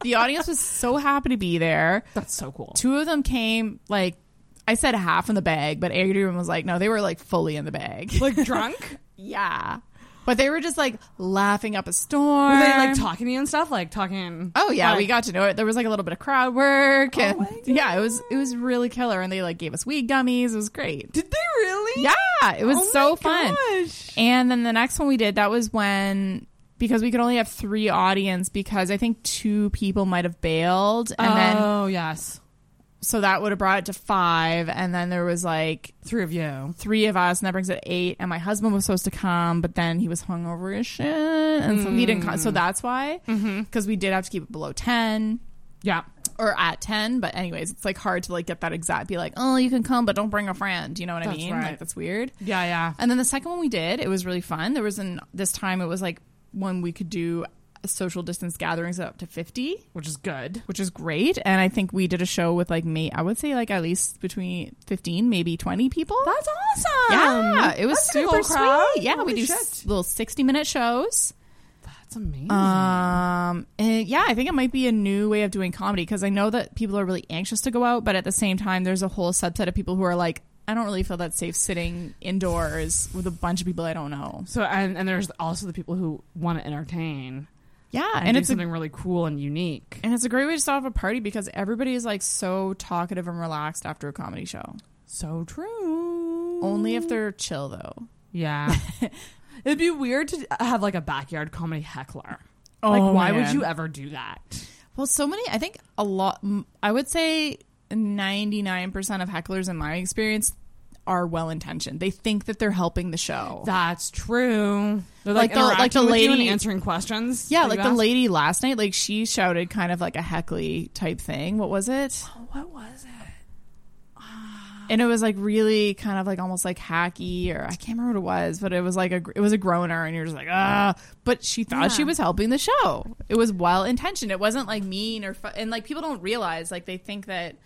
Speaker 10: the audience was so happy to be there.
Speaker 9: That's so cool.
Speaker 10: Two of them came like. I said half in the bag, but Adrian was like, no, they were like fully in the bag.
Speaker 9: Like drunk.
Speaker 10: yeah. But they were just like laughing up a storm.
Speaker 9: Were they like talking to you and stuff? Like talking.
Speaker 10: Oh yeah,
Speaker 9: like- Oh
Speaker 10: we got to know it. There was like a little bit of crowd work, and yeah, it was it was really killer. And they like gave us weed gummies. It was great.
Speaker 9: Did they really?
Speaker 10: Yeah, it was
Speaker 9: Oh
Speaker 10: so
Speaker 9: my
Speaker 10: fun.
Speaker 9: gosh.
Speaker 10: And then the next one we did that was when because we could only have three audience because I think two people might have bailed. And
Speaker 9: Oh,
Speaker 10: then, yes. So that would have brought it to five. And then there was like three of you, three of us, and that brings it eight. And my husband was supposed to come, but then he was hungover as shit. And so he didn't come.
Speaker 9: Mm.
Speaker 10: So
Speaker 9: Mm-hmm.
Speaker 10: that's why, because we did have to keep it below 10. Yeah. Or at 10. But, anyways, it's like hard to like get that exact, be like, oh, you can come, but don't bring a friend. You know what I
Speaker 9: That's
Speaker 10: mean?
Speaker 9: right.
Speaker 10: Like, that's weird. Yeah, yeah. And then the second one we did, it was really fun. There was an, this time it was like when we could do social distance gatherings up to 50 which is good which is great and i think we did a show with like me i would say like at least between 15 maybe 20 people that's awesome yeah it was
Speaker 9: That's a good
Speaker 10: super
Speaker 9: little crowd.
Speaker 10: sweet yeah
Speaker 9: Holy
Speaker 10: we do
Speaker 9: shit.
Speaker 10: s- little 60 minute shows that's amazing um and yeah i think it might be a new way of doing comedy because i know that people are really anxious to go out but at the same time there's a whole subset of people who are like i don't really feel that safe sitting indoors with a bunch of people i don't know
Speaker 9: So and and there's also the people who want to entertain.
Speaker 10: Yeah,
Speaker 9: and,
Speaker 10: and
Speaker 9: do
Speaker 10: it's a-
Speaker 9: something really cool and unique.
Speaker 10: And it's a great way to start off a party because everybody is like so talkative and relaxed after a comedy show. So true. Only if they're chill though.
Speaker 9: Yeah, it'd be weird to have like a backyard comedy heckler.
Speaker 10: Oh,
Speaker 9: like, why would
Speaker 10: man.
Speaker 9: you ever do that?
Speaker 10: Well, so many, I think a lot, m- I would say 99% of hecklers in my experience are well intentioned. They think that they're helping the show. That's true.
Speaker 9: They're, like, interacting with you and answering questions
Speaker 10: Yeah,
Speaker 9: that
Speaker 10: like
Speaker 9: you
Speaker 10: the
Speaker 9: ask?
Speaker 10: lady last night, like she shouted kind of like a heckly type thing. What was it? What was it? and it was like really kind of like almost like hacky or I can't remember what it was, but it was like a it was a groaner and you're just like ah. But she thought
Speaker 9: Yeah.
Speaker 10: she was helping the show. It was well intentioned. It wasn't like mean or fu- and like people don't realize like they think that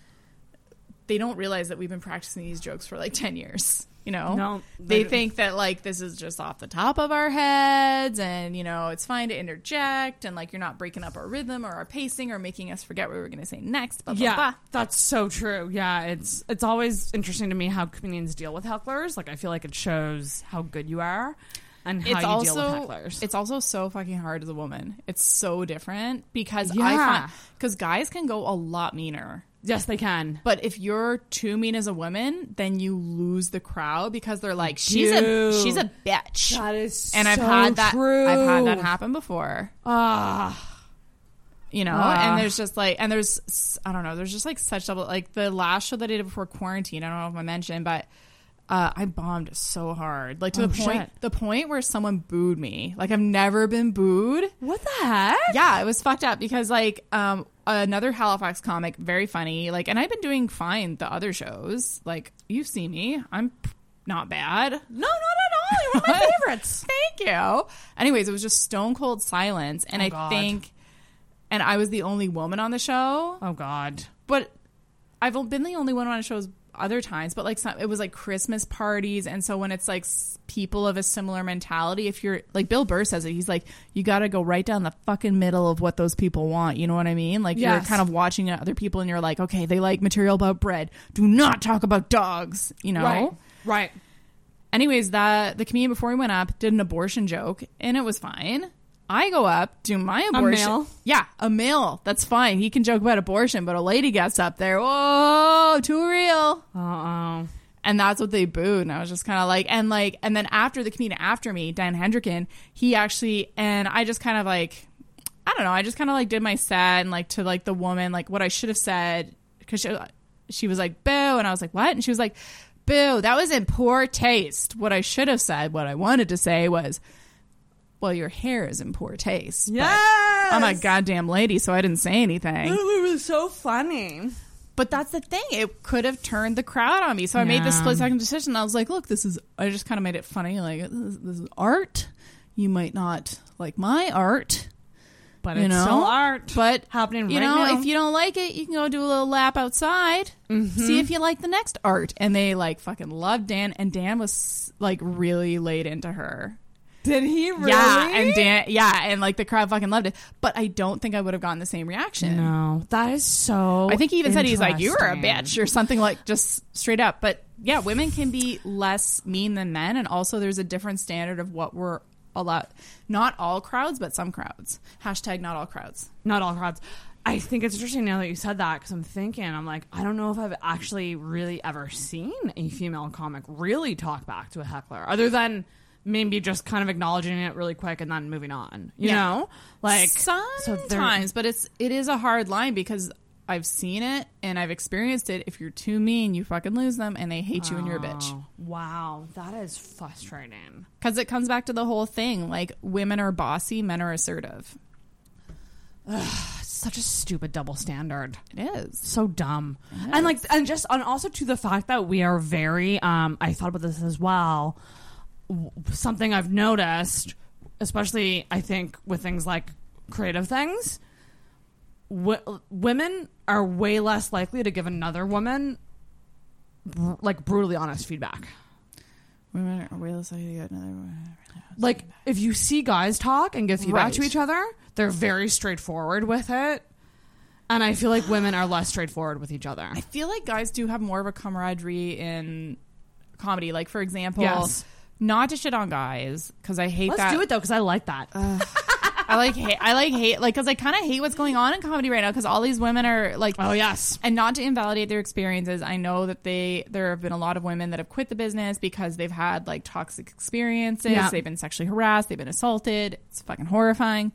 Speaker 10: they don't realize that we've been practicing these jokes for like ten years. You know,
Speaker 9: No,
Speaker 10: they
Speaker 9: they-
Speaker 10: think that like this is just off the top of our heads, and you know it's fine to interject, and like you're not breaking up our rhythm or our pacing or making us forget what we were going to say next. Blah, blah,
Speaker 9: yeah,
Speaker 10: blah.
Speaker 9: that's so true. Yeah, it's it's always interesting to me how comedians deal with hecklers. Like, I feel like it shows how good you are and how
Speaker 10: it's
Speaker 9: you
Speaker 10: also
Speaker 9: deal with hecklers.
Speaker 10: it's also so fucking hard as a woman. It's so different because I
Speaker 9: Yeah.
Speaker 10: find because guys can go a lot meaner.
Speaker 9: Yes, they can.
Speaker 10: But if you're too mean as a woman, then you lose the crowd because they're like, she's a
Speaker 9: do.
Speaker 10: she's a bitch. That
Speaker 9: is
Speaker 10: and I've
Speaker 9: so
Speaker 10: had that I've had that
Speaker 9: true.
Speaker 10: happen before.
Speaker 9: Ah.
Speaker 10: you know
Speaker 9: Ah.
Speaker 10: and there's just like and there's s- i don't know there's just like such double like the last show that i did before quarantine i don't know if i mentioned but uh, i bombed so hard like to
Speaker 9: Oh,
Speaker 10: the point
Speaker 9: shit.
Speaker 10: the point where someone booed me like i've never been booed
Speaker 9: what the heck
Speaker 10: yeah it was fucked up because like um another halifax comic very funny like and i've been doing fine the other shows like you've seen me i'm p- not bad no not at all you're one of my favorites thank you anyways it was just stone cold silence and
Speaker 9: Oh,
Speaker 10: i
Speaker 9: God.
Speaker 10: think and I was the only woman on the show.
Speaker 9: Oh God!
Speaker 10: But I've been the only one on shows other times. But like, some, it was like Christmas parties, and so when it's like s- people of a similar mentality, if you're like Bill Burr says it, he's like, you got to go right down the fucking middle of what those people want. You know what I mean? Like you're
Speaker 9: Yes.
Speaker 10: kind of watching other people, and you're like, okay, they like material about bread. Do not talk about dogs. You know.
Speaker 9: Right. Right.
Speaker 10: Anyways, that the comedian before he went up did an abortion joke, and it was fine. I go up, do my
Speaker 9: A
Speaker 10: abortion.
Speaker 9: male?
Speaker 10: Yeah, a male. That's fine. He can joke about abortion, but a lady gets up there. Whoa, too real. Uh-oh. And that's what they booed. And I was just kind of like, and like, and then after the comedian after me, Dan Hendricken, he actually, and I just kind of like, I don't know. I just kind of like did my set and like to like the woman, like what I should have said because she, she was like, boo. And I was like, what? And she was like, boo, that was in poor taste. What I should have said, what I wanted to say was, well, your hair is in poor taste. but I'm a
Speaker 9: Yes!
Speaker 10: goddamn lady, so I didn't say anything.
Speaker 9: It was so funny.
Speaker 10: But that's the thing. It could have turned the crowd on me. So I made this
Speaker 9: Yeah.
Speaker 10: split second decision. I was like, look, this is, I just kind of made it funny. Like, this, this is art. You might not like my art.
Speaker 9: But
Speaker 10: you
Speaker 9: it's
Speaker 10: know?
Speaker 9: still art.
Speaker 10: But
Speaker 9: happening
Speaker 10: you
Speaker 9: right
Speaker 10: know,
Speaker 9: now. Mm-hmm.
Speaker 10: if you don't like it, you can go do a little lap outside, see if you like the next art. And they like fucking loved Dan, and Dan was like really laid into her.
Speaker 9: Did he really?
Speaker 10: Yeah, and Dan, yeah, and like the crowd fucking loved it. But I don't think I would have gotten the same reaction.
Speaker 9: No, oh, that is so.
Speaker 10: I think he even said he's like, "You were a bitch"
Speaker 9: interesting.
Speaker 10: or something like just straight up. But yeah, women can be less mean than men, and also there's a different standard of what we're allowed. Not all crowds, but some crowds. Hashtag not all crowds.
Speaker 9: Not all crowds. I think it's interesting now that you said that because I'm thinking, I'm like, I don't know if I've actually really ever seen a female comic really talk back to a heckler other than maybe just kind of acknowledging it really quick and then moving on. You
Speaker 10: Yeah.
Speaker 9: know, like so they're-
Speaker 10: sometimes, but it's it is a hard line because I've seen it and I've experienced it. If you're too mean, you fucking lose them, and they hate you and you're a bitch.
Speaker 9: Oh, Wow, that is frustrating.
Speaker 10: Because it comes back to the whole thing: like women are bossy, men are assertive.
Speaker 9: Such a stupid double standard.
Speaker 10: It is
Speaker 9: so dumb. and like and just and also to the fact that we are very um i thought about this as well W- something i've noticed especially i think with things like creative things w- women are way less likely to give another woman br- like brutally honest feedback
Speaker 10: Women are way less likely to get another one.
Speaker 9: like if you see guys talk and give feedback
Speaker 10: Right.
Speaker 9: to each other they're very straightforward with it and i feel like women are less straightforward with each other
Speaker 10: I feel like guys do have more of a camaraderie in comedy. Like, for example,
Speaker 9: Yes.
Speaker 10: not to shit on guys because I hate
Speaker 9: let's
Speaker 10: that.
Speaker 9: do it though because i like that
Speaker 10: I like hate. I like hate. Like, because I kind of hate what's going on in comedy right now. Because all these women are like,
Speaker 9: Oh, yes.
Speaker 10: and not to invalidate their experiences. I know that they there have been a lot of women that have quit the business because they've had like toxic experiences.
Speaker 9: Yeah.
Speaker 10: They've been sexually harassed. They've been assaulted. It's fucking horrifying.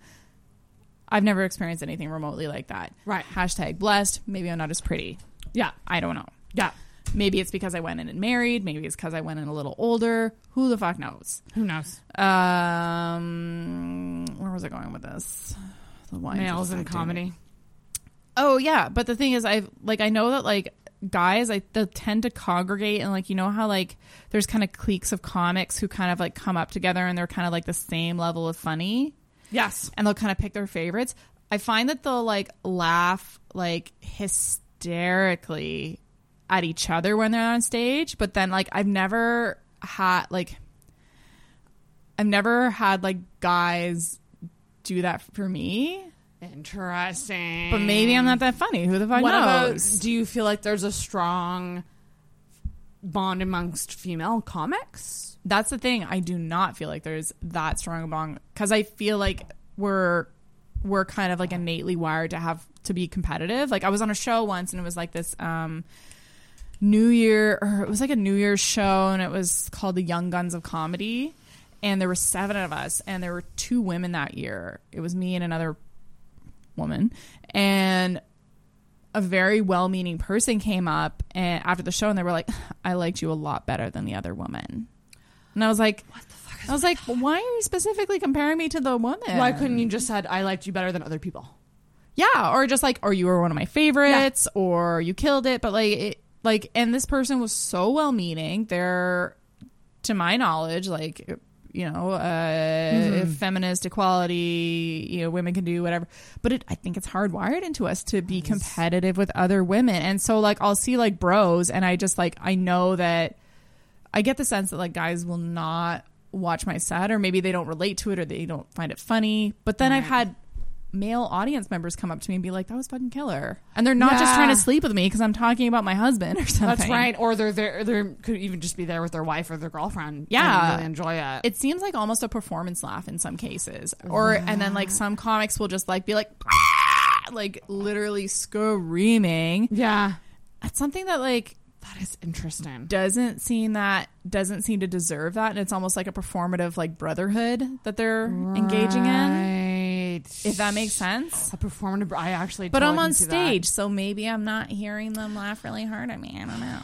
Speaker 10: I've never experienced anything remotely like that. Right. Hashtag blessed. Maybe I'm not as pretty.
Speaker 9: Yeah.
Speaker 10: I don't know.
Speaker 9: Yeah.
Speaker 10: Maybe it's because I went in and married. Maybe it's because I went in a little older. Who the fuck knows?
Speaker 9: Who knows?
Speaker 10: Um, where was I going with this? The lines
Speaker 9: Males in
Speaker 10: affecting
Speaker 9: comedy.
Speaker 10: me. Oh yeah, but the thing is, I like I know that like guys, I they tend to congregate and like you know how like there's kind of cliques of comics who kind of like come up together and they're kind of like the same level of funny.
Speaker 9: Yes.
Speaker 10: and they'll kind of pick their favorites. I find that they'll like laugh like hysterically at each other when they're on stage, but then like I've never had like I've never had like guys do that for me.
Speaker 9: Interesting.
Speaker 10: But maybe I'm not that funny. Who the fuck
Speaker 9: What about?
Speaker 10: knows?
Speaker 9: Do you feel like there's a strong bond amongst female comics?
Speaker 10: That's the thing. I do not feel like there's that strong a bond because I feel like we're we're kind of like innately wired to have to be competitive. Like I was on a show once and it was like this um New Year or it was like a New Year's show and it was called The Young Guns of Comedy and there were seven of us and there were two women that year. It was me and another woman and a very well-meaning person came up and after the show and they were like i liked you a lot better than the other woman and i was like what the fuck i was like why are you specifically comparing me to the woman
Speaker 9: Why couldn't
Speaker 10: Um,
Speaker 9: you just said I liked you better than other people?
Speaker 10: yeah or just like or you were one of my favorites or you killed it but like it like and this person was so well meaning they're to my knowledge like you know uh
Speaker 9: Mhm.
Speaker 10: feminist equality you know women can do whatever but it, i think it's hardwired into us to be competitive with other women and so like i'll see like bros and i just like i know that I get the sense that like guys will not watch my set or maybe they don't relate to it or they don't find it funny. But then I've had male audience members come up to me and be like, "That was fucking killer," and they're not just
Speaker 9: Yeah.
Speaker 10: trying to sleep with me because I'm talking about my husband or something.
Speaker 9: That's right. Or they're there. They could even just be there with their wife or their girlfriend.
Speaker 10: Yeah.
Speaker 9: and really enjoy it.
Speaker 10: It seems like almost a performance laugh in some cases, or and then like some comics will just like be like, like literally screaming.
Speaker 9: Yeah,
Speaker 10: that's something that like
Speaker 9: that is interesting.
Speaker 10: doesn't seem that doesn't seem to deserve that and it's almost like a performative like brotherhood that they're engaging in if that makes sense
Speaker 9: A performative. I actually.
Speaker 10: but i'm
Speaker 9: totally
Speaker 10: on
Speaker 9: can see that.
Speaker 10: stage so maybe i'm not hearing them laugh really hard at me i don't know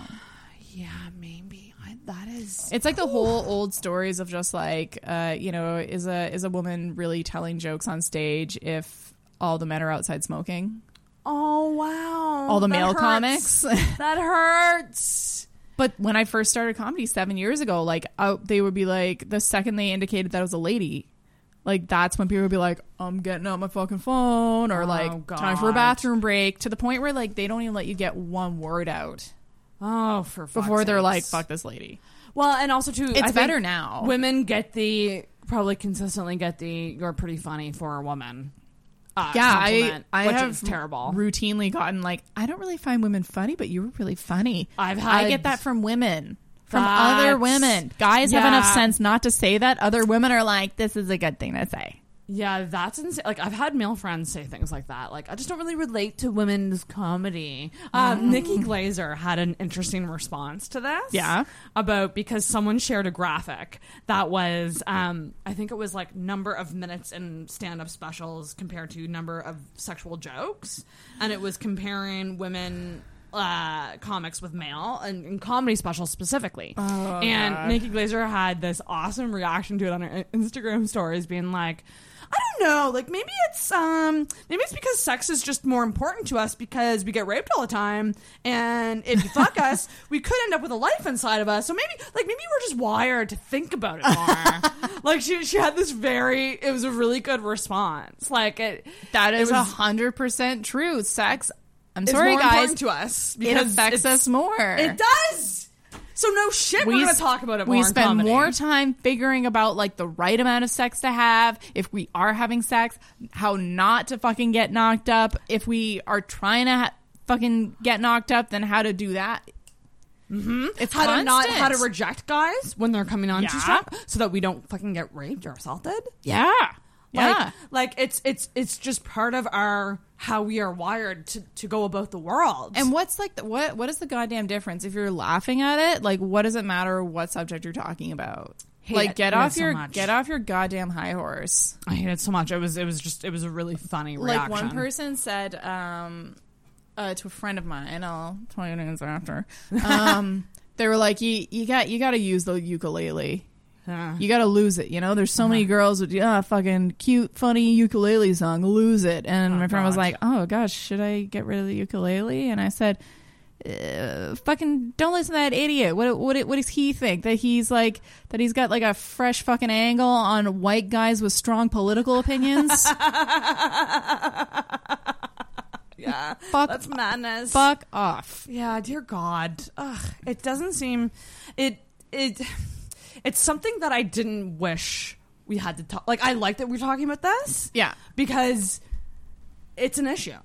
Speaker 9: Yeah, maybe I, that is.
Speaker 10: it's like the whole old stories of just like uh, you know is a is a woman really telling jokes on stage if all the men are outside smoking
Speaker 9: Oh wow!
Speaker 10: all the
Speaker 9: That
Speaker 10: male
Speaker 9: hurts.
Speaker 10: comics
Speaker 9: that hurts.
Speaker 10: But when I first started comedy seven years ago, like I, they would be like, the second they indicated that it was a lady, like that's when people would be like, I'm getting out my fucking phone, or like time for a
Speaker 9: Oh, God.
Speaker 10: bathroom break, to the point where like they don't even let you get one word out
Speaker 9: Oh, for fuck's
Speaker 10: before they're
Speaker 9: sakes.
Speaker 10: like, fuck this lady.
Speaker 9: Well, and also too,
Speaker 10: It's
Speaker 9: I think
Speaker 10: better now.
Speaker 9: Women get the probably consistently get the "you're pretty funny for a woman." Uh,
Speaker 10: yeah, I
Speaker 9: compliment,
Speaker 10: I
Speaker 9: which
Speaker 10: have
Speaker 9: is terrible.
Speaker 10: routinely gotten like, I don't really find women funny, but you were really funny.
Speaker 9: I've
Speaker 10: I
Speaker 9: had-
Speaker 10: get that from women. From
Speaker 9: That's-
Speaker 10: other women. Guys have enough
Speaker 9: Yeah.
Speaker 10: sense not to say that. Other women are like, this is a good thing to say.
Speaker 9: Yeah, that's insane. Like I've had male friends say things like that. Like I just don't really relate to women's comedy. Uh,
Speaker 10: Mm.
Speaker 9: Nikki Glazer had an interesting response to this.
Speaker 10: Yeah.
Speaker 9: about because someone shared a graphic that was, um, I think it was like number of minutes in stand-up specials compared to number of sexual jokes, and it was comparing women. Uh, comics with male and, and comedy specials specifically,
Speaker 10: Oh,
Speaker 9: and
Speaker 10: God.
Speaker 9: Nikki Glazer had this awesome reaction to it on her Instagram stories, being like, I don't know. Like maybe it's um maybe it's because sex is just more important to us because we get raped all the time, and if you fuck us, we could end up with a life inside of us. So maybe like maybe we're just wired to think about it more. like she she had this very it was a really good response. Like it
Speaker 10: That
Speaker 9: it
Speaker 10: is a
Speaker 9: was-
Speaker 10: hundred percent true. Sex. I'm
Speaker 9: is
Speaker 10: sorry,
Speaker 9: more
Speaker 10: guys.
Speaker 9: important to us
Speaker 10: it
Speaker 9: because
Speaker 10: affects
Speaker 9: it's-
Speaker 10: us more.
Speaker 9: It does. So no shit, we are gonna
Speaker 10: s-
Speaker 9: talk about it more.
Speaker 10: We
Speaker 9: in
Speaker 10: spend
Speaker 9: comedy.
Speaker 10: more time figuring about like the right amount of sex to have, if we are having sex, how not to fucking get knocked up, if we are trying to ha- fucking get knocked up, then how to do that.
Speaker 9: Mm-hmm.
Speaker 10: It's
Speaker 9: how to not
Speaker 10: constant.
Speaker 9: how to reject guys when they're coming on too
Speaker 10: Yeah.
Speaker 9: strong, so that we don't fucking get raped or assaulted.
Speaker 10: Yeah.
Speaker 9: Like,
Speaker 10: Yeah.
Speaker 9: like it's it's it's just part of our how we are wired to to go about the world.
Speaker 10: And what's like the, what what is the goddamn difference if you're laughing at it? Like what does it matter what subject you're talking about?
Speaker 9: Hate
Speaker 10: like
Speaker 9: it.
Speaker 10: get
Speaker 9: Hate it
Speaker 10: off
Speaker 9: so
Speaker 10: your
Speaker 9: much.
Speaker 10: get off your goddamn high horse.
Speaker 9: I hate it so much. It was it was just it was a really funny
Speaker 10: like
Speaker 9: reaction.
Speaker 10: one person said um, uh, to a friend of mine i'll tell you names after um, they were like you, you got you got to use the ukulele you got to lose it you know there's so many girls with yeah fucking cute funny ukulele song lose it and my friend was like oh gosh should i get rid of the ukulele and i said uh, fucking don't listen to that idiot. What what what does he think that he's like that he's got like a fresh fucking angle on white guys with strong political opinions?
Speaker 9: yeah,
Speaker 10: Fuck-
Speaker 9: that's madness.
Speaker 10: fuck off.
Speaker 9: Yeah, dear God, Ugh, it doesn't seem it it it's something that I didn't wish we had to talk. Like I like that we're talking about this.
Speaker 10: Yeah,
Speaker 9: because it's an issue.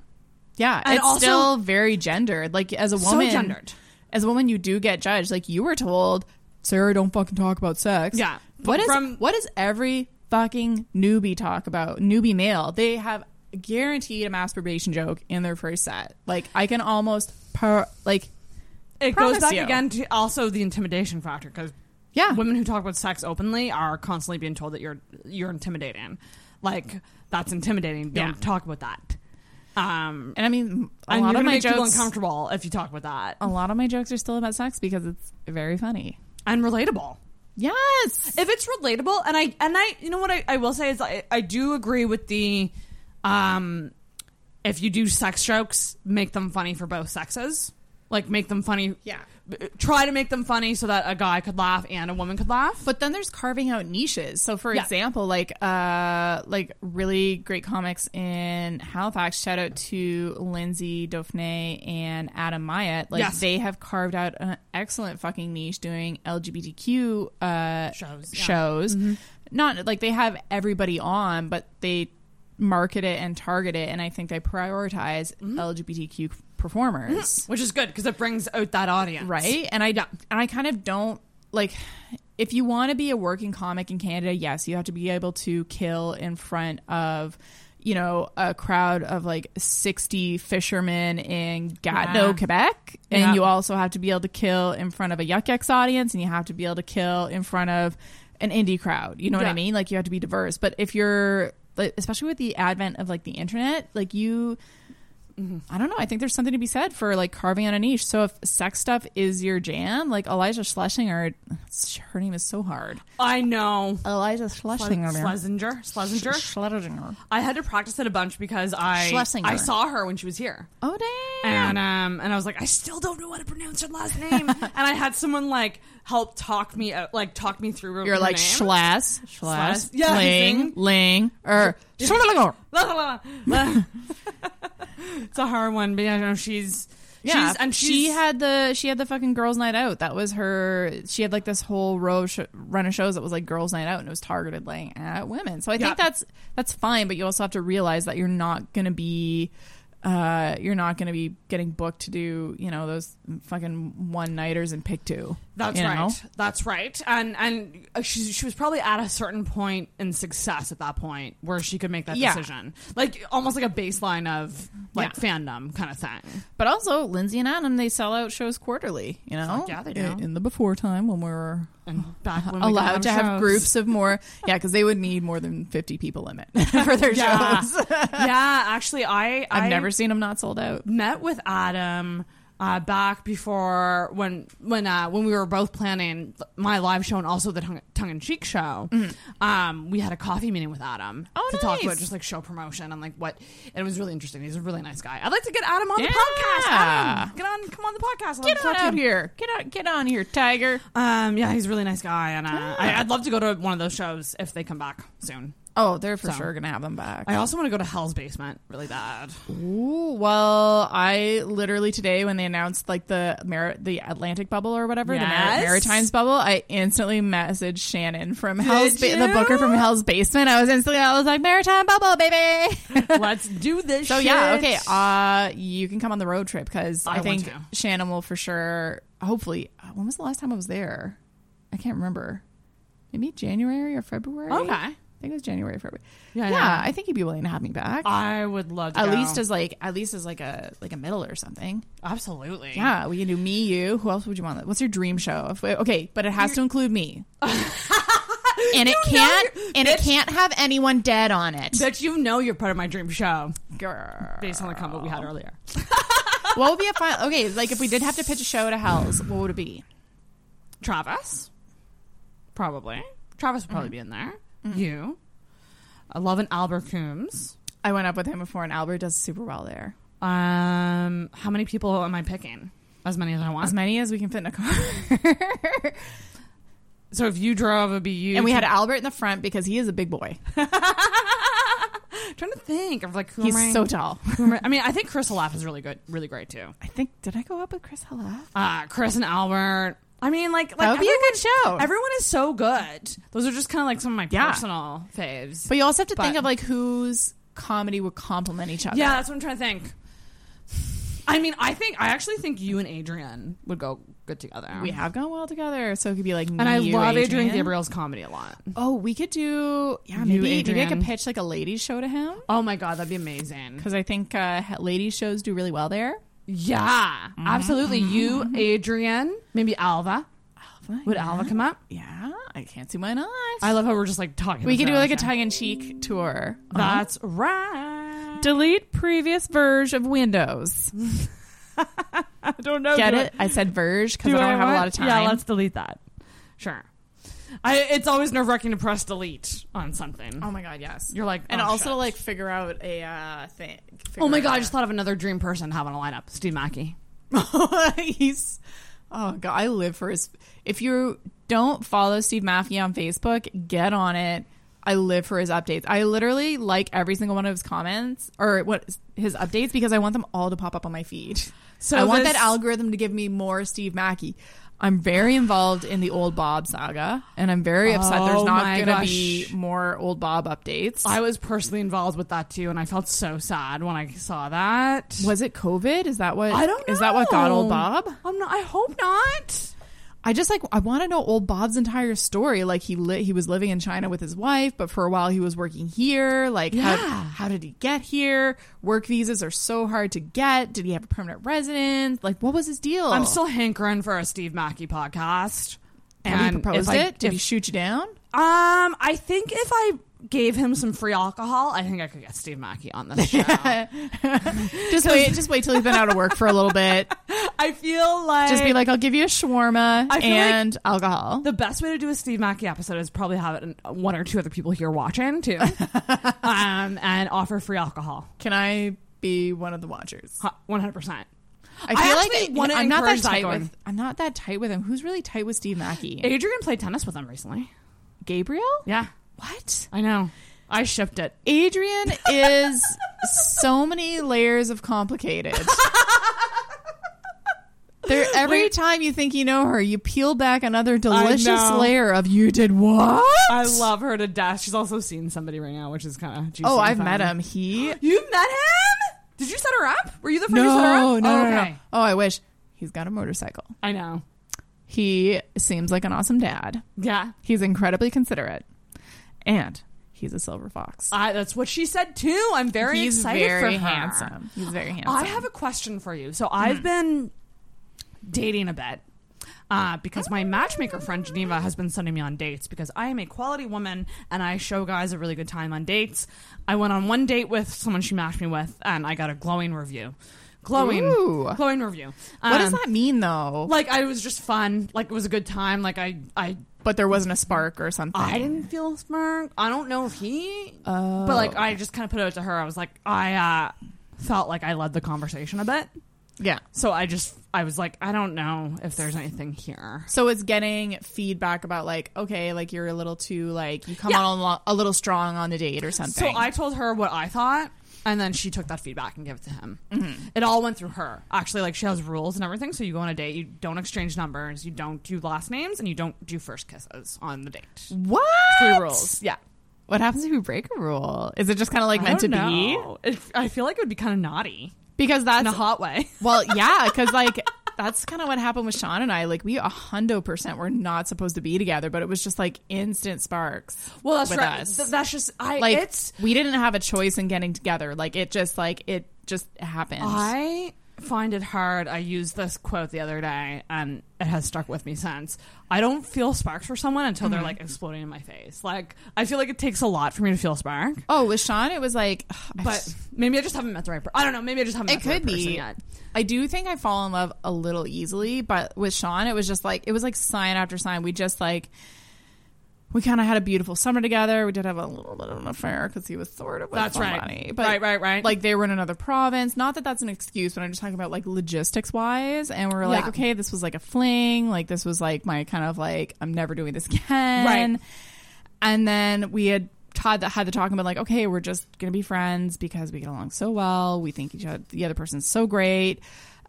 Speaker 10: Yeah,
Speaker 9: And
Speaker 10: it's
Speaker 9: also-
Speaker 10: still very gendered. Like as a
Speaker 9: So
Speaker 10: woman,
Speaker 9: gendered.
Speaker 10: As a woman, you do get judged. Like you were told, Sarah, don't fucking talk about sex.
Speaker 9: Yeah,
Speaker 10: What
Speaker 9: but
Speaker 10: is
Speaker 9: from-
Speaker 10: what does every fucking newbie talk about? Newbie male, they have guaranteed a masturbation joke in their first set. Like I can almost per like
Speaker 9: It
Speaker 10: promise
Speaker 9: goes back
Speaker 10: you.
Speaker 9: again to also the intimidation factor because
Speaker 10: yeah,
Speaker 9: women who talk about sex openly are constantly being told that you're you're intimidating. Like that's intimidating. Don't
Speaker 10: Yeah.
Speaker 9: talk about that. Um,
Speaker 10: and I mean, a
Speaker 9: and
Speaker 10: lot
Speaker 9: you're
Speaker 10: of
Speaker 9: gonna
Speaker 10: my
Speaker 9: make people
Speaker 10: jokes,
Speaker 9: uncomfortable if you talk about that
Speaker 10: a lot of my jokes are still about sex because it's very funny.
Speaker 9: and relatable.
Speaker 10: Yes,
Speaker 9: if it's relatable and i and i you know what i, I will say is I, I do agree with the um if you do sex jokes make them funny for both sexes like make them funny
Speaker 10: Yeah.
Speaker 9: B- try to make them funny so that a guy could laugh and a woman could laugh
Speaker 10: But then there's carving out niches. So for
Speaker 9: Yeah.
Speaker 10: example, like uh like really great comics in Halifax, shout out to Lindsay Dauphiné and Adam Myatt. Like
Speaker 9: Yes.
Speaker 10: they have carved out an excellent fucking niche doing LGBTQ uh
Speaker 9: Shows, yeah. Mm-hmm.
Speaker 10: shows. Not like they have everybody on, but they market it and target it and I think they prioritize
Speaker 9: Mm-hmm.
Speaker 10: LGBTQ performers
Speaker 9: which is good because it brings out that audience
Speaker 10: right and i and i kind of don't like if you want to be a working comic in canada yes you have to be able to kill in front of you know a crowd of like 60 fishermen in gatineau
Speaker 9: Yeah.
Speaker 10: quebec and
Speaker 9: Yeah.
Speaker 10: you also have to be able to kill in front of a yuck yucks audience and you have to be able to kill in front of an indie crowd you know what i
Speaker 9: Yeah.
Speaker 10: mean like you have to be diverse but if you're like, especially with the advent of like the internet like you
Speaker 9: Mm-hmm.
Speaker 10: I don't know. I think there's something to be said for like carving out a niche. So if sex stuff is your jam, like Elijah Schlesinger, her name is so hard.
Speaker 9: i know
Speaker 10: Elijah Schlesinger.
Speaker 9: Schlesinger, Schlesinger.
Speaker 10: Schlesinger.
Speaker 9: I had to practice it a bunch because I
Speaker 10: Schlesinger.
Speaker 9: I saw her when she was here.
Speaker 10: Oh
Speaker 9: and
Speaker 10: damn!
Speaker 9: um and I was like, I still don't know how to pronounce her last name. and I had someone like help talk me out, like talk me through. her-
Speaker 10: You're
Speaker 9: her
Speaker 10: like
Speaker 9: name.
Speaker 10: Schles, Schles,
Speaker 9: Schles. Yeah,
Speaker 10: Ling,
Speaker 9: zing.
Speaker 10: Ling, or Schlesinger.
Speaker 9: La, la, la, la. it's a hard one, but I know she's
Speaker 10: Yeah,
Speaker 9: she's, and she's,
Speaker 10: she had the she had the fucking girls' night out. That was her. She had like this whole row of sh- run of shows that was like girls' night out, and it was targeted like at women. So I
Speaker 9: Yeah.
Speaker 10: think that's that's fine, but you also have to realize that you're not going to be uh, you're not going to be getting booked to do you know those fucking one nighters and pick two.
Speaker 9: That's
Speaker 10: you
Speaker 9: right.
Speaker 10: know?
Speaker 9: That's right. And and uh, she she was probably at a certain point in success at that point where she could make that
Speaker 10: Yeah.
Speaker 9: decision, like almost like a baseline of like
Speaker 10: Yeah.
Speaker 9: fandom kind of thing.
Speaker 10: But also, Lindsay and Adam, they sell out shows quarterly, you know?
Speaker 9: Fuck yeah, they
Speaker 10: In,
Speaker 9: do.
Speaker 10: in the before time when we were
Speaker 9: And back when we could
Speaker 10: allowed
Speaker 9: have
Speaker 10: to have
Speaker 9: shows.
Speaker 10: groups of more. Yeah, because they would need more than 50 people limit for their
Speaker 9: yeah.
Speaker 10: shows.
Speaker 9: yeah, actually, I, I
Speaker 10: I've never seen them not sold out.
Speaker 9: met with Adam uh, back before when when uh, when we were both planning my live show and also the tongue, tongue in cheek show. Um, we had a coffee meeting with Adam to talk
Speaker 10: Mm-hmm. Oh, nice.
Speaker 9: about just like show promotion and like what. And it was really interesting. He's a really nice guy. I'd like to get Adam on
Speaker 10: Yeah.
Speaker 9: the podcast. Adam, get on, come on the podcast. I'd love
Speaker 10: Get
Speaker 9: to
Speaker 10: on
Speaker 9: talk to
Speaker 10: out
Speaker 9: him.
Speaker 10: here. Get on, get on here, Tiger.
Speaker 9: Um, yeah, he's a really nice guy, and uh, I, I'd love to go to one of those shows if they come back soon.
Speaker 10: Oh, they're for
Speaker 9: So.
Speaker 10: sure going to have them back.
Speaker 9: I also want to go to Hell's Basement really bad.
Speaker 10: Ooh, well, I literally today when they announced like the Mar- the Atlantic bubble or whatever the Mar-
Speaker 9: Yes.
Speaker 10: Maritimes bubble, I instantly messaged Shannon from Hell's
Speaker 9: Did
Speaker 10: ba- the
Speaker 9: you?
Speaker 10: Booker from Hell's Basement. I was instantly I was like Maritime bubble, baby.
Speaker 9: Let's do this.
Speaker 10: so yeah,
Speaker 9: shit.
Speaker 10: okay. Uh, you can come on the road trip because
Speaker 9: I
Speaker 10: I,
Speaker 9: want
Speaker 10: think
Speaker 9: to.
Speaker 10: Shannon will for sure. Hopefully, uh, when was the last time I was there? I can't remember. Maybe January or February.
Speaker 9: Okay.
Speaker 10: I think it was January, or February.
Speaker 9: Yeah,
Speaker 10: Yeah,
Speaker 9: yeah.
Speaker 10: I think he'd be willing to have me back.
Speaker 9: I would love to
Speaker 10: at
Speaker 9: go.
Speaker 10: least as like at least as like a like a middle or something.
Speaker 9: absolutely
Speaker 10: Yeah, we can do me, you. Who else would you want? What's your dream show? If we, okay, but it has to include me. and it can't and it can't have anyone dead on it.
Speaker 9: That you know you're part of my dream show
Speaker 10: Girl.
Speaker 9: based on the comment we
Speaker 10: Oh.
Speaker 9: had earlier.
Speaker 10: what would be a fine okay, like if we did have to pitch a show to Hell's, what would it be?
Speaker 9: Travis, probably. Travis would probably be in there.
Speaker 10: Mm-hmm.
Speaker 9: You. I love an Albert Coombs.
Speaker 10: I went up with him before and Albert does super well there.
Speaker 9: Um, how many people am I picking? As many as I want.
Speaker 10: As many as we can fit in a car.
Speaker 9: so if you drove, it'd be you.
Speaker 10: and we
Speaker 9: two-
Speaker 10: had Albert in the front because he is a big boy.
Speaker 9: I'm trying to think of like who am I-
Speaker 10: He's so tall.
Speaker 9: who am I, I mean, I think Chris Olaf is really good, really great too.
Speaker 10: I think did I go up with Chris Hella?
Speaker 9: Uh, Chris and Albert. I mean, like, like
Speaker 10: That would be a good show.
Speaker 9: Everyone is so good. Those are just kind of like some of my
Speaker 10: Yeah.
Speaker 9: personal faves.
Speaker 10: But you also have to think
Speaker 9: But-
Speaker 10: of like whose comedy would complement each other.
Speaker 9: Yeah, that's what I'm trying to think. I mean, I think I actually think you and Adrian would go good together.
Speaker 10: we have gone well together, so it could be like
Speaker 9: and I
Speaker 10: you,
Speaker 9: love Adrian Gabriel's comedy a lot.
Speaker 10: Oh, we could do yeah,
Speaker 9: You,
Speaker 10: maybe maybe I
Speaker 9: Adrian.
Speaker 10: could pitch like a ladies show to him
Speaker 9: Oh my god, that'd be amazing.
Speaker 10: because I think uh, ha- ladies shows do really well there.
Speaker 9: Yeah, absolutely. You, Adrian, maybe Alva. Would
Speaker 10: yeah.
Speaker 9: Alva come up?
Speaker 10: Yeah, I can't see why not.
Speaker 9: I love Uh-huh. how we're just like talking.
Speaker 10: we
Speaker 9: about
Speaker 10: could do
Speaker 9: that
Speaker 10: like a
Speaker 9: shit.
Speaker 10: tongue in cheek tour.
Speaker 9: That's right.
Speaker 10: delete previous verge of Windows.
Speaker 9: I don't know.
Speaker 10: Get
Speaker 9: do
Speaker 10: it? I said verge because
Speaker 9: do
Speaker 10: I don't have a
Speaker 9: want-
Speaker 10: lot of time.
Speaker 9: Yeah, let's delete that. Sure. I, it's always nerve wracking to press delete on something.
Speaker 10: oh my god, yes.
Speaker 9: You're like,
Speaker 10: and
Speaker 9: oh,
Speaker 10: also
Speaker 9: shit.
Speaker 10: like figure out a uh, thing.
Speaker 9: Oh my
Speaker 10: figure
Speaker 9: god, I
Speaker 10: out-
Speaker 9: just thought of another dream person having a lineup. Steve Mackey.
Speaker 10: he's oh god i live for his if you don't follow steve maffey on facebook get on it i live for his updates i literally like every single one of his comments or what his updates because i want them all to pop up on my feed so
Speaker 9: So
Speaker 10: i want
Speaker 9: this-
Speaker 10: that algorithm to give me more steve mackey i'm very involved in the old bob saga and i'm very upset there's
Speaker 9: Oh
Speaker 10: not
Speaker 9: my
Speaker 10: gonna be
Speaker 9: gosh.
Speaker 10: more old bob updates
Speaker 9: I was personally involved with that too, and I felt so sad when I saw that.
Speaker 10: was it covid is that what
Speaker 9: I don't know.
Speaker 10: is that what got old bob
Speaker 9: I'm not. I hope not.
Speaker 10: I just like I want to know old Bob's entire story. Like he li- he was living in China with his wife, but for a while he was working here. Like how,
Speaker 9: Yeah.
Speaker 10: how did he get here? Work visas are so hard to get. Did he have a permanent residence? Like what was his deal?
Speaker 9: I'm still hankering for a Steve Mackey podcast.
Speaker 10: Have you
Speaker 9: if
Speaker 10: proposed
Speaker 9: I-
Speaker 10: it? Did
Speaker 9: if-
Speaker 10: he shoot you down?
Speaker 9: um, I think if I gave him some free alcohol, I think I could get Steve Mackey on this show.
Speaker 10: Just wait. just wait till he's been out of work for a little bit.
Speaker 9: I feel like
Speaker 10: Just be like, I'll give you a shawarma
Speaker 9: I feel like
Speaker 10: and alcohol.
Speaker 9: The best way to do a Steve Mackey episode is probably have it, one or two other people here watching too, um, and offer free alcohol. Uh,
Speaker 10: Can I be one of the watchers?
Speaker 9: One hundred percent.
Speaker 10: I
Speaker 9: I
Speaker 10: feel
Speaker 9: actually
Speaker 10: like
Speaker 9: wanna
Speaker 10: I'm not that
Speaker 9: encourage that
Speaker 10: tight
Speaker 9: going.
Speaker 10: with. I'm not that tight with him. Who's really tight with Steve Mackey?
Speaker 9: Adrian played tennis with him recently.
Speaker 10: Gabriel?
Speaker 9: Yeah,
Speaker 10: What?
Speaker 9: I know. I shipped it.
Speaker 10: Adrian is so many layers of complicated. There, every time you think you know her, you peel back another delicious
Speaker 9: know.
Speaker 10: layer of you did what?
Speaker 9: I love her to death. She's also seeing somebody right now, which is kind of
Speaker 10: Oh, I've met Oh, him. He
Speaker 9: You met him? Did you set her her up? Were you the
Speaker 10: no,
Speaker 9: friend who set her
Speaker 10: no,
Speaker 9: up?
Speaker 10: no,
Speaker 9: oh,
Speaker 10: no,
Speaker 9: okay.
Speaker 10: Oh, I wish. He's got a motorcycle.
Speaker 9: I know.
Speaker 10: He seems like an awesome dad.
Speaker 9: Yeah.
Speaker 10: He's incredibly considerate. And he's a silver fox.
Speaker 9: I, that's what she said too. I'm very
Speaker 10: He's
Speaker 9: excited
Speaker 10: very
Speaker 9: for her.
Speaker 10: handsome. Hmm. He's very
Speaker 9: I
Speaker 10: handsome.
Speaker 9: have a question for you. So I've been dating a bit uh, because my matchmaker friend Geneva has been sending me on dates because I am a quality woman and I show guys a really good time on dates. I went on one date with someone she matched me with and I got a glowing review. Glowing,
Speaker 10: Ooh.
Speaker 9: glowing review.
Speaker 10: What does
Speaker 9: Um,
Speaker 10: that mean though?
Speaker 9: Like I was just fun. Like it was a good time. Like I, I.
Speaker 10: But there wasn't a spark or something.
Speaker 9: I didn't feel smart. I don't know if he but like I just kind of put it out to her. I was like, I uh, felt like I led the conversation a bit.
Speaker 10: Yeah.
Speaker 9: So I just I was like, I don't know if there's anything here.
Speaker 10: So it's getting feedback about like, okay, like you're a little too like you come
Speaker 9: Yeah.
Speaker 10: on a, lo- a little strong on the date or
Speaker 9: So
Speaker 10: something.
Speaker 9: I told her what I thought, and then she took that feedback and gave it to him.
Speaker 10: Mhm.
Speaker 9: It all went through her. Actually, like she has rules and everything. So you go on a date, you don't exchange numbers, you don't do last names, and you don't do first kisses on the date.
Speaker 10: what
Speaker 9: Three rules. Yeah.
Speaker 10: What happens if you break a rule? Is it just kind of like
Speaker 9: I
Speaker 10: meant to
Speaker 9: don't know.
Speaker 10: be?
Speaker 9: It, I feel like it would be kind of naughty.
Speaker 10: Because that's
Speaker 9: in a hot way.
Speaker 10: Well, yeah, because like that's kind of what happened with Sean and I. Like we a hundo percent were not supposed to be together, but it was just like instant sparks.
Speaker 9: Well, that's
Speaker 10: with
Speaker 9: right.
Speaker 10: us.
Speaker 9: Th- that's just- I-
Speaker 10: like
Speaker 9: it's-
Speaker 10: we didn't have a choice in getting together. Like it just like it just happened.
Speaker 9: I find it hard. I used this quote the other day, and it has stuck with me since. I don't feel sparks for someone until they're
Speaker 10: Mhm.
Speaker 9: like exploding in my face. Like I feel like it takes a lot for me to feel a spark.
Speaker 10: Oh, with Sean, it was like,
Speaker 9: but maybe I just haven't met the right person. I don't know. Maybe I just haven't.
Speaker 10: it
Speaker 9: met the right
Speaker 10: could
Speaker 9: person
Speaker 10: be.
Speaker 9: yet.
Speaker 10: I do think I fall in love a little easily, but with Sean, it was just like it was like sign after sign. We just like we kind of had a beautiful summer together. We did have a little bit of an affair because he was sort of with
Speaker 9: That's right.
Speaker 10: somebody,
Speaker 9: Right, right, right.
Speaker 10: Like they were in another province. Not that that's an excuse, but I'm just talking about like logistics wise. And we were like,
Speaker 9: Yeah.
Speaker 10: okay, this was like a fling. Like this was like my kind of like I'm never doing this again.
Speaker 9: Right.
Speaker 10: And then we had Todd that had the talking about like, okay, we're just gonna be friends because we get along so well. We think each other, the other person's so great.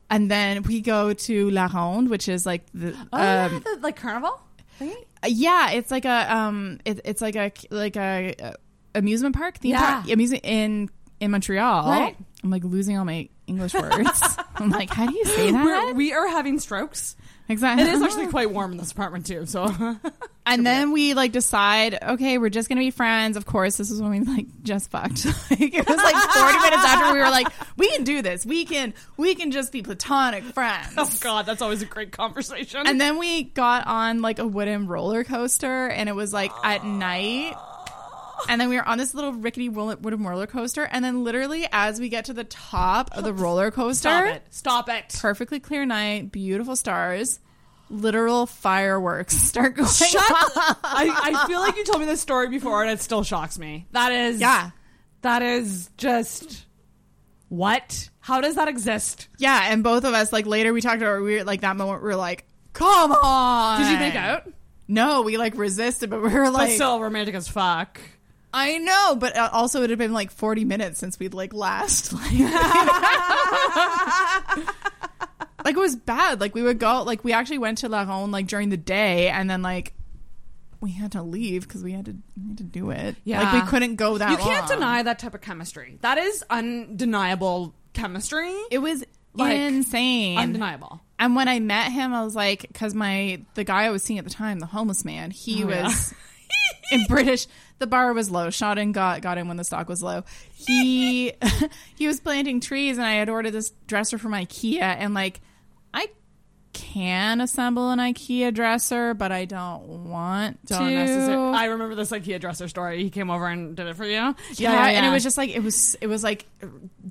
Speaker 10: And then we go to La Ronde, which is like the
Speaker 9: Oh, yeah,
Speaker 10: um,
Speaker 9: the, like carnival. thingy?
Speaker 10: yeah, it's like a um, it, it's like a like a, uh amusement park theme
Speaker 9: Yeah.
Speaker 10: park amusement in in Montreal.
Speaker 9: Right.
Speaker 10: I'm like losing all my English words. I'm like, how do you say that?
Speaker 9: We're, we are having strokes.
Speaker 10: Exactly.
Speaker 9: It is actually quite warm in this apartment too. So
Speaker 10: and then we like decide, okay, we're just gonna be friends. Of course, this is when we like just fucked. like it was like 40 minutes after we were like, we can do this. We can we can just be platonic friends.
Speaker 9: oh god, that's always a great conversation.
Speaker 10: And then we got on like a wooden roller coaster, and it was like at night. And then we were on this little rickety roll- wooden roller coaster, and then literally as we get to the top of the roller coaster,
Speaker 9: stop it. Stop it.
Speaker 10: perfectly clear night, beautiful stars, literal fireworks start going.
Speaker 9: Shut
Speaker 10: off.
Speaker 9: up. I, I feel like you told me this story before and it still shocks me. That is
Speaker 10: Yeah.
Speaker 9: That is just what? How does that exist?
Speaker 10: Yeah, and both of us like later we talked about we were like that moment we were like, come on.
Speaker 9: Did you make out?
Speaker 10: No, we like resisted, but we were like,
Speaker 9: but still romantic as fuck.
Speaker 10: I know, but uh, also it had been like forty minutes since we'd like last like. like it was bad. Like we would go, like we actually went to La Ronde like during the day, and then like we had to leave because we had to we had to do it. like we couldn't go that.
Speaker 9: You can't
Speaker 10: long.
Speaker 9: deny that type of chemistry. That is undeniable chemistry.
Speaker 10: It was insane.
Speaker 9: Undeniable.
Speaker 10: And when I met him, I was like, because my the guy I was seeing at the time, the homeless man, he
Speaker 9: Oh, yeah.
Speaker 10: was in British. The bar was low. Shot in got got in when the stock was low. He he was planting trees, and I had ordered this dresser from IKEA, and like I can assemble an IKEA dresser, but I don't want
Speaker 9: Don't
Speaker 10: to.
Speaker 9: necessarily. I remember this IKEA dresser story. He came over and did it for you. Yeah,
Speaker 10: Yeah, and it was just like it was. It was like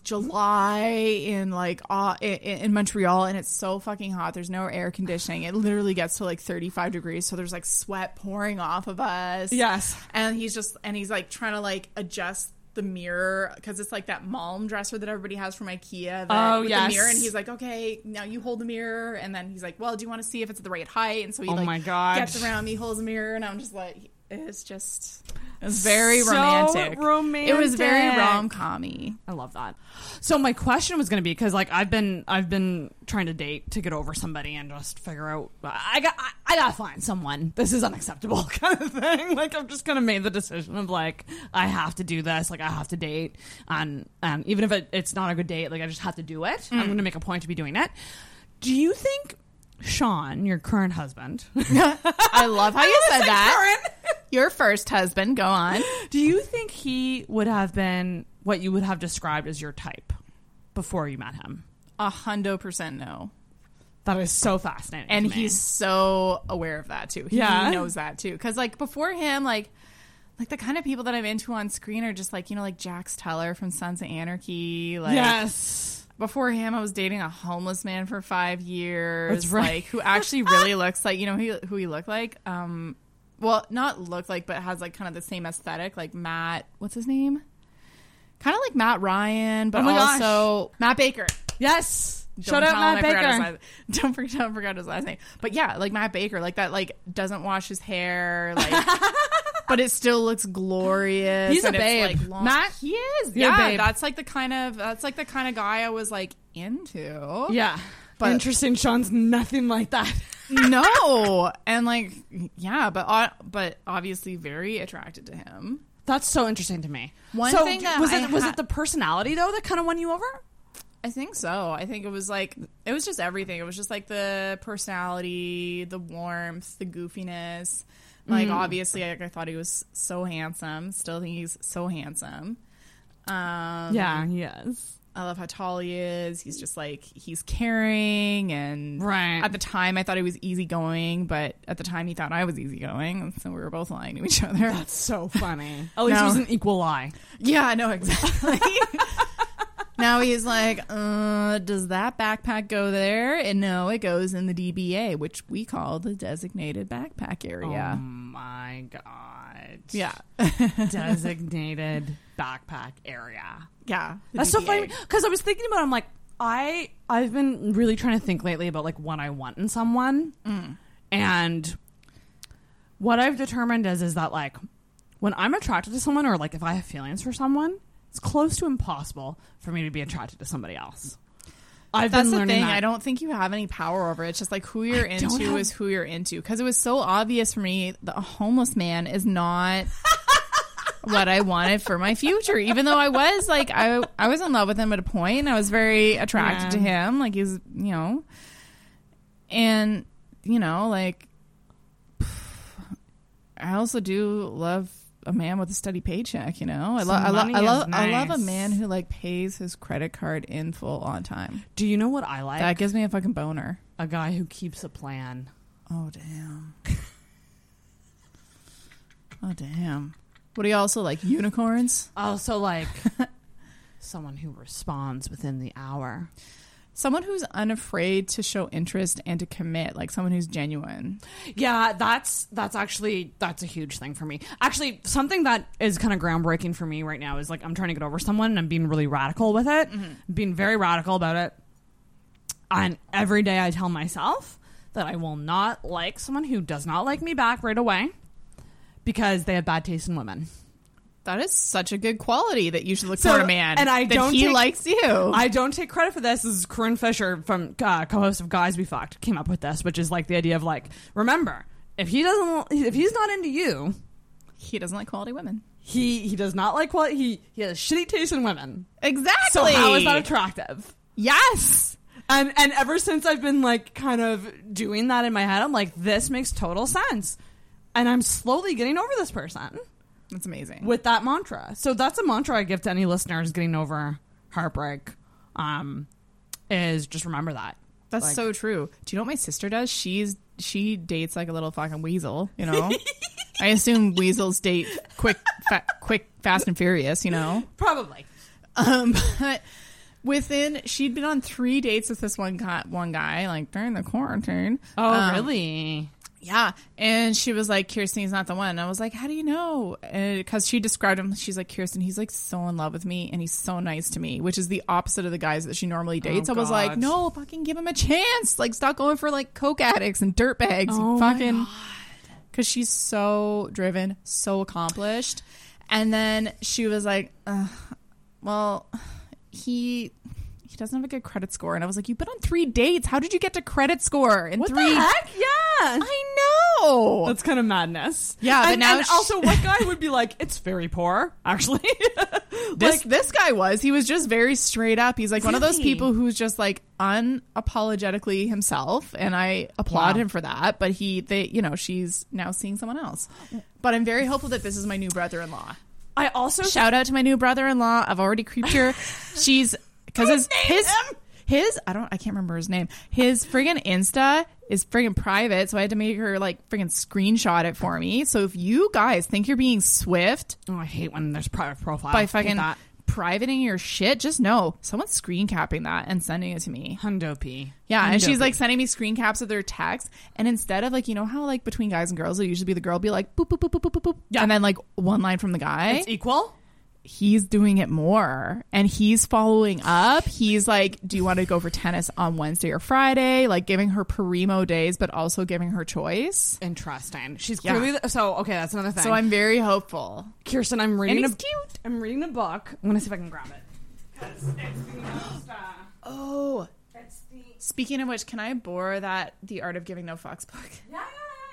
Speaker 10: July in like uh, in, in Montreal, and it's so fucking hot. There's no air conditioning. It literally gets to like 35 degrees, so there's like sweat pouring off of us.
Speaker 9: Yes.
Speaker 10: and he's just and he's like trying to like adjust the mirror because it's like that malm dresser that everybody has from IKEA. That,
Speaker 9: Oh,
Speaker 10: with
Speaker 9: yes.
Speaker 10: the mirror, and he's like, okay, now you hold the mirror, and then he's like, well, do you want to see if it's at the right height? And so he
Speaker 9: Oh,
Speaker 10: like
Speaker 9: my God.
Speaker 10: gets around me, holds the mirror, and I'm just like. It's just it's very
Speaker 9: So
Speaker 10: romantic. It was very
Speaker 9: romantic.
Speaker 10: rom commy.
Speaker 9: I love that. So my question was going to be because like I've been I've been trying to date to get over somebody and just figure out I got I, I gotta find someone. This is unacceptable kind of thing. Like I've just kind of made the decision of like I have to do this. Like I have to date and and even if it, it's not a good date, like I just have to do it. I'm going to make a point to be doing it. Do you think Sean, your current husband?
Speaker 10: I love how you said that. Your first husband, go on.
Speaker 9: Do you think he would have been what you would have described as your type before you met him?
Speaker 10: A hundo percent no.
Speaker 9: That is so fascinating.
Speaker 10: And
Speaker 9: to me.
Speaker 10: he's so aware of that too. He
Speaker 9: Yeah.
Speaker 10: knows that too. Because like before him, like like the kind of people that I'm into on screen are just like you know like Jax Teller from Sons of Anarchy. Like
Speaker 9: Yes.
Speaker 10: Before him, I was dating a homeless man for five years.
Speaker 9: That's right.
Speaker 10: Like who actually really looks like you know who he, who he looked like. Um, well, not look like, but has like kind of the same aesthetic. Like Matt, what's his name? Kind of like Matt Ryan, but
Speaker 9: Oh my gosh.
Speaker 10: also Matt Baker.
Speaker 9: Yes.
Speaker 10: Don't
Speaker 9: Shout out
Speaker 10: tell him
Speaker 9: Matt
Speaker 10: I forgot his
Speaker 9: Baker.
Speaker 10: last- Don't forget, don't forget his last name. But yeah, like Matt Baker, like that, like doesn't wash his hair, like, but it still looks glorious.
Speaker 9: He's a
Speaker 10: and it's,
Speaker 9: babe.
Speaker 10: like, long-
Speaker 9: Matt?
Speaker 10: he is.
Speaker 9: You're a
Speaker 10: Yeah,
Speaker 9: babe.
Speaker 10: that's like the kind of that's like the kind of guy I was like into.
Speaker 9: yeah.
Speaker 10: But-
Speaker 9: Interesting. Sean's nothing like that.
Speaker 10: no, and like yeah, but uh, but obviously very attracted to him.
Speaker 9: That's so interesting to me.
Speaker 10: One
Speaker 9: so
Speaker 10: thing that
Speaker 9: was
Speaker 10: I
Speaker 9: it was
Speaker 10: ha-
Speaker 9: it the personality though that kind of won you over?
Speaker 10: I think so. I think it was like it was just everything. It was just like the personality, the warmth, the goofiness. Like
Speaker 9: Mm.
Speaker 10: obviously, like I thought he was so handsome. Still think he's so handsome. Um,
Speaker 9: Yeah, he is.
Speaker 10: I love how tall he is. He's just like he's caring and
Speaker 9: Right.
Speaker 10: At the time, I thought he was easygoing, but at the time, he thought I was easygoing, and so we were both lying to each other.
Speaker 9: That's so funny. At least
Speaker 10: No.
Speaker 9: it was an equal lie.
Speaker 10: Yeah, I know exactly. now he's like, uh, does that backpack go there? And no, it goes in the DBA, which we call the designated backpack area.
Speaker 9: Oh my god.
Speaker 10: Yeah.
Speaker 9: Designated backpack area.
Speaker 10: yeah. the
Speaker 9: That's so
Speaker 10: DBA.
Speaker 9: funny because I was thinking about. it, I'm like, I I've been really trying to think lately about like what I want in someone,
Speaker 10: Mm.
Speaker 9: and what I've determined is is that like when I'm attracted to someone or like if I have feelings for someone, it's close to impossible for me to be attracted to somebody else. I've
Speaker 10: That's
Speaker 9: been
Speaker 10: the
Speaker 9: learning
Speaker 10: thing.
Speaker 9: that.
Speaker 10: I don't think you have any power over it. It's just like who you're
Speaker 9: I don't
Speaker 10: into
Speaker 9: have-
Speaker 10: is who you're into. Because it was so obvious for me that a homeless man is not what I wanted for my future. Even though I was like I I was in love with him at a point and I was very attracted to
Speaker 9: Yeah.
Speaker 10: him. Like he's you know and you know, like I also do love a man with a steady paycheck, you know. I
Speaker 9: Some
Speaker 10: love I love
Speaker 9: money
Speaker 10: I
Speaker 9: is
Speaker 10: love I love a
Speaker 9: nice.
Speaker 10: man who like pays his credit card in full on time.
Speaker 9: Do you know what I like?
Speaker 10: That gives me a fucking boner.
Speaker 9: a guy who keeps a plan.
Speaker 10: Oh damn. oh damn. What do you also like? Unicorns?
Speaker 9: Also like someone who responds within the hour.
Speaker 10: Someone who's unafraid to show interest and to commit, like someone who's genuine.
Speaker 9: Yeah, that's that's actually that's a huge thing for me. Actually, something that is kind of groundbreaking for me right now is like I'm trying to get over someone and I'm being really radical with it. Being very radical about it. And every day I tell myself that I will not like someone who does not like me back right away because they have bad taste in women.
Speaker 10: That is such a good quality that you should look
Speaker 9: So-
Speaker 10: for in a man.
Speaker 9: And I
Speaker 10: that
Speaker 9: don't
Speaker 10: he
Speaker 9: take-
Speaker 10: likes you.
Speaker 9: I don't take credit for this. This is Corinne Fisher from uh, co-host of Guys We Fucked came up with this, which is like the idea of like, remember, if he doesn't, if he's not into you,
Speaker 10: he doesn't like quality women.
Speaker 9: He he does not like what he he has shitty taste in women.
Speaker 10: Exactly.
Speaker 9: So how is that attractive?
Speaker 10: Yes.
Speaker 9: And and ever since I've been like kind of doing that in my head, I'm like, this makes total sense. And I'm slowly getting over this person
Speaker 10: That's amazing.
Speaker 9: with that mantra. So that's a mantra I give to any listeners getting over heartbreak. Um, is just remember that.
Speaker 10: That's
Speaker 9: Like-
Speaker 10: so true. Do you know what my sister does? She's she dates like a little fucking weasel, you know. I assume weasels date quick, fa- quick, fast and furious, you know.
Speaker 9: Probably.
Speaker 10: Um, but within she'd been on three dates with this one guy, one guy like during the quarantine.
Speaker 9: Oh,
Speaker 10: Um,
Speaker 9: really?
Speaker 10: Yeah, and she was like, "Kirsten's not the one." And I was like, "How do you know?" Because she described him. She's like, "Kirsten, he's like so in love with me, and he's so nice to me," which is the opposite of the guys that she normally dates. I was like,
Speaker 9: Oh, God.
Speaker 10: "No, fucking give him a chance. Like, stop going for like coke addicts and dirt bags.
Speaker 9: Oh
Speaker 10: and
Speaker 9: my
Speaker 10: fucking because she's so driven, so accomplished. And then she was like, Ugh, "Well, he." He doesn't have a good credit score, and I was like, "You've been on three dates. How did you get to credit score in
Speaker 9: the
Speaker 10: three?
Speaker 9: heck? Yeah.
Speaker 10: I know.
Speaker 9: That's kind of madness.
Speaker 10: Yeah, but
Speaker 9: and,
Speaker 10: now
Speaker 9: and
Speaker 10: she-
Speaker 9: also, what guy would be like, it's very poor, actually?
Speaker 10: this this guy was. He was just very straight up. He's like one of those
Speaker 9: Really?
Speaker 10: people who's just like unapologetically himself, and I applaud
Speaker 9: Wow.
Speaker 10: him for that. But he, they, you know, she's now seeing someone else. But I'm very hopeful that this is my new brother-in-law.
Speaker 9: I also
Speaker 10: shout out to my new brother-in-law. I've already creeped her. She's because his his, his I don't I can't remember his name. His friggin' Insta is friggin' private, so I had to make her like friggin' screenshot it for me. So if you guys think you're being swift,
Speaker 9: oh, I hate when there's private profile
Speaker 10: by
Speaker 9: Hate
Speaker 10: fucking
Speaker 9: that.
Speaker 10: privating your shit, just know someone's screen capping that and sending it to me.
Speaker 9: Hundo P.
Speaker 10: Yeah, and
Speaker 9: Hundo P.
Speaker 10: she's like sending me screen caps of their texts, and instead of like you know how like between guys and girls, it usually be the girl be like boop boop boop boop boop boop, boop, and then like one line from the guy.
Speaker 9: It's equal?
Speaker 10: He's doing it more, and he's following up. He's like, "Do you want to go for tennis on Wednesday or Friday?" Like giving her primo days, but also giving her choice.
Speaker 9: Interesting. She's
Speaker 10: Yeah.
Speaker 9: clearly so okay. That's another thing.
Speaker 10: So I'm very hopeful.
Speaker 9: Kirsten. I'm reading.
Speaker 10: And
Speaker 9: a, cute. I'm reading a book. I'm gonna see if I can grab it. Uh,
Speaker 10: Oh. Speaking of which, can I borrow that The Art of Giving No Fucks book?
Speaker 9: Yeah,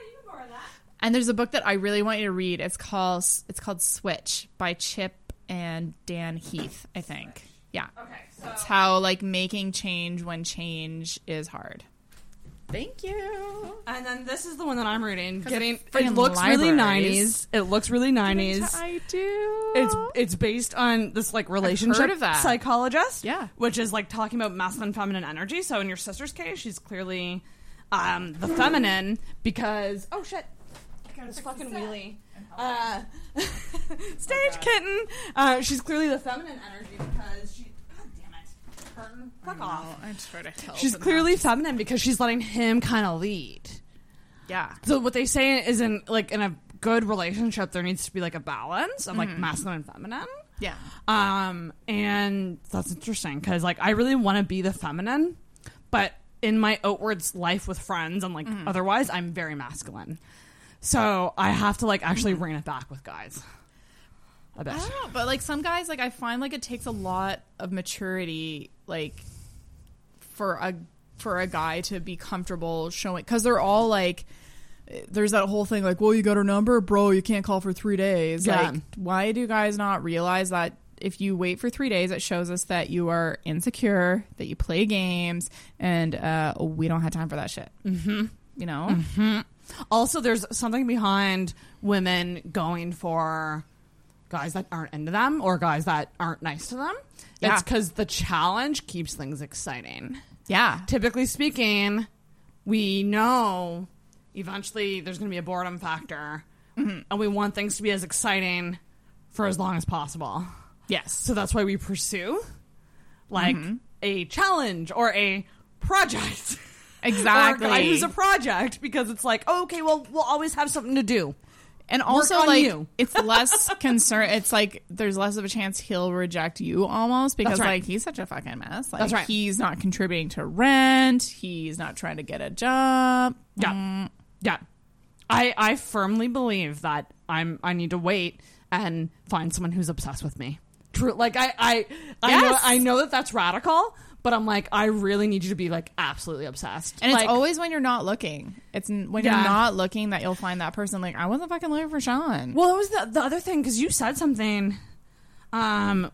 Speaker 9: you can borrow that.
Speaker 10: And there's a book that I really want you to read. It's called it's called Switch by Chip and Dan Heath, I think. Yeah. Okay. It's how like making change when change is hard. Thank you.
Speaker 9: And then this is the one that I'm reading.
Speaker 10: 'Cause
Speaker 9: Getting
Speaker 10: it's
Speaker 9: it
Speaker 10: friggin'
Speaker 9: looks really
Speaker 10: libraries.
Speaker 9: nineties. It looks really nineties.
Speaker 10: I do.
Speaker 9: It's it's based on this like relationship
Speaker 10: of that.
Speaker 9: psychologist.
Speaker 10: Yeah.
Speaker 9: Which is like talking about masculine feminine energy. So in your sister's case, she's clearly um, the feminine because oh shit. This fucking wheelie. Uh, stage kitten. Uh, she's clearly the feminine energy because she. God damn it. Curtain. Fuck off.
Speaker 10: I try to help.
Speaker 9: She's clearly feminine because she's letting him kind of lead.
Speaker 10: Yeah.
Speaker 9: So what they say is in like in a good relationship there needs to be like a balance of like
Speaker 10: Mhm.
Speaker 9: masculine and feminine.
Speaker 10: Yeah.
Speaker 9: Um and that's interesting cuz like I really want to be the feminine, but in my outwards life with friends and like
Speaker 10: Mhm.
Speaker 9: otherwise I'm very masculine. So I have to like actually rein it back with guys. A bit.
Speaker 10: I don't know, but like some guys, like I find like it takes a lot of maturity, like for a for a guy to be comfortable showing because they're all like, there's that whole thing like, well, you got her number, bro, you can't call for three days.
Speaker 9: Yeah.
Speaker 10: Like, why do guys not realize that? If you wait for three days, it shows us that you are insecure, that you play games, and uh, we don't have time for that shit.
Speaker 9: Mm-hmm.
Speaker 10: You know?
Speaker 9: Mhm. Also, there's something behind women going for guys that aren't into them or guys that aren't nice to them.
Speaker 10: Yeah.
Speaker 9: It's because the challenge keeps things exciting.
Speaker 10: Yeah.
Speaker 9: Typically speaking, we know eventually there's going to be a boredom factor, and we want things to be as exciting for as long as possible.
Speaker 10: Yes.
Speaker 9: So that's why we pursue like
Speaker 10: Mhm.
Speaker 9: a challenge or a project.
Speaker 10: Exactly.
Speaker 9: or a guy who's a project because it's like, oh, okay, well, we'll always have something to do.
Speaker 10: And
Speaker 9: Work
Speaker 10: also,
Speaker 9: on
Speaker 10: like,
Speaker 9: you.
Speaker 10: it's less concern. It's like there's less of a chance he'll reject you almost because,
Speaker 9: That's right.
Speaker 10: like, he's such a fucking mess. Like,
Speaker 9: That's right.
Speaker 10: He's not contributing to rent. He's not trying to get a job.
Speaker 9: Yeah. Mm. Yeah. I I firmly believe that I'm I need to wait and find someone who's obsessed with me. True. Like I I I know
Speaker 10: Yes.
Speaker 9: I know that that's radical, but I'm like I really need you to be like absolutely obsessed.
Speaker 10: And
Speaker 9: Like,
Speaker 10: it's always when you're not looking. It's n- when
Speaker 9: Yeah.
Speaker 10: you're not looking that you'll find that person. Like, I wasn't fucking looking for Sean.
Speaker 9: Well, that was the, the other thing because you said something, um,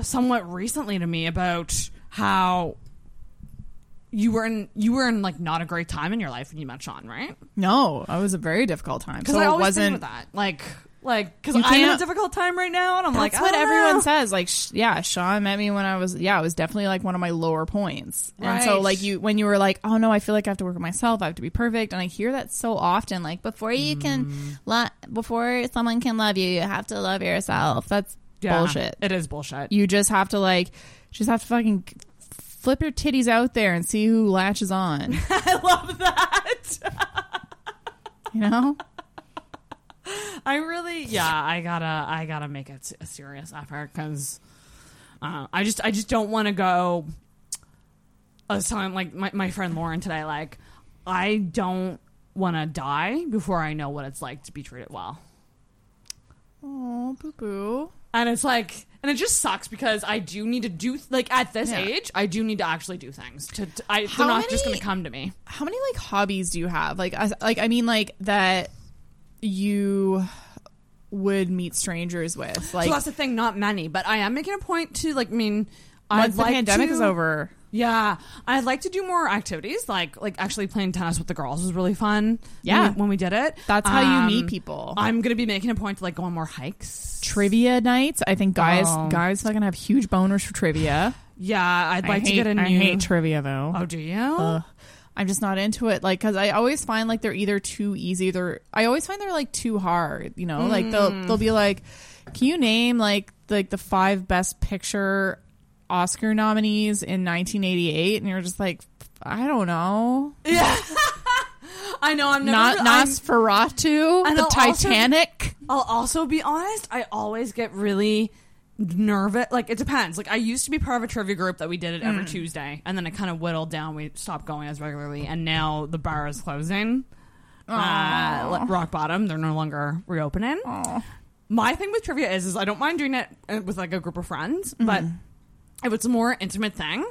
Speaker 9: somewhat recently to me about how you were in you were in like not a great time in your life when you met Sean, right?
Speaker 10: No, it was a very difficult time.
Speaker 9: Because
Speaker 10: So
Speaker 9: I
Speaker 10: it
Speaker 9: always
Speaker 10: wasn't
Speaker 9: think of that, like, like because
Speaker 10: You
Speaker 9: I'm in a
Speaker 10: can't-
Speaker 9: difficult time right now, and I'm like, "Oh,
Speaker 10: That's
Speaker 9: I
Speaker 10: what
Speaker 9: don't
Speaker 10: everyone
Speaker 9: know.
Speaker 10: says. Like, sh- yeah, Sean met me when I was, yeah, it was definitely like one of my lower points. And so,
Speaker 9: Right.
Speaker 10: like, you, when you were like, oh no, I feel like I have to work on myself, I have to be perfect. And I hear that so often, like,
Speaker 12: Before you
Speaker 9: Mm.
Speaker 12: can, lo- before someone can love you, you have to love yourself.
Speaker 10: that's
Speaker 12: Yeah,
Speaker 10: bullshit.
Speaker 9: It is bullshit.
Speaker 10: You just have to, like, just have to fucking flip your titties out there and see who latches on. I love that. you know?
Speaker 9: I really, yeah, I gotta, I gotta make it a serious effort because uh, I just, I just don't want to go. uh, I was telling like my, my friend Lauren today, like I don't want to die before I know what it's like to be treated well.
Speaker 10: Oh, boo boo.
Speaker 9: And it's like, and it just sucks because I do need to do like at this
Speaker 10: Yeah.
Speaker 9: age, I do need to actually do things. To, to I, they're not just going to come to me.
Speaker 10: How many like hobbies do you have? Like, I, like I mean, like that you would meet strangers with. Like,
Speaker 9: so that's the thing, not many, but I am making a point to like. I mean,
Speaker 10: Once
Speaker 9: I'd
Speaker 10: the
Speaker 9: like
Speaker 10: pandemic
Speaker 9: to-
Speaker 10: is over.
Speaker 9: Yeah, I'd like to do more activities, like like actually playing tennis with the girls was really fun.
Speaker 10: Yeah.
Speaker 9: when we, when we did it,
Speaker 10: That's how you
Speaker 9: um,
Speaker 10: meet people.
Speaker 9: I'm gonna be making a point to like go on more hikes.
Speaker 10: trivia nights. I think guys
Speaker 9: Oh.
Speaker 10: guys fucking have huge boners for trivia.
Speaker 9: Yeah, I'd
Speaker 10: I
Speaker 9: like to
Speaker 10: hate-
Speaker 9: get a new.
Speaker 10: I hate trivia though.
Speaker 9: Oh, do you?
Speaker 10: Ugh. I'm just not into it. Like, cause I always find like they're either too easy. They're I always find they're like too hard. You know, like they'll
Speaker 9: Mm.
Speaker 10: they'll be like, can you name like like the five best picture Oscar nominees in 1988? And you're just like, I don't know.
Speaker 9: I know I'm never,
Speaker 10: Not
Speaker 9: I'm-
Speaker 10: Nosferatu,
Speaker 9: And
Speaker 10: the
Speaker 9: I'll also-
Speaker 10: Titanic.
Speaker 9: I'll also be honest, I always get really nervous. Like, it depends. Like, I used to be part of a trivia group that we did it every
Speaker 10: Mm.
Speaker 9: Tuesday, and then it kind of whittled down. We stopped going as regularly, and now the bar is closing. Uh,
Speaker 10: Aw.
Speaker 9: like rock bottom. They're no longer reopening. My thing with trivia is, is I don't mind doing it uh, with like a group of friends,
Speaker 10: Mm-hmm.
Speaker 9: but if it's a more intimate thing,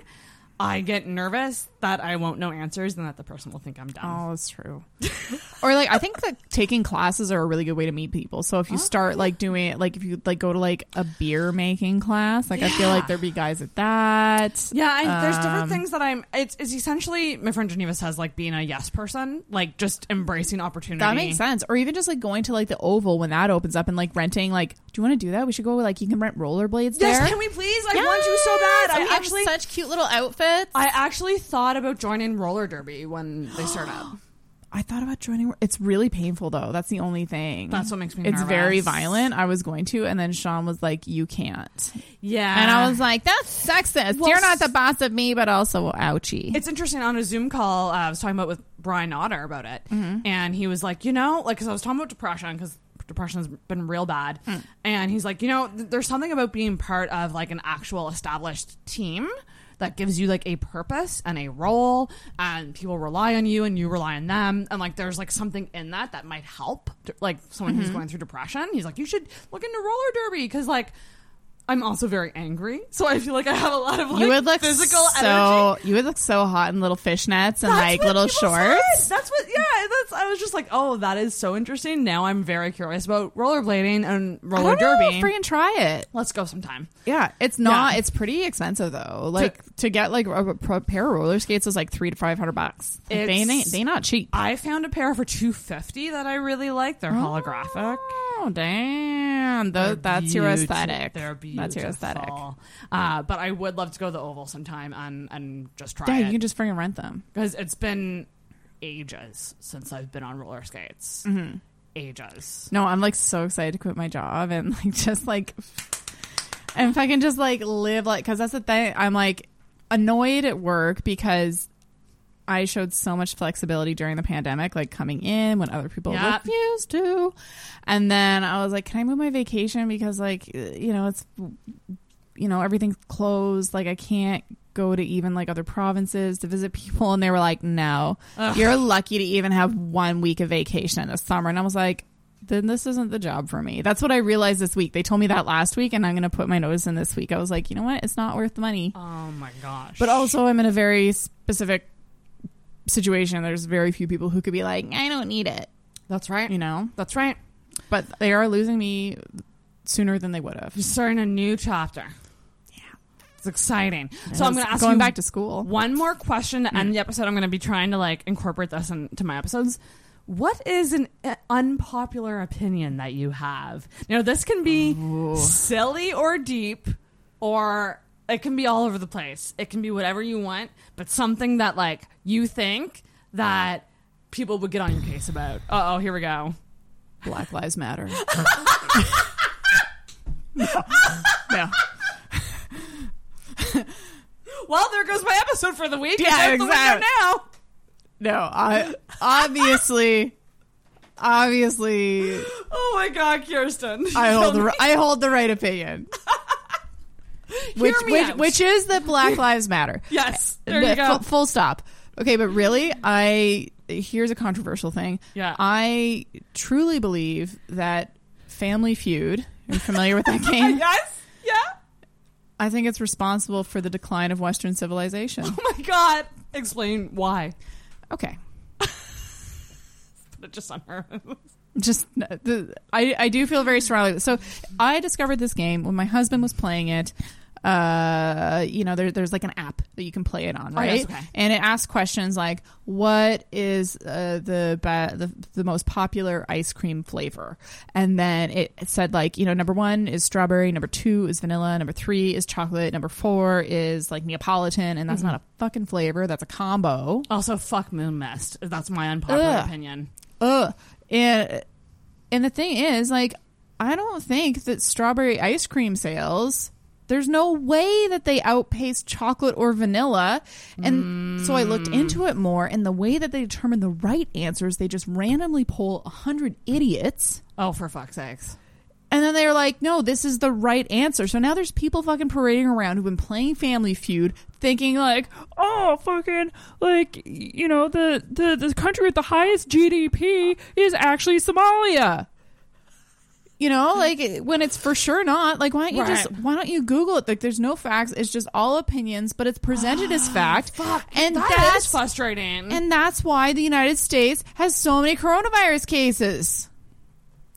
Speaker 9: I get nervous that I won't know answers and that the person will think I'm dumb.
Speaker 10: Oh, that's true. or like I think that taking classes are a really good way to meet people. So
Speaker 9: Oh.
Speaker 10: if you start like doing it, like if you like go to like a beer making class, like I feel like there'd be guys at that.
Speaker 9: Yeah, I, there's different
Speaker 10: Um,
Speaker 9: things that I'm. It's, it's essentially my friend Geneva says like being a yes person, like just embracing opportunity.
Speaker 10: That makes sense. Or even just like going to like the Oval when that opens up and like renting. Like, do you want to do that? We should go. Like, you can rent rollerblades there.
Speaker 9: Yes, can we please? I want you so bad.
Speaker 10: Yes,
Speaker 9: I
Speaker 10: we have
Speaker 9: actually
Speaker 10: such cute little outfits.
Speaker 9: I actually thought about joining roller derby when they start up.
Speaker 10: I thought about joining. It's really painful though. That's the only thing.
Speaker 9: That's what makes me
Speaker 10: It's
Speaker 9: nervous.
Speaker 10: very violent. I was going to, and then Sean was like, "You can't." Ah.
Speaker 9: Yeah.
Speaker 10: and I was like, "That's sexist.
Speaker 9: Well,
Speaker 10: You're not the boss of me, but also ouchie."
Speaker 9: It's interesting. On a Zoom call, uh, I was talking about with Brian Otter about it,
Speaker 10: Mm-hmm.
Speaker 9: and he was like, you know, like because I was talking about depression because depression has been real bad,
Speaker 10: Hmm.
Speaker 9: and he's like, you know, th- there's something about being part of like an actual established team that gives you like a purpose and a role, and people rely on you and you rely on them, and like there's like something in that that might help, d- like someone who's
Speaker 10: Mhm.
Speaker 9: going through depression. He's like, you should look into roller derby because like. I'm also very angry, so I feel like I have a lot of like
Speaker 10: you would look
Speaker 9: physical energy.
Speaker 10: so you would look so hot in little fishnets and
Speaker 9: That's
Speaker 10: like
Speaker 9: what
Speaker 10: little
Speaker 9: people
Speaker 10: shorts.
Speaker 9: said. That's what, yeah. That's. I was just like, oh, that is so interesting. Now I'm very curious about rollerblading and roller
Speaker 10: I don't know,
Speaker 9: derby.
Speaker 10: freaking try it.
Speaker 9: Let's go sometime.
Speaker 10: Yeah, it's not. It's pretty expensive though. Like to, get like a, a pair of roller skates is like three to five hundred bucks. Like, they
Speaker 9: It's-
Speaker 10: ain't they not cheap.
Speaker 9: I found a pair for two fifty that I really like. They're holographic.
Speaker 10: Oh damn! Tho-
Speaker 9: They're
Speaker 10: that's your
Speaker 9: beauti-
Speaker 10: aesthetic.
Speaker 9: They're beautiful.
Speaker 10: That's your aesthetic.
Speaker 9: Uh, but I would love to go to the Oval sometime and and just try
Speaker 10: Yeah,
Speaker 9: it.
Speaker 10: you can just freaking rent them.
Speaker 9: because it's been ages since I've been on roller skates.
Speaker 10: Mhm.
Speaker 9: Ages.
Speaker 10: No, I'm like so excited to quit my job and like just like and if I can just like live like because that's the thing. I'm like annoyed at work because I showed so much flexibility during the pandemic, like coming in when other people
Speaker 9: Yeah.
Speaker 10: refused to, and then I was like, can I move my vacation because like uh, you know it's you know everything's closed, like I can't go to even like other provinces to visit people and they were like no
Speaker 9: Ugh.
Speaker 10: you're lucky to even have one week of vacation in the summer and i was like then this isn't the job for me. That's what I realized this week. They told me that last week, and I'm going to put my notice in this week. I was like, you know what? It's not worth the money.
Speaker 9: Oh my gosh.
Speaker 10: But also, I'm in a very specific situation. There's very few people who could be like, I don't need it.
Speaker 9: That's right.
Speaker 10: You know?
Speaker 9: That's right.
Speaker 10: But they are losing me sooner than they would have.
Speaker 9: You're starting a new chapter. Yeah. It's exciting.
Speaker 10: It
Speaker 9: So I'm
Speaker 10: is.
Speaker 9: going to ask
Speaker 10: Going
Speaker 9: you
Speaker 10: back to school. Mm.
Speaker 9: One more question to end the episode. I'm going to be trying to like incorporate this into my episodes. What is an uh, unpopular opinion that you have? Now this can be silly or deep or it can be all over the place. It can be whatever you want, but something that like you think that people would get on your case about. Uh-oh, here we go.
Speaker 10: Black Lives Matter. no.
Speaker 9: Well, there goes my episode for the week.
Speaker 10: Yeah,
Speaker 9: It's out the window
Speaker 10: exactly.
Speaker 9: now.
Speaker 10: No, I obviously, obviously,
Speaker 9: Oh my God, Kirsten!
Speaker 10: I hold the
Speaker 9: Kill
Speaker 10: ri-
Speaker 9: me.
Speaker 10: I hold the right opinion.
Speaker 9: Hear
Speaker 10: which
Speaker 9: me
Speaker 10: which,
Speaker 9: out.
Speaker 10: which is that Black Lives Matter. Eh,
Speaker 9: Yes, there you
Speaker 10: Th-
Speaker 9: go.
Speaker 10: fu- Full stop. Okay, but really, I here's a controversial thing.
Speaker 9: Yeah.
Speaker 10: I truly believe that Family Feud. Are you familiar with that game?
Speaker 9: yes. Yeah.
Speaker 10: I think it's responsible for the decline of Western civilization.
Speaker 9: Oh my god. Explain why.
Speaker 10: Okay.
Speaker 9: Put it just on her.
Speaker 10: just the, I, I do feel very strongly so i discovered this game when my husband was playing it uh you know there, there's like an app that you can play it on
Speaker 9: Oh,
Speaker 10: right
Speaker 9: yes, okay.
Speaker 10: and it asks questions like what is uh, the, ba- the the most popular ice cream flavor and then it said like you know number one is strawberry number two is vanilla number three is chocolate number four is like neapolitan and that's
Speaker 9: Mhm.
Speaker 10: not a fucking flavor that's a combo
Speaker 9: also fuck moon mist that's my unpopular
Speaker 10: Ugh.
Speaker 9: opinion
Speaker 10: Ugh. And and the thing is, like, I don't think that strawberry ice cream sales. There's no way that they outpace chocolate or vanilla. And so I looked into it more, and the way that they determine the right answers, they just randomly poll 100 idiots.
Speaker 9: Oh, for fuck's sakes.
Speaker 10: And then they're like, no, this is the right answer. So now there's people fucking parading around who've been playing Family Feud thinking, like, oh, fucking, like, you know, the, the, the country with the highest GDP is actually Somalia. You know, like it- when it's for sure not. Like, why don't you just
Speaker 9: Right.
Speaker 10: why don't you Google it? Like, there's no facts. It's just all opinions, but it's presented as fact. and
Speaker 9: That is
Speaker 10: that's
Speaker 9: frustrating.
Speaker 10: and that's why the United States has so many coronavirus cases.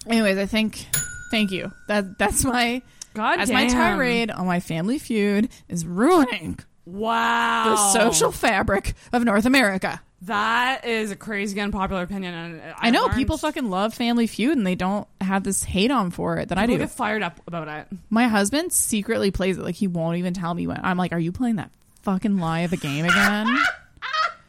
Speaker 10: Anyways, I think thank you. That that's my
Speaker 9: God
Speaker 10: that's my
Speaker 9: damn.
Speaker 10: tirade on why Family Feud is ruining
Speaker 9: wow.
Speaker 10: the
Speaker 9: Oh.
Speaker 10: social fabric of North America.
Speaker 9: That is a crazy unpopular opinion. And
Speaker 10: I know people fucking love Family Feud and they don't have this hate on for it that I
Speaker 9: People
Speaker 10: do.
Speaker 9: get fired up about it.
Speaker 10: My husband secretly plays it. Like he won't even tell me when. I'm like, are you playing that fucking lie of a game again?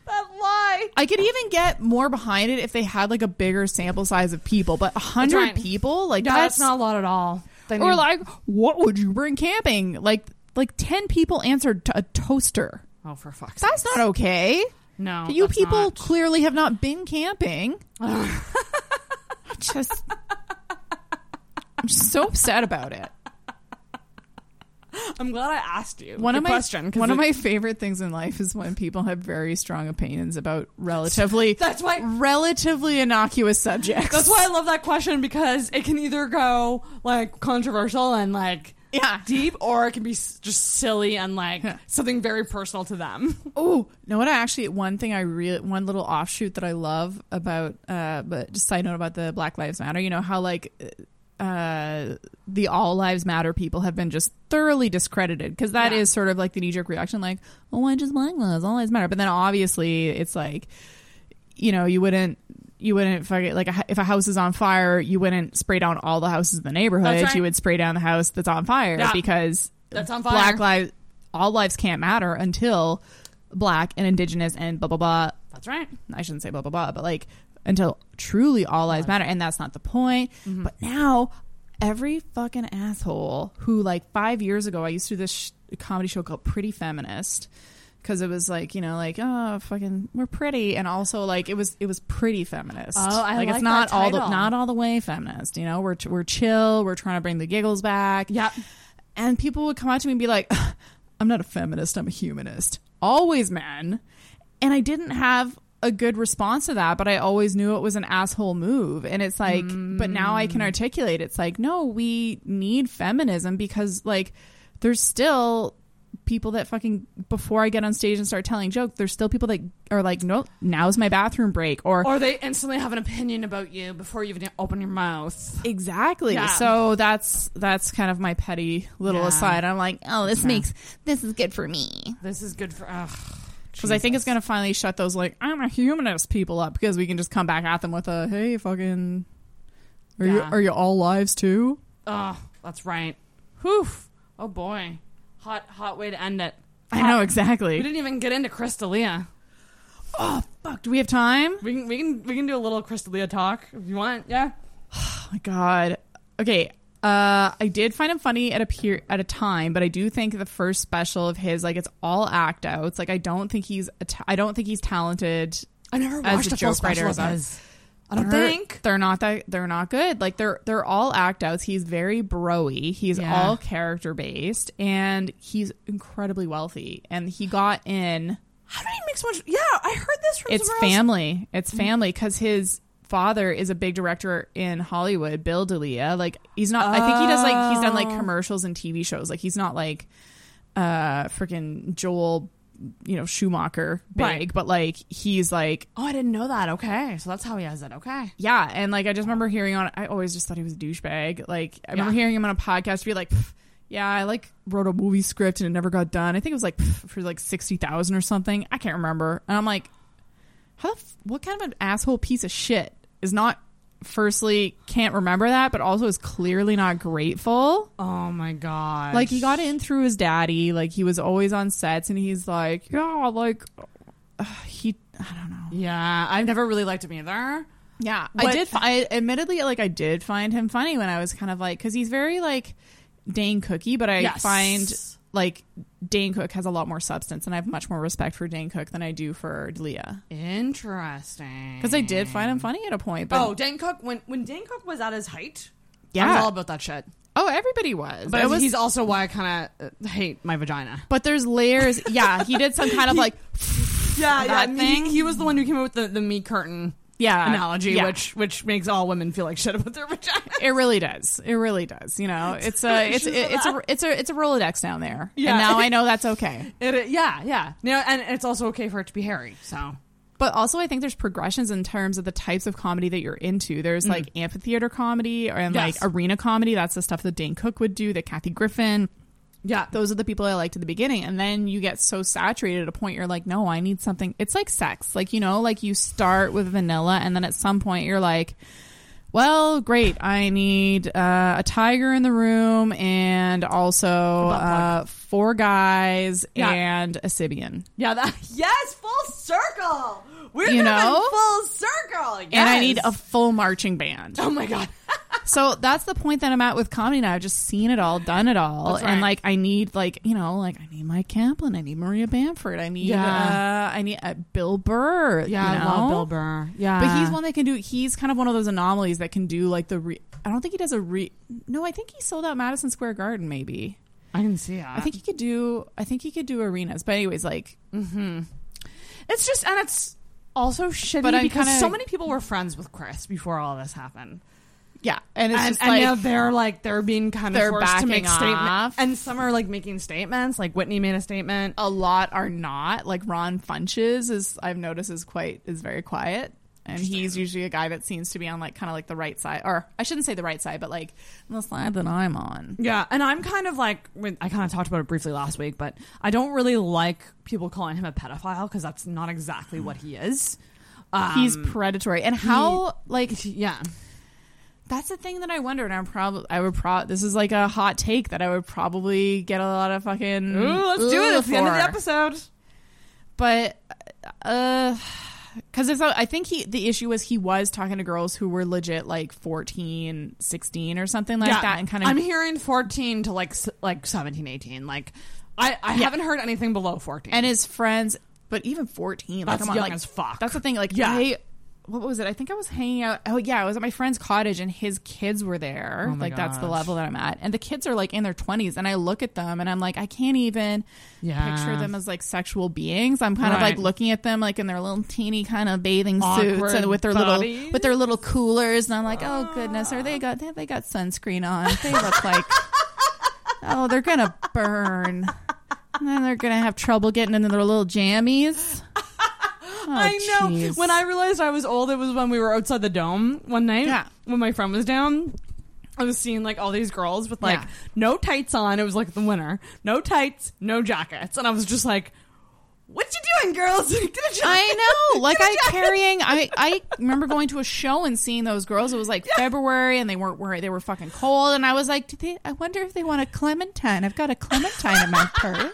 Speaker 9: That lie.
Speaker 10: I could even get more behind it if they had like a bigger sample size of people, but
Speaker 9: right.
Speaker 10: hundred people, like
Speaker 9: No,
Speaker 10: that's,
Speaker 9: that's not a lot at all. They
Speaker 10: or
Speaker 9: mean-
Speaker 10: like, what would you bring camping? Like, like ten people answered to a toaster.
Speaker 9: Oh, for fuck's
Speaker 10: That's not okay.
Speaker 9: No,
Speaker 10: you
Speaker 9: Oh, that's
Speaker 10: people
Speaker 9: not.
Speaker 10: clearly have not been camping. I just, I'm just so upset about it.
Speaker 9: I'm glad I asked you.
Speaker 10: One
Speaker 9: the
Speaker 10: of my
Speaker 9: question, 'cause
Speaker 10: one of
Speaker 9: it-
Speaker 10: my favorite things in life is when people have very strong opinions about relatively
Speaker 9: That's why-
Speaker 10: relatively innocuous subjects.
Speaker 9: That's why I love that question because it can either go like controversial and like
Speaker 10: yeah
Speaker 9: deep, or it can be s- just silly and like something very personal to them.
Speaker 10: Oh, no! What I actually one thing I really one little offshoot that I love about uh, but just side note about the Black Lives Matter. You know how like uh, the All Lives Matter people have been just thoroughly discredited because that is
Speaker 9: Yeah.
Speaker 10: sort of like the knee jerk reaction, like oh, why just Black Lives? All lives matter. But then obviously it's like you know you wouldn't. You wouldn't fucking like a, h- if a house is on fire, you wouldn't spray down all the houses in the neighborhood.
Speaker 9: That's right.
Speaker 10: You would spray down the house that's on fire
Speaker 9: Yeah.
Speaker 10: because
Speaker 9: That's on fire.
Speaker 10: Black lives, all lives can't matter until black and indigenous and blah blah blah.
Speaker 9: That's right.
Speaker 10: I shouldn't say blah blah blah, but like until truly all lives matter, and that's not the point.
Speaker 9: Mm-hmm.
Speaker 10: But now every fucking asshole who like five years ago I used to do this sh- comedy show called Pretty Feminist. Because it was like you know, like oh fucking, we're pretty, and also like it was it was pretty feminist.
Speaker 9: Oh, I like
Speaker 10: it's not
Speaker 9: that
Speaker 10: all the
Speaker 9: title.
Speaker 10: not all the way feminist. You know, we're we're chill. We're trying to bring the giggles back.
Speaker 9: Yeah.
Speaker 10: And people would come up to me and be like, I'm not a feminist, I'm a humanist. Always men. And I didn't have a good response to that, but I always knew it was an asshole move. And it's like, but now I can articulate it's like, no, we need feminism because like there's still people that fucking before I get on stage and start telling jokes, there's still people that are like, no, now's my bathroom break or
Speaker 9: Or they instantly have an opinion about you before you even open your mouth.
Speaker 10: Exactly.
Speaker 9: Yeah.
Speaker 10: So that's that's kind of my petty little
Speaker 9: Yeah.
Speaker 10: aside. I'm like, oh, this
Speaker 9: Yeah.
Speaker 10: makes this is good for me.
Speaker 9: This is good for. Ugh.
Speaker 10: Because I think it's going to finally shut those like I'm a humanist people up because we can just come back at them with a hey fucking are you
Speaker 9: Yeah.
Speaker 10: are you all lives too?
Speaker 9: Oh, that's right. Whew. Oh boy. Hot, hot way to end it.
Speaker 10: I know
Speaker 9: Uh, We
Speaker 10: exactly.
Speaker 9: didn't even get into Crystalia.
Speaker 10: Fuck, do we have time?
Speaker 9: We can, we can, we can do a little Crystalia talk if you want. Yeah.
Speaker 10: Oh my god. Okay. Uh, I did find him funny at a per- at a time, but I do think the first special of his, like, it's all act outs. Like, I don't think he's a ta- I don't think he's talented.
Speaker 9: I never
Speaker 10: as
Speaker 9: watched
Speaker 10: a
Speaker 9: a full
Speaker 10: joke writer.
Speaker 9: special of
Speaker 10: that-
Speaker 9: his. I don't
Speaker 10: they're-
Speaker 9: think.
Speaker 10: they're not that they're not good. Like they're they're all act outs. He's very broy. He's
Speaker 9: Yeah.
Speaker 10: all character based, and he's incredibly wealthy. And he got in
Speaker 13: How did he make so much? Yeah, I heard this from
Speaker 10: It's
Speaker 13: somewhere else.
Speaker 10: family. It's family because his father is a big director in Hollywood, Bill D'Elia. Like he's not. I think he does like he's done like
Speaker 13: Oh.
Speaker 10: commercials and TV shows. Like he's not like uh freaking Joel, you know Schumacher big,
Speaker 9: Right.
Speaker 10: but like he's like
Speaker 9: Oh, I didn't know that. Okay, so that's how he has it. Okay.
Speaker 10: yeah. And like I just remember hearing on. I always just thought he was a douchebag. Like I remember
Speaker 9: Yeah.
Speaker 10: hearing him on a podcast be like. "Pff, Yeah, I like wrote a movie script and it never got done. I think it was like pff, for like sixty thousand or something. I can't remember. And I'm like, how the f- what kind of an asshole piece of shit is not firstly can't remember that but also is clearly not grateful
Speaker 9: oh my god
Speaker 10: like he got in through his daddy like he was always on sets and he's like yeah like uh, he i don't know
Speaker 9: yeah i've never really liked him either
Speaker 10: yeah i
Speaker 9: But-
Speaker 10: did fi- i admittedly like i did find him funny when i was kind of like because he's very like dane cookie but i
Speaker 9: Yes.
Speaker 10: find like dane cook has a lot more substance and i have much more respect for dane cook than i do for leah
Speaker 9: Interesting.
Speaker 10: because i did find him funny at a point but
Speaker 9: oh, Dan Cook when when Dan Cook was at his height,
Speaker 10: Yeah.
Speaker 9: I was all about that shit.
Speaker 10: Oh, everybody was.
Speaker 9: But
Speaker 10: I was-
Speaker 9: he's also why I kind of uh, hate my vagina.
Speaker 10: But there's layers. Yeah, he did some kind of like
Speaker 9: Yeah,
Speaker 10: that
Speaker 9: yeah.
Speaker 10: thing.
Speaker 9: He, he was the one who came up with the, the me curtain
Speaker 10: Yeah,
Speaker 9: analogy,
Speaker 10: yeah.
Speaker 9: which which makes all women feel like shit about their vagina.
Speaker 10: It really does. It really does. You know, it's a it's
Speaker 9: She's
Speaker 10: it, it's a
Speaker 9: not.
Speaker 10: it's a it's a Rolodex down there.
Speaker 9: Yeah.
Speaker 10: And now I know that's okay.
Speaker 9: It, it- yeah, yeah. You know, and it's also okay for it to be hairy. So
Speaker 10: But also, I think there's progressions in terms of the types of comedy that you're into. There's
Speaker 9: Mm.
Speaker 10: like amphitheater comedy or and
Speaker 9: Yes.
Speaker 10: like arena comedy. That's the stuff that Dane Cook would do. That Kathy Griffin.
Speaker 9: Yeah,
Speaker 10: those are the people I liked at the beginning, and then you get so saturated at a point you're like, no, I need something. It's like sex, like you know, like you start with vanilla, and then at some point you're like, well, great, I need uh, a tiger in the room, and also uh, four guys
Speaker 9: Yeah.
Speaker 10: and a Sibian.
Speaker 9: yeah, that yes, full circle. We're
Speaker 10: You
Speaker 9: coming
Speaker 10: know?
Speaker 9: full circle. Yes.
Speaker 10: and I need a full marching band.
Speaker 9: Oh my god.
Speaker 10: so that's the point that I'm at with comedy now. I've just seen it all, done it all,
Speaker 9: That's
Speaker 10: and
Speaker 9: right.
Speaker 10: like I need like you know like I need Mike Kaplan, I need Maria Bamford, I need
Speaker 9: Yeah.
Speaker 10: uh, I need uh, Bill Burr.
Speaker 9: Yeah,
Speaker 10: you
Speaker 9: I love
Speaker 10: know?
Speaker 9: Bill Burr. Yeah.
Speaker 10: but he's one that can do. He's kind of one of those anomalies that can do like the. Re- I don't think he does a re. No, I think he sold out Madison Square Garden. Maybe
Speaker 9: I can see that.
Speaker 10: I think he could do. I think he could do arenas. But anyways, like
Speaker 9: Mm-hmm. It's just, and it's also shitty
Speaker 10: But I'm
Speaker 9: because
Speaker 10: kinda-
Speaker 9: so many people were friends with Chris before all this happened.
Speaker 10: Yeah, and it's
Speaker 9: and,
Speaker 10: just like-
Speaker 9: now they're like they're being kind of
Speaker 10: They're
Speaker 9: forced to make
Speaker 10: backing off.
Speaker 9: statements, and some are like making statements. Like Whitney made a statement.
Speaker 10: A lot are not. Like Ron Funches is I've noticed is quite is very quiet. And he's usually a guy that seems to be on like kind of like the right side, or I shouldn't say the right side, but like the side that I'm on.
Speaker 9: Yeah, and I'm kind of like when- I kind of talked about it briefly last week, but I don't really like people calling him a pedophile because that's not exactly what he is.
Speaker 10: He's predatory, and how like
Speaker 9: Um, yeah,
Speaker 10: that's the thing that I wonder. And I'm probably I would pro this is like a hot take that I would probably get a lot of fucking.
Speaker 9: Ooh, let's do it. It's the end of the
Speaker 10: for.
Speaker 9: episode.
Speaker 10: but uh because it's not- i think he the issue was he was talking to girls who were legit like 14 16 or something like
Speaker 9: Yeah.
Speaker 10: that and kind of
Speaker 9: I'm hearing 14 to like s- like 17, 18. Like I I
Speaker 10: Yeah.
Speaker 9: haven't heard anything below 14.
Speaker 10: and his friends but even 14 like,
Speaker 9: That's
Speaker 10: come on,
Speaker 9: young
Speaker 10: like,
Speaker 9: as fuck.
Speaker 10: that's the thing like
Speaker 9: Yeah.
Speaker 10: i what was it i think i was hanging out oh yeah i was at my friend's cottage and his kids were there
Speaker 9: Oh my
Speaker 10: like that's the
Speaker 9: gosh.
Speaker 10: level that i'm at and the kids are like in their 20s and i look at them and i'm like i can't even
Speaker 9: Yeah.
Speaker 10: picture them as like sexual beings i'm kind of
Speaker 9: Right.
Speaker 10: like looking at them like in their little teeny kind of bathing suits
Speaker 9: Awkward
Speaker 10: and with their little
Speaker 9: bodies. Ah.
Speaker 10: with their little coolers and i'm like oh goodness are they got have they got sunscreen on they look like oh they're gonna burn and then they're gonna have trouble getting into their little jammies. Oh,
Speaker 9: I know. When I realized I was old, it was when we were outside the dome one night.
Speaker 10: Yeah.
Speaker 9: When my friend was down, I was seeing like all these girls with like
Speaker 10: Yeah.
Speaker 9: no tights on. It was like the winter. No tights, no jackets. And I was just like, what you doing, girls? Get a jacket.
Speaker 10: I know, like
Speaker 9: Get a
Speaker 10: I carrying. I I remember going to a show and seeing those girls. It was like February, and they weren't worried. They were fucking cold, and I was like, Do they, I wonder if they want a clementine. I've got a clementine in my purse.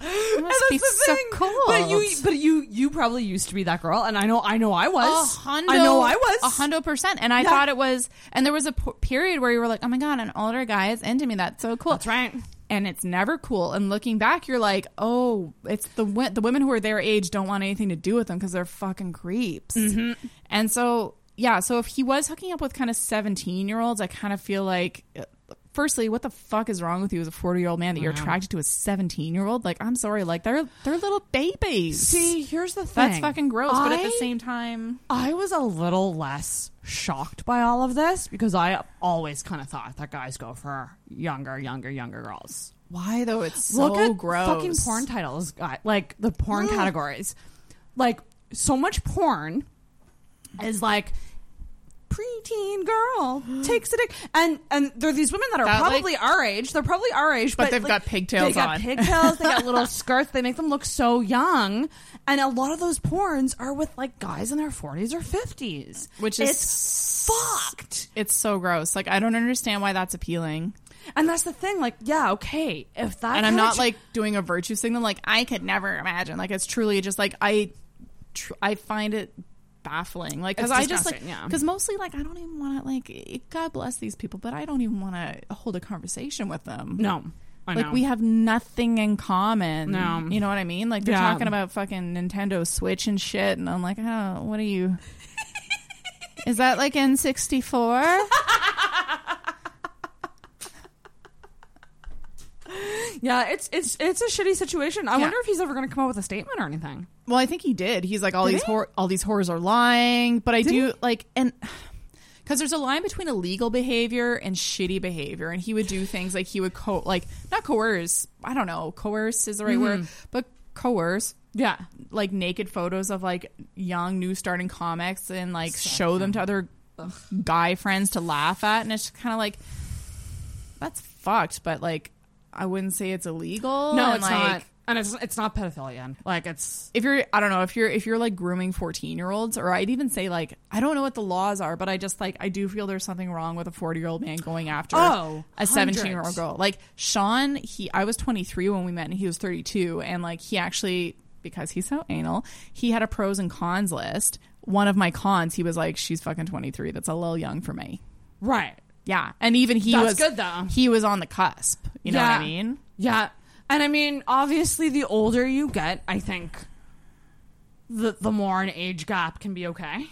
Speaker 10: It must be so cold.
Speaker 9: But you, but you, you probably used to be that girl, and I know, I know, I was.
Speaker 10: A hundo,
Speaker 9: I know, I was.
Speaker 10: a hundred percent. And I
Speaker 9: Yeah.
Speaker 10: thought it was. And there was a p- period where you were like, "Oh my god, an older guy is into me. That's so cool." That's
Speaker 9: right.
Speaker 10: And it's never cool. And looking back, you're like, "Oh, it's the wo- the women who are their age don't want anything to do with them because they're fucking creeps." And so, yeah. So if he was hooking up with kind of seventeen year olds, I kind of feel like. uh, Firstly, what the fuck is wrong with you as a forty year old man that you're
Speaker 9: Wow.
Speaker 10: attracted to a seventeen year old? Like, I'm sorry, like they're they're little babies.
Speaker 9: See, here's the
Speaker 10: That's
Speaker 9: thing.
Speaker 10: fucking gross. but at the
Speaker 9: I-
Speaker 10: same time,
Speaker 9: I was a little less shocked by all of this because I always kind of thought that guys go for younger, younger, younger girls.
Speaker 10: why though? It's
Speaker 9: Look
Speaker 10: so
Speaker 9: at
Speaker 10: gross.
Speaker 9: fucking porn titles, guy- like the porn
Speaker 10: Mm.
Speaker 9: categories. Like so much porn is like preteen girl takes a dick, and and there are these women that are
Speaker 10: That, like-
Speaker 9: probably our age. They're probably our age,
Speaker 10: But
Speaker 9: but,
Speaker 10: they've
Speaker 9: like,
Speaker 10: got pigtails
Speaker 9: They got
Speaker 10: on.
Speaker 9: pigtails. They got little skirts. They make them look so young. And a lot of those porns are with like guys in their forties or fifties,
Speaker 10: which is
Speaker 9: It's fucked.
Speaker 10: It's so gross. Like I don't understand why that's appealing.
Speaker 9: And that's the thing. Like, yeah, okay, if that.
Speaker 10: and I'm
Speaker 9: kinda
Speaker 10: not
Speaker 9: ch-
Speaker 10: like doing a virtue signal. Like I could never imagine. Like it's truly just like I, tr- I find it baffling. Like because
Speaker 9: It's
Speaker 10: I just like
Speaker 9: disgusting, yeah.
Speaker 10: because mostly like I don't even want to like God bless these people, but I don't even want to hold a conversation with them.
Speaker 9: No, I
Speaker 10: like
Speaker 9: know.
Speaker 10: we have nothing in common.
Speaker 9: No.
Speaker 10: you know what I mean. Like they're
Speaker 9: Yeah.
Speaker 10: talking about fucking Nintendo Switch and shit, and I'm like, oh, what are you? Is that like N64?
Speaker 9: yeah, it's it's it's a shitty situation. I
Speaker 10: Yeah.
Speaker 9: wonder if he's ever going to come up with a statement or anything.
Speaker 10: Well, I think he did. He's like all
Speaker 9: Did
Speaker 10: these
Speaker 9: he?
Speaker 10: whore, all these whores are lying, but I
Speaker 9: Did
Speaker 10: do
Speaker 9: he?
Speaker 10: like and because there's a line between illegal behavior and shitty behavior, and he would do things like he would co like not coerce. I don't know, coerce is the right word,
Speaker 9: Mhm.
Speaker 10: but coerce.
Speaker 9: Yeah.
Speaker 10: like naked photos of like young new starting comics and like show them to other guy friends to laugh at, and it's kind of like that's fucked, but like I wouldn't say it's illegal.
Speaker 9: No,
Speaker 10: and,
Speaker 9: it's
Speaker 10: like,
Speaker 9: not. And it's it's not pedophilia. Like it's
Speaker 10: if you're i don't know if you're if you're like grooming 14 year olds or i'd even say like i don't know what the laws are but i just like i do feel there's something wrong with a 40 year old man going after
Speaker 9: Oh,
Speaker 10: a 17 year
Speaker 9: 100.
Speaker 10: old girl like sean he i was 23 when we met and he was 32 and like he actually because he's so anal he had a pros and cons list one of my cons he was like she's fucking 23 that's a little young for me
Speaker 9: right.
Speaker 10: yeah and even he
Speaker 9: That's
Speaker 10: was
Speaker 9: good, though.
Speaker 10: he was on the cusp you know what i
Speaker 9: Yeah.
Speaker 10: mean
Speaker 9: Yeah. And I mean, obviously the older you get, I think the the more an age gap can be okay.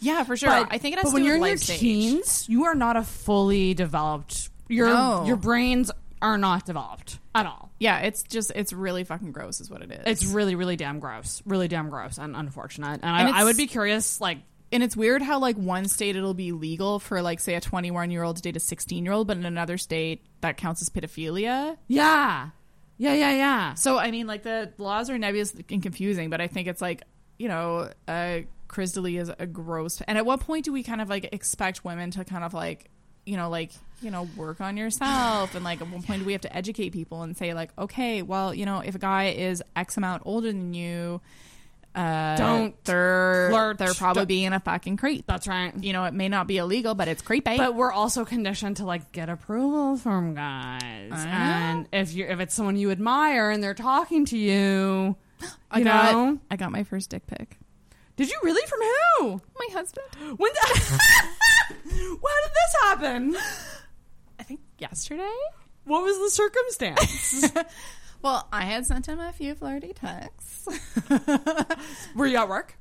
Speaker 10: yeah for sure i think it has
Speaker 9: but
Speaker 10: to
Speaker 9: when
Speaker 10: do
Speaker 9: you're
Speaker 10: with
Speaker 9: in your
Speaker 10: life stage.
Speaker 9: teens, you are not a fully developed your
Speaker 10: No.
Speaker 9: your brains are not developed at all.
Speaker 10: Yeah, it's just it's really fucking gross, is what it is.
Speaker 9: It's really, really damn gross. Really damn gross and unfortunate. And,
Speaker 10: And
Speaker 9: I, I
Speaker 10: it's-
Speaker 9: would be curious, like
Speaker 10: and it's weird how like one state it'll be legal for like say a twenty one year old to date a sixteen year old, but in another state that counts as pedophilia.
Speaker 9: Yeah. Yeah, yeah, yeah.
Speaker 10: So I mean, like the laws are nebulous and confusing, but I think it's like you know, uh, Chris D'Elia is a gross. And at what point do we kind of like expect women to kind of like you know like you know work on yourself and like at what point do we have to educate people and say like okay well you know if a guy is x amount older than you uh
Speaker 9: Don't
Speaker 10: they're
Speaker 9: flirt.
Speaker 10: they're probably
Speaker 9: Don't-
Speaker 10: being a fucking creep
Speaker 9: That's right.
Speaker 10: you know, it may not be illegal, but it's creepy.
Speaker 9: But we're also conditioned to like get approval from guys,
Speaker 10: I know.
Speaker 9: and if you are if it's someone you admire and they're talking to you, you
Speaker 10: I got,
Speaker 9: know,
Speaker 10: I got my first dick pic.
Speaker 9: did you really from who?
Speaker 10: My husband.
Speaker 9: When? Why did this happen?
Speaker 10: I think yesterday.
Speaker 9: What was the circumstance?
Speaker 10: Well, I had sent him a few flirty texts.
Speaker 9: Were you at work?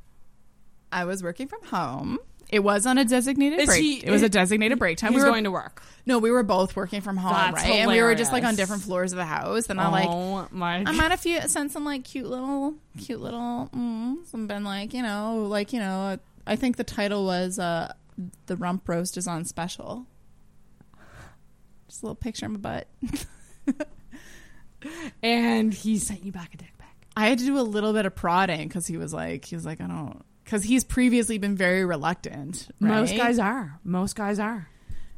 Speaker 10: I was working from home. It was on a designated
Speaker 9: Is
Speaker 10: break.
Speaker 9: he-
Speaker 10: it was a designated break time.
Speaker 9: He's
Speaker 10: we were
Speaker 9: going to work.
Speaker 10: No, we were both working from home,
Speaker 9: That's
Speaker 10: right? And we were just like on
Speaker 9: hilarious.
Speaker 10: different floors of the house. And I like
Speaker 9: oh my!
Speaker 10: I might have few sent some like cute little, cute little, mm, and been like, you know, like you know, I think the title was uh, "The Rump Roast is on Special." Just a little picture of my butt.
Speaker 9: and he sent you back a dick pic.
Speaker 10: I had to do a little bit of prodding because he was like, he was like, I don't, because he's previously been very reluctant. Right?
Speaker 9: Most guys are. Most guys are.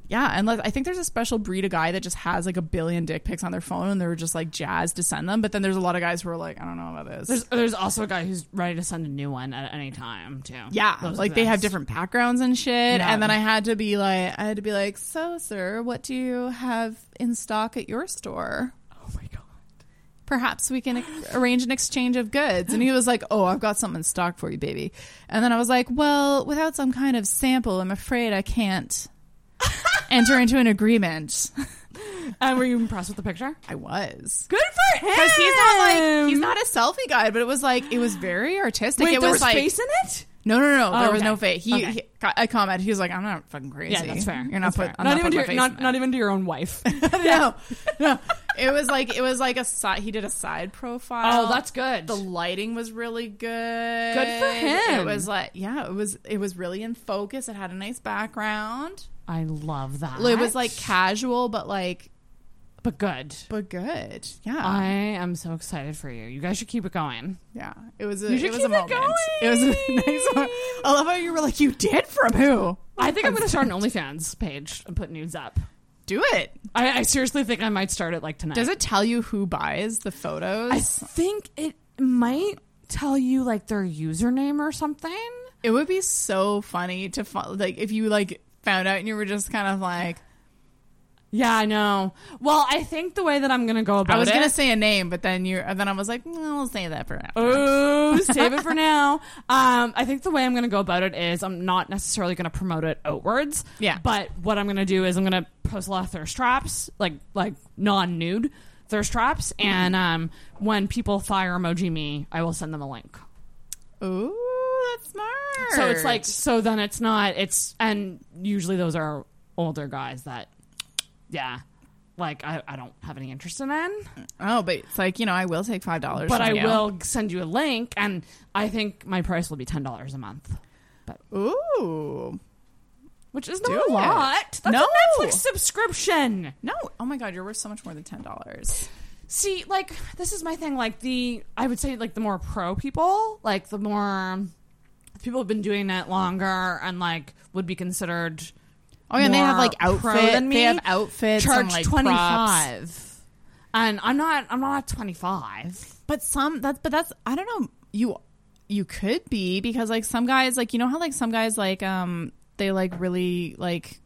Speaker 10: yeah, and like, I think there's a special breed of guy that just has like a billion dick pics on their phone, and they're just like jazzed to send them. But then there's a lot of guys who are like, I don't know about this.
Speaker 9: There's there's also a guy who's ready to send a new one at any time too.
Speaker 10: Yeah,
Speaker 9: Those
Speaker 10: like they have
Speaker 9: exist.
Speaker 10: different backgrounds and shit.
Speaker 9: Yeah.
Speaker 10: And then I had to be like, I had to be like, so sir, what do you have in stock at your store?
Speaker 9: Oh my god.
Speaker 10: Perhaps we can ex- arrange an exchange of goods. And he was like, Oh, I've got something in stock for you, baby. And then I was like, Well, without some kind of sample, I'm afraid I can't enter into an agreement.
Speaker 9: And were you impressed with the picture?
Speaker 10: I was.
Speaker 9: Good for him.
Speaker 10: Because he's not like he's not a selfie guy, but it was like it was very artistic.
Speaker 9: Wait,
Speaker 10: it
Speaker 9: there
Speaker 10: was,
Speaker 9: was
Speaker 10: like
Speaker 9: space in it.
Speaker 10: No, no, no.
Speaker 9: Oh,
Speaker 10: there was
Speaker 9: okay.
Speaker 10: no fake. He,
Speaker 9: Okay.
Speaker 10: he co- I commented. He was like, "I'm not fucking crazy.
Speaker 9: Yeah, that's fair.
Speaker 10: You're not
Speaker 9: That's
Speaker 10: put,
Speaker 9: fair.
Speaker 10: I'm
Speaker 9: Not
Speaker 10: not,
Speaker 9: even
Speaker 10: putting
Speaker 9: to
Speaker 10: my
Speaker 9: your-
Speaker 10: face
Speaker 9: not-
Speaker 10: in
Speaker 9: not even to your own wife.
Speaker 10: no, no. It was like it was like a side. He did a side profile.
Speaker 9: Oh, that's good.
Speaker 10: The lighting was really good.
Speaker 9: Good for him.
Speaker 10: It was like yeah, it was it was really in focus. It had a nice background.
Speaker 9: I love that.
Speaker 10: It was like casual, but like
Speaker 9: but good.
Speaker 10: But good. Yeah.
Speaker 9: I am so excited for you. You guys should keep it going.
Speaker 10: Yeah. It was a
Speaker 9: You should
Speaker 10: it was
Speaker 9: keep it
Speaker 10: a moment.
Speaker 9: going.
Speaker 10: It was a nice one. I love how you were like you did from who?
Speaker 9: I think I'm going to start an OnlyFans page and put nudes up.
Speaker 10: Do it.
Speaker 9: I, I seriously think I might start it like tonight.
Speaker 10: Does it tell you who buys the photos?
Speaker 9: I think it might tell you like their username or something.
Speaker 10: It would be so funny to fo- like if you like found out and you were just kind of like
Speaker 9: Yeah, I know. Well, I think the way that I'm going to go about it.
Speaker 10: I was gonna say a name, but then you and then I was like, mm, we'll say that for now.
Speaker 9: Oh, save it for now. Um, I think the way I'm going to go about it is I'm not necessarily going to promote it outwards. Yeah. But what I'm going to do is I'm going to post a lot of thirst traps, like like non nude thirst traps, and um, when people fire emoji me, I will send them a link.
Speaker 10: Ooh, that's smart.
Speaker 9: Oh. So it's like so then it's not it's and usually those are older guys that yeah like I, I don't have any interest in them.
Speaker 10: Oh, but it's like you know, I will take five dollars.
Speaker 9: But I will send you a link, and I think my price will be ten dollars a month. But
Speaker 10: ooh,
Speaker 9: which is
Speaker 10: Do
Speaker 9: not
Speaker 10: it.
Speaker 9: a lot. That's
Speaker 10: No.
Speaker 9: a Netflix subscription.
Speaker 10: No, oh my god, you're worth so much more than ten dollars.
Speaker 9: See, like this is my thing. Like the I would say like the more pro people, like the more people have been doing it longer, and like would be considered.
Speaker 10: Oh yeah, and they have,
Speaker 9: more
Speaker 10: like,
Speaker 9: pro
Speaker 10: outfit-
Speaker 9: than me.
Speaker 10: they have outfits and,
Speaker 9: Charge
Speaker 10: like,
Speaker 9: twenty five, and I'm not. I'm not twenty five.
Speaker 10: But some that's but that's I don't know you you could be because like some guys like you know how like some guys like um they like really like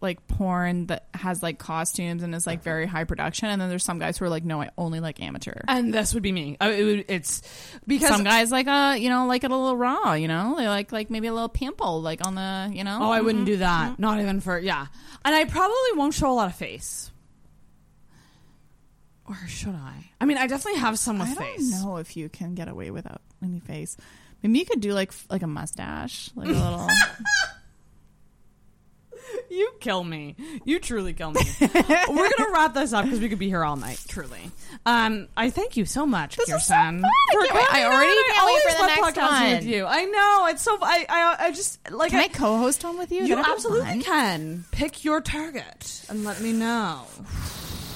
Speaker 10: like porn that has like costumes and is like very high production and then there's some guys who are like no I only like amateur
Speaker 9: And this would be me. I, it would, it's because
Speaker 10: some guys like uh you know like it a little raw you know they like like maybe a little pimple like on the you know
Speaker 9: Oh, I wouldn't do that. Not even for yeah. And I probably won't show a lot of face. Or should I? I mean, I definitely have some with
Speaker 10: I
Speaker 9: face.
Speaker 10: don't know if you can get away without any face. Maybe you could do like f- like a mustache, like a little.
Speaker 9: You kill me. You truly kill me. We're gonna wrap this up because we could be here all night. Truly. Um, I thank you so much, Kirsten. for
Speaker 10: can't wait. I
Speaker 9: coming on.
Speaker 10: already can't wait
Speaker 9: always
Speaker 10: for the
Speaker 9: love
Speaker 10: next
Speaker 9: podcasting with
Speaker 10: one.
Speaker 9: you. I know it's so. I I, I just like.
Speaker 10: Can I co-host one with you?
Speaker 9: You
Speaker 10: That'd be
Speaker 9: absolutely
Speaker 10: fun.
Speaker 9: can. Pick your target and let me know.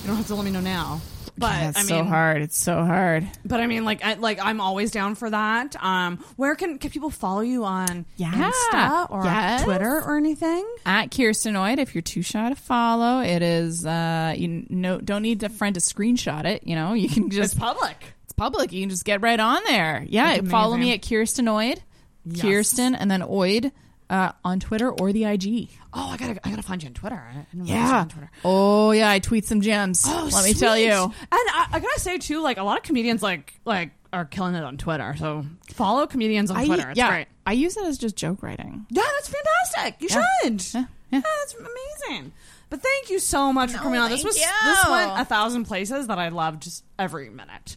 Speaker 9: You don't have to let me know now. But
Speaker 10: That's
Speaker 9: I mean,
Speaker 10: so hard. It's so hard.
Speaker 9: But I mean, like, I, like I'm always down for that. Um, where can can people follow you on? Insta or
Speaker 10: Yes.
Speaker 9: Twitter or anything?
Speaker 10: At Kirstenoid, if you're too shy to follow, it is. Uh, you no, don't need a friend to screenshot it. You know, you can just
Speaker 9: It's public.
Speaker 10: It's public. You can just get right on there. Yeah,
Speaker 9: That's
Speaker 10: follow me at
Speaker 9: amazing.
Speaker 10: Kirstenoid,
Speaker 9: Yes.
Speaker 10: Kirsten, and then Oid uh, on Twitter or the IG.
Speaker 9: Oh, I gotta I gotta find you on Twitter. I didn't realize you were
Speaker 10: Yeah.
Speaker 9: on Twitter.
Speaker 10: Oh yeah, I tweet some gems.
Speaker 9: Oh,
Speaker 10: Let me tell
Speaker 9: sweet.
Speaker 10: you.
Speaker 9: And I, I gotta say too, like a lot of comedians like like are killing it on Twitter. So follow comedians on
Speaker 10: I-
Speaker 9: Twitter. It's
Speaker 10: yeah,
Speaker 9: great.
Speaker 10: I use it as just joke writing.
Speaker 9: Yeah, that's fantastic. You should. Yeah. that's amazing. But thank you so much for coming on. This
Speaker 10: thank
Speaker 9: was
Speaker 10: you.
Speaker 9: this went a thousand places that I loved just every minute.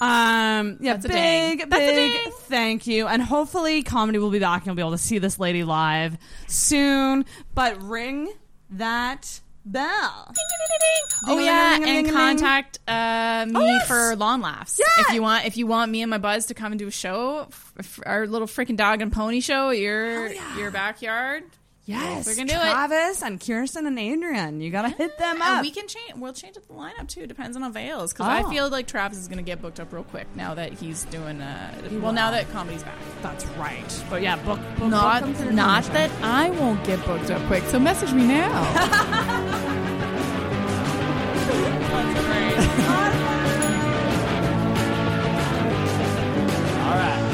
Speaker 9: Um, yeah,
Speaker 10: That's a
Speaker 9: big,
Speaker 10: dang.
Speaker 9: big
Speaker 10: That's a dang.
Speaker 9: thank you, and hopefully comedy will be back and you'll be able to see this lady live soon. But ring that bell.
Speaker 10: Oh
Speaker 9: Ding-a-ling-a-ling,
Speaker 10: yeah, and
Speaker 9: ding-a-ling-a-ling.
Speaker 10: contact uh, me
Speaker 9: Oh, yes.
Speaker 10: for lawn laughs if you want. If you want me and my buzz to come and do a show, f- f- our little freaking dog and pony show, at your your backyard.
Speaker 9: Yes,
Speaker 10: we can do it.
Speaker 9: Travis and Kirsten and Adrian. You gotta hit them
Speaker 10: And
Speaker 9: up.
Speaker 10: we can change. We'll change up the lineup too. Depends on avails because
Speaker 9: Oh.
Speaker 10: I feel like Travis is going to get booked up real quick now that he's doing. Uh, well, now
Speaker 9: will.
Speaker 10: that comedy's back.
Speaker 9: That's right. But yeah, book, book
Speaker 10: not
Speaker 9: book them for your
Speaker 10: not
Speaker 9: comedy show.
Speaker 10: that I won't get booked up quick. So message me now.
Speaker 9: All right.